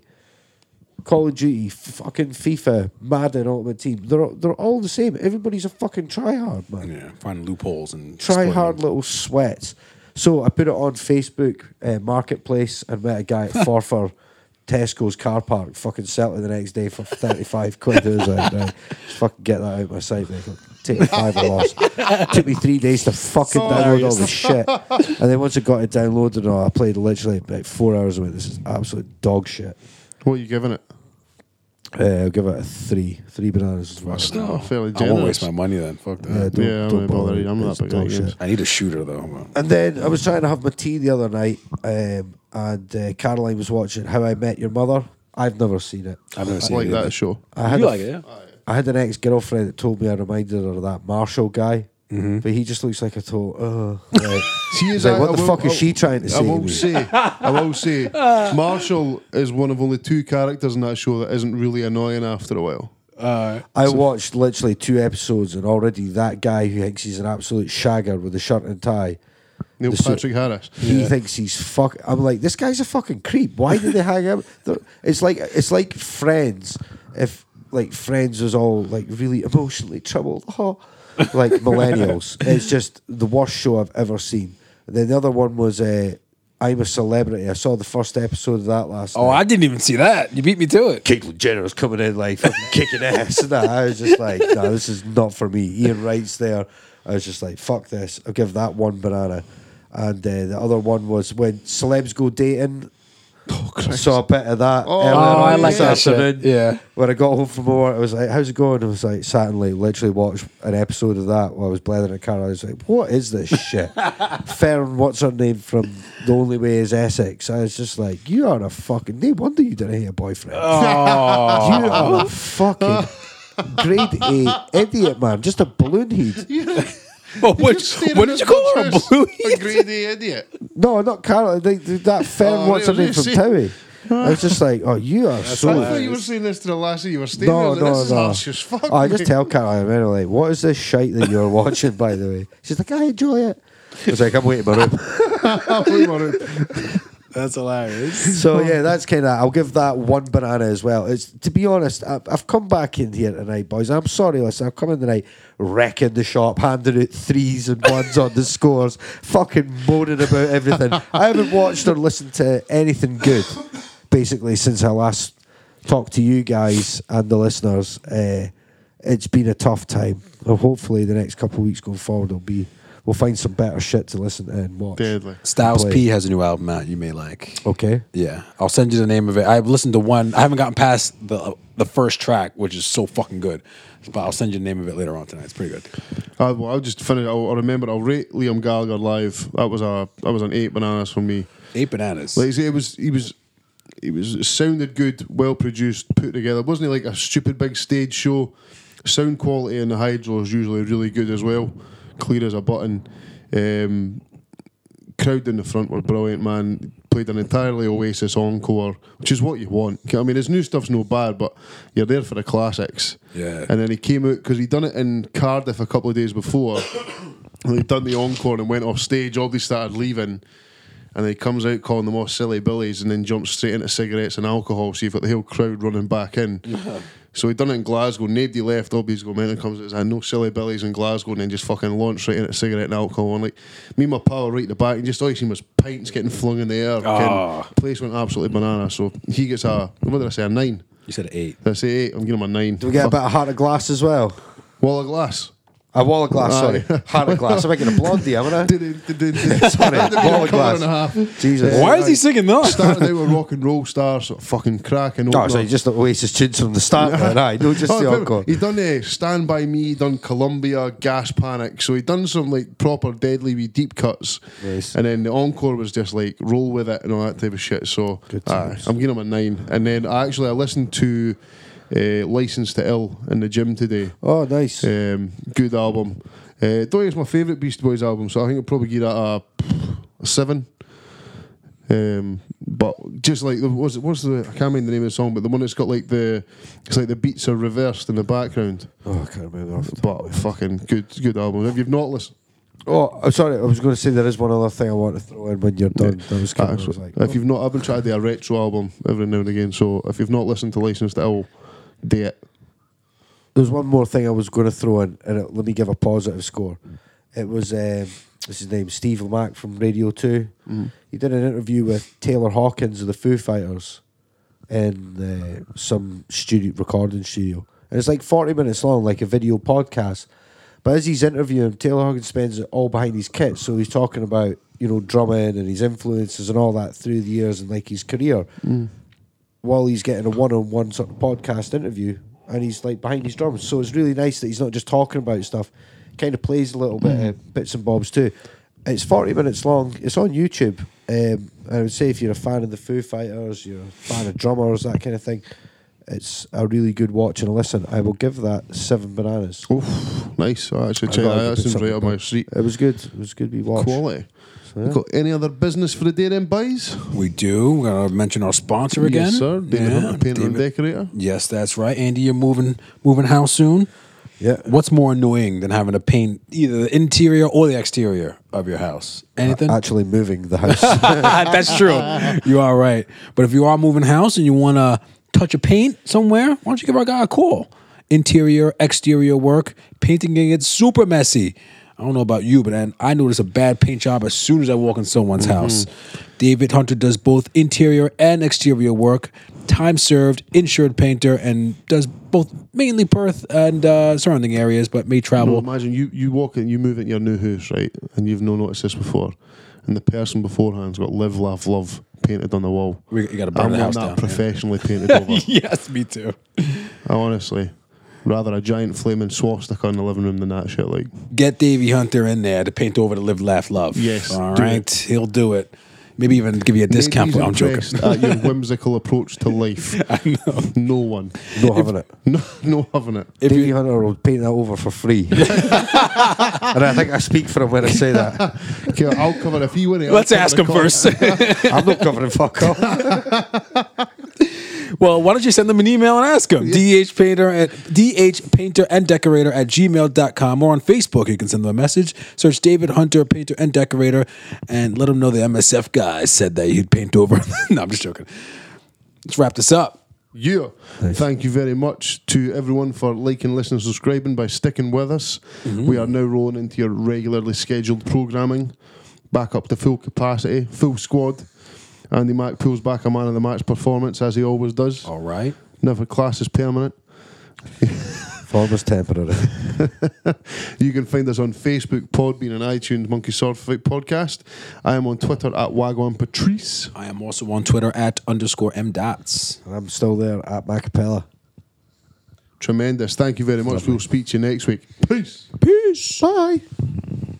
Speaker 3: Call of Duty, fucking FIFA, Madden, Ultimate Team. They're all- they're all the same. Everybody's a fucking tryhard, man.
Speaker 2: Yeah. Find loopholes and
Speaker 3: Try
Speaker 2: exploit
Speaker 3: hard
Speaker 2: them.
Speaker 3: little sweats. So I put it on Facebook uh, Marketplace and met a
Speaker 1: [LAUGHS]
Speaker 3: guy at Forfar Tesco's car park, fucking sell it the next day for 35 quid. I was like, right, just fucking get that out of my sight, mate. Take a five I
Speaker 1: [LAUGHS]
Speaker 3: lost. Took me three days to fucking download all this shit. And then once I got it downloaded, and all, I played literally about four hours away. This is absolute dog shit.
Speaker 1: What are you giving it?
Speaker 3: Uh, I'll give it a three. Three bananas. is
Speaker 2: Fuck
Speaker 3: worth it.
Speaker 2: no.
Speaker 1: Oh, fairly
Speaker 2: I won't
Speaker 1: generous.
Speaker 2: waste my money then. Fuck that.
Speaker 3: Yeah, don't,
Speaker 1: Yeah, I
Speaker 3: don't
Speaker 1: wouldn't bother either. I'm not
Speaker 3: It's
Speaker 1: big on
Speaker 3: dog shit.
Speaker 1: games.
Speaker 2: I need a shooter though.
Speaker 3: And then I was trying to have my tea the other night, um, and uh, Caroline was watching How I Met Your Mother. I've never seen it.
Speaker 2: I've never
Speaker 1: I
Speaker 2: seen
Speaker 1: like
Speaker 2: it.
Speaker 1: that
Speaker 2: either.
Speaker 1: show.
Speaker 3: I had
Speaker 2: you
Speaker 3: a-
Speaker 2: like it? Yeah.
Speaker 3: I had an ex girlfriend that told me I reminded her of that Marshall guy,
Speaker 1: Mm-hmm.
Speaker 3: but he just looks like a total.
Speaker 1: [LAUGHS]
Speaker 3: Uh, like,
Speaker 1: She is.
Speaker 3: like,
Speaker 1: I-
Speaker 3: what
Speaker 1: I
Speaker 3: the
Speaker 1: will-
Speaker 3: fuck is
Speaker 1: I-
Speaker 3: she trying to say?
Speaker 1: I
Speaker 3: to
Speaker 1: will
Speaker 3: me?
Speaker 1: say, I will say,
Speaker 3: [LAUGHS]
Speaker 1: Marshall is one of only two characters in that show that isn't really annoying after a while.
Speaker 2: Uh,
Speaker 3: I watched literally two episodes, and already that guy who thinks he's an absolute shagger with a shirt and tie.
Speaker 1: Neil
Speaker 3: The su-
Speaker 1: Patrick Harris.
Speaker 3: He thinks he's fuck. I'm like, this guy's a fucking creep. Why did they hang out? They're- It's like it's like Friends. If like Friends was all like really emotionally troubled, [LAUGHS] oh, like millennials. it's just the worst show I've ever seen. Then the other one was uh, I'm a Celebrity. I saw the first episode of that last.
Speaker 2: Oh,
Speaker 3: night.
Speaker 2: I didn't even see that. You beat me to it.
Speaker 3: Caitlyn Jenner was coming in like fucking kicking ass. [LAUGHS] And that. I was just like, no, this is not for me. Ian Wright's there. I was just like, fuck this. I'll give that one banana. And uh, the other one was when celebs go dating. Saw a bit of that.
Speaker 1: Oh,
Speaker 3: earlier
Speaker 1: oh,
Speaker 3: on
Speaker 1: I
Speaker 3: this
Speaker 1: like that
Speaker 2: shit.
Speaker 3: afternoon.
Speaker 2: Yeah.
Speaker 3: When I got home from work, I was like, how's it going? I was like, sat and like literally watched an episode of that while I was blathering at Carol. I was like, what is
Speaker 1: [LAUGHS]
Speaker 3: this shit? Fern, what's her name from The Only Way is Essex? I was just like, you are a fucking. No wonder you didn't have a boyfriend.
Speaker 1: Oh.
Speaker 3: [LAUGHS] You are a fucking grade A idiot, man. Just a balloon head.
Speaker 2: [LAUGHS] But what, what did you call her? A blue?
Speaker 1: A grade A idiot.
Speaker 3: No, not Carol. They, they- that Fern,
Speaker 1: Oh,
Speaker 3: what's her
Speaker 1: really?
Speaker 3: name from
Speaker 1: See?
Speaker 3: Towie?
Speaker 1: [LAUGHS]
Speaker 3: I was just like, oh, you are
Speaker 1: I
Speaker 3: so.
Speaker 1: thought you were saying this to the lassie you were staying
Speaker 3: No,
Speaker 1: with.
Speaker 3: no,
Speaker 1: this is
Speaker 3: no.
Speaker 1: harsh as fuck.
Speaker 3: I just
Speaker 1: mate.
Speaker 3: tell Caroline, I'm like, what is this shite that you're [LAUGHS] watching, by the way? She's like, I enjoy it. I was like, I'm waiting for it.
Speaker 1: [LAUGHS] I'll leave her out.
Speaker 2: That's hilarious.
Speaker 3: [LAUGHS] So yeah, that's kind of. I'll give that one banana as well. It's to be honest, I, I've come back in here tonight, boys. I'm sorry, listen. I've come in tonight wrecking the shop, handing out threes and ones on the scores, fucking moaning about everything. I haven't watched or listened to anything good, basically, since I last talked to you guys and the listeners. Uh, it's been a tough time. Well, hopefully, the next couple of weeks going forward will be. We'll find some better shit to listen to and watch.
Speaker 1: Deadly.
Speaker 2: Styles
Speaker 3: Play.
Speaker 2: P has a new album out. You may like.
Speaker 3: Okay.
Speaker 2: Yeah, I'll send you the name of it. I've listened to one. I haven't gotten past the the first track, which is so fucking good. But I'll send you the name of it later on tonight. It's pretty good.
Speaker 1: I, well, I'll just finish. I'll, I remember. I'll rate Liam Gallagher live. That was a that was an eight bananas for me.
Speaker 2: Eight bananas.
Speaker 1: Like I say, it was he was it was it sounded good, well produced, put together. Wasn't it like a stupid big stage show? Sound quality in the hydro is usually really good as well, clear as a button. Um, crowd in the front were brilliant, man. Played an entirely Oasis encore, which is what you want. I mean, his new stuff's no bad, but you're there for the classics.
Speaker 2: Yeah.
Speaker 1: And then he came out because he'd done it in Cardiff a [COUGHS] couple of days before. And he'd done the encore and went off stage. All they started leaving, And he comes out calling them all silly billies and then jumps straight into cigarettes and alcohol. So you've got the whole crowd running back in. so he done it in Glasgow. Nobody left. Obviously, go man and comes out and says, "Ah, no silly billies in Glasgow. And then just fucking launched straight into cigarette and alcohol. And like me and my pal right at the back, and just all you seen was pints getting flung in the air.
Speaker 2: Ah.
Speaker 1: Fucking Place went absolutely banana. So he gets a, what did I say, a nine?
Speaker 7: You said eight.
Speaker 1: Did I say eight? I'm giving him a nine.
Speaker 3: Do we get a bit of heart of glass as well?
Speaker 1: Wall of
Speaker 3: [LAUGHS]
Speaker 1: glass.
Speaker 3: A wall of glass,
Speaker 1: Aye.
Speaker 3: sorry. [LAUGHS] Heart of glass. I'm making a blondie, am I? [LAUGHS]
Speaker 1: Sorry,
Speaker 3: wall of glass. Jesus.
Speaker 2: Why is he singing that?
Speaker 1: Started out with rock and roll stars, sort of fucking cracking.
Speaker 3: No,
Speaker 1: opener.
Speaker 3: so you just the Oasis tunes from the start, then, aye. No, [LAUGHS]
Speaker 1: [LAUGHS]
Speaker 3: just
Speaker 1: Oh,
Speaker 3: the
Speaker 1: remember,
Speaker 3: encore.
Speaker 1: He done uh, Stand By Me, done Columbia, Gas Panic. So he done some like proper deadly wee deep cuts.
Speaker 3: Nice.
Speaker 1: And then the encore was just like roll with it and all that type of shit. So
Speaker 3: Good
Speaker 1: aye,
Speaker 3: times.
Speaker 1: I'm giving him a nine. And then I actually I listened to uh, License to Ill in the gym today.
Speaker 3: Oh, nice.
Speaker 1: Um, good album. Uh, don't think it's my favourite Beast Boys album, so I think I'll probably give that a, a seven. Um, but just like the what's, what's the I can't remember the name of the song, but the one that's got like the it's like the beats are reversed in the background.
Speaker 3: Oh, I can't remember. off the top.
Speaker 1: But fucking good, good album. If you've not listened,
Speaker 3: Oh, I'm sorry. I was going to say there is one other thing I want to throw in when you're done. That was kind of I was
Speaker 1: actually,
Speaker 3: like,
Speaker 1: if you've not, I've been trying to do a retro album every now and again. So if you've not listened to Licensed Ill, do it.
Speaker 3: There was one more thing I was going to throw in, and it, let me give a positive score. It was um, what's his name, Steve Lamack from Radio Two. He did an interview with Taylor Hawkins of the Foo Fighters in uh, some studio recording studio, and it's like forty minutes long, like a video podcast. But as he's interviewing, Taylor Hawkins spends it all behind his kit, so he's talking about you know drumming and his influences and all that through the years and like his career while he's getting a one-on-one sort of podcast interview, and he's like behind his drums. So it's really nice that he's not just talking about stuff. Kind of plays a little bit
Speaker 1: Hmm.
Speaker 3: of bits and bobs too. It's forty minutes long. It's on YouTube. Um, I would say if you're a fan of the Foo Fighters, you're a fan of drummers, that kind of thing. It's a really good watch and a listen. I will give that seven bananas.
Speaker 1: Oof, nice. I actually
Speaker 3: I
Speaker 1: check
Speaker 3: gotta
Speaker 1: that. That
Speaker 3: put
Speaker 1: seems right
Speaker 3: something
Speaker 1: up my
Speaker 3: down.
Speaker 1: street.
Speaker 3: It was good. It was a good. We watched.
Speaker 1: Quality.
Speaker 3: So, yeah.
Speaker 1: Got any other business for the day, then, boys?
Speaker 2: We do. We're gonna mention our sponsor again.
Speaker 1: Yes, sir. David
Speaker 2: Yeah,
Speaker 1: Hunter, painter and
Speaker 2: David-
Speaker 1: decorator.
Speaker 2: Yes, that's right. Andy, you're moving moving house soon.
Speaker 3: Yeah.
Speaker 2: What's more annoying than having to paint either the interior or the exterior of your house? Anything?
Speaker 3: Actually, moving
Speaker 1: [LAUGHS]
Speaker 3: the
Speaker 2: [LAUGHS]
Speaker 3: house.
Speaker 2: that's true. You are right. But if you are moving house and you want to touch a paint somewhere, why don't you give our guy a call? Interior, exterior work, painting can get super messy. I don't know about you, but I- I notice a bad paint job as soon as I walk in someone's house. David Hunter does both interior and exterior work. Time served, insured painter, and does both mainly Perth and uh, surrounding areas, but may
Speaker 1: Well,
Speaker 2: travel.
Speaker 1: imagine you, you walk in, you move into your new house, right? And you've no noticed this before. And the person beforehand's got live, laugh, love painted on the wall.
Speaker 2: We- you gotta burn
Speaker 1: I
Speaker 2: the
Speaker 1: want
Speaker 2: house
Speaker 1: that
Speaker 2: down, [LAUGHS]
Speaker 1: professionally painted over.
Speaker 2: yes, me too.
Speaker 1: I honestly rather a giant flaming swastika in the living room than that shit. Like,
Speaker 2: get Davy Hunter in there to paint over to live, laugh, love.
Speaker 1: Yes,
Speaker 2: All
Speaker 1: do
Speaker 2: right. He'll do it. Maybe even give you a discount.
Speaker 1: Ladies
Speaker 2: For, I'm joking.
Speaker 1: impressed At your whimsical approach to life,
Speaker 2: [LAUGHS] I know.
Speaker 1: no one, [LAUGHS]
Speaker 3: no having it.
Speaker 1: no, no having it.
Speaker 2: If
Speaker 3: Davey
Speaker 2: you,
Speaker 3: Hunter will paint that over
Speaker 2: [LAUGHS]
Speaker 3: for free. and I think I speak for him when I say that.
Speaker 1: Okay, I'll cover if he win it. I'll
Speaker 2: [LAUGHS] let's
Speaker 1: cover
Speaker 2: ask
Speaker 1: the
Speaker 2: him
Speaker 1: cost.
Speaker 2: first.
Speaker 3: I'm not covering fuck off.
Speaker 2: [LAUGHS] well, why don't you send them an email and ask him? DH Painter at DH Painter and Decorator at gmail.com or on Facebook. You can send them a message. Search David Hunter, Painter and Decorator, and let them know the MSF guy said that he'd paint over. [LAUGHS] no, I'm just joking. Let's wrap this up.
Speaker 1: Yeah. Thank you very much to everyone for liking, listening, subscribing by sticking with us. We are now rolling into your regularly scheduled programming, back up to full capacity, full squad. Andy Mack pulls back a man of the match performance as he always does.
Speaker 2: All right.
Speaker 1: Never class is permanent.
Speaker 3: Form is temporary.
Speaker 1: You can find us on Facebook, Podbean, and iTunes, Monkey Sword Fight Podcast. I am on Twitter at Wagwan Patrice.
Speaker 2: I am also on Twitter at underscore M dots.
Speaker 3: And I'm still there at Macapella.
Speaker 1: Tremendous. Thank you very much. We'll speak to you next week. Peace.
Speaker 2: Peace. Bye.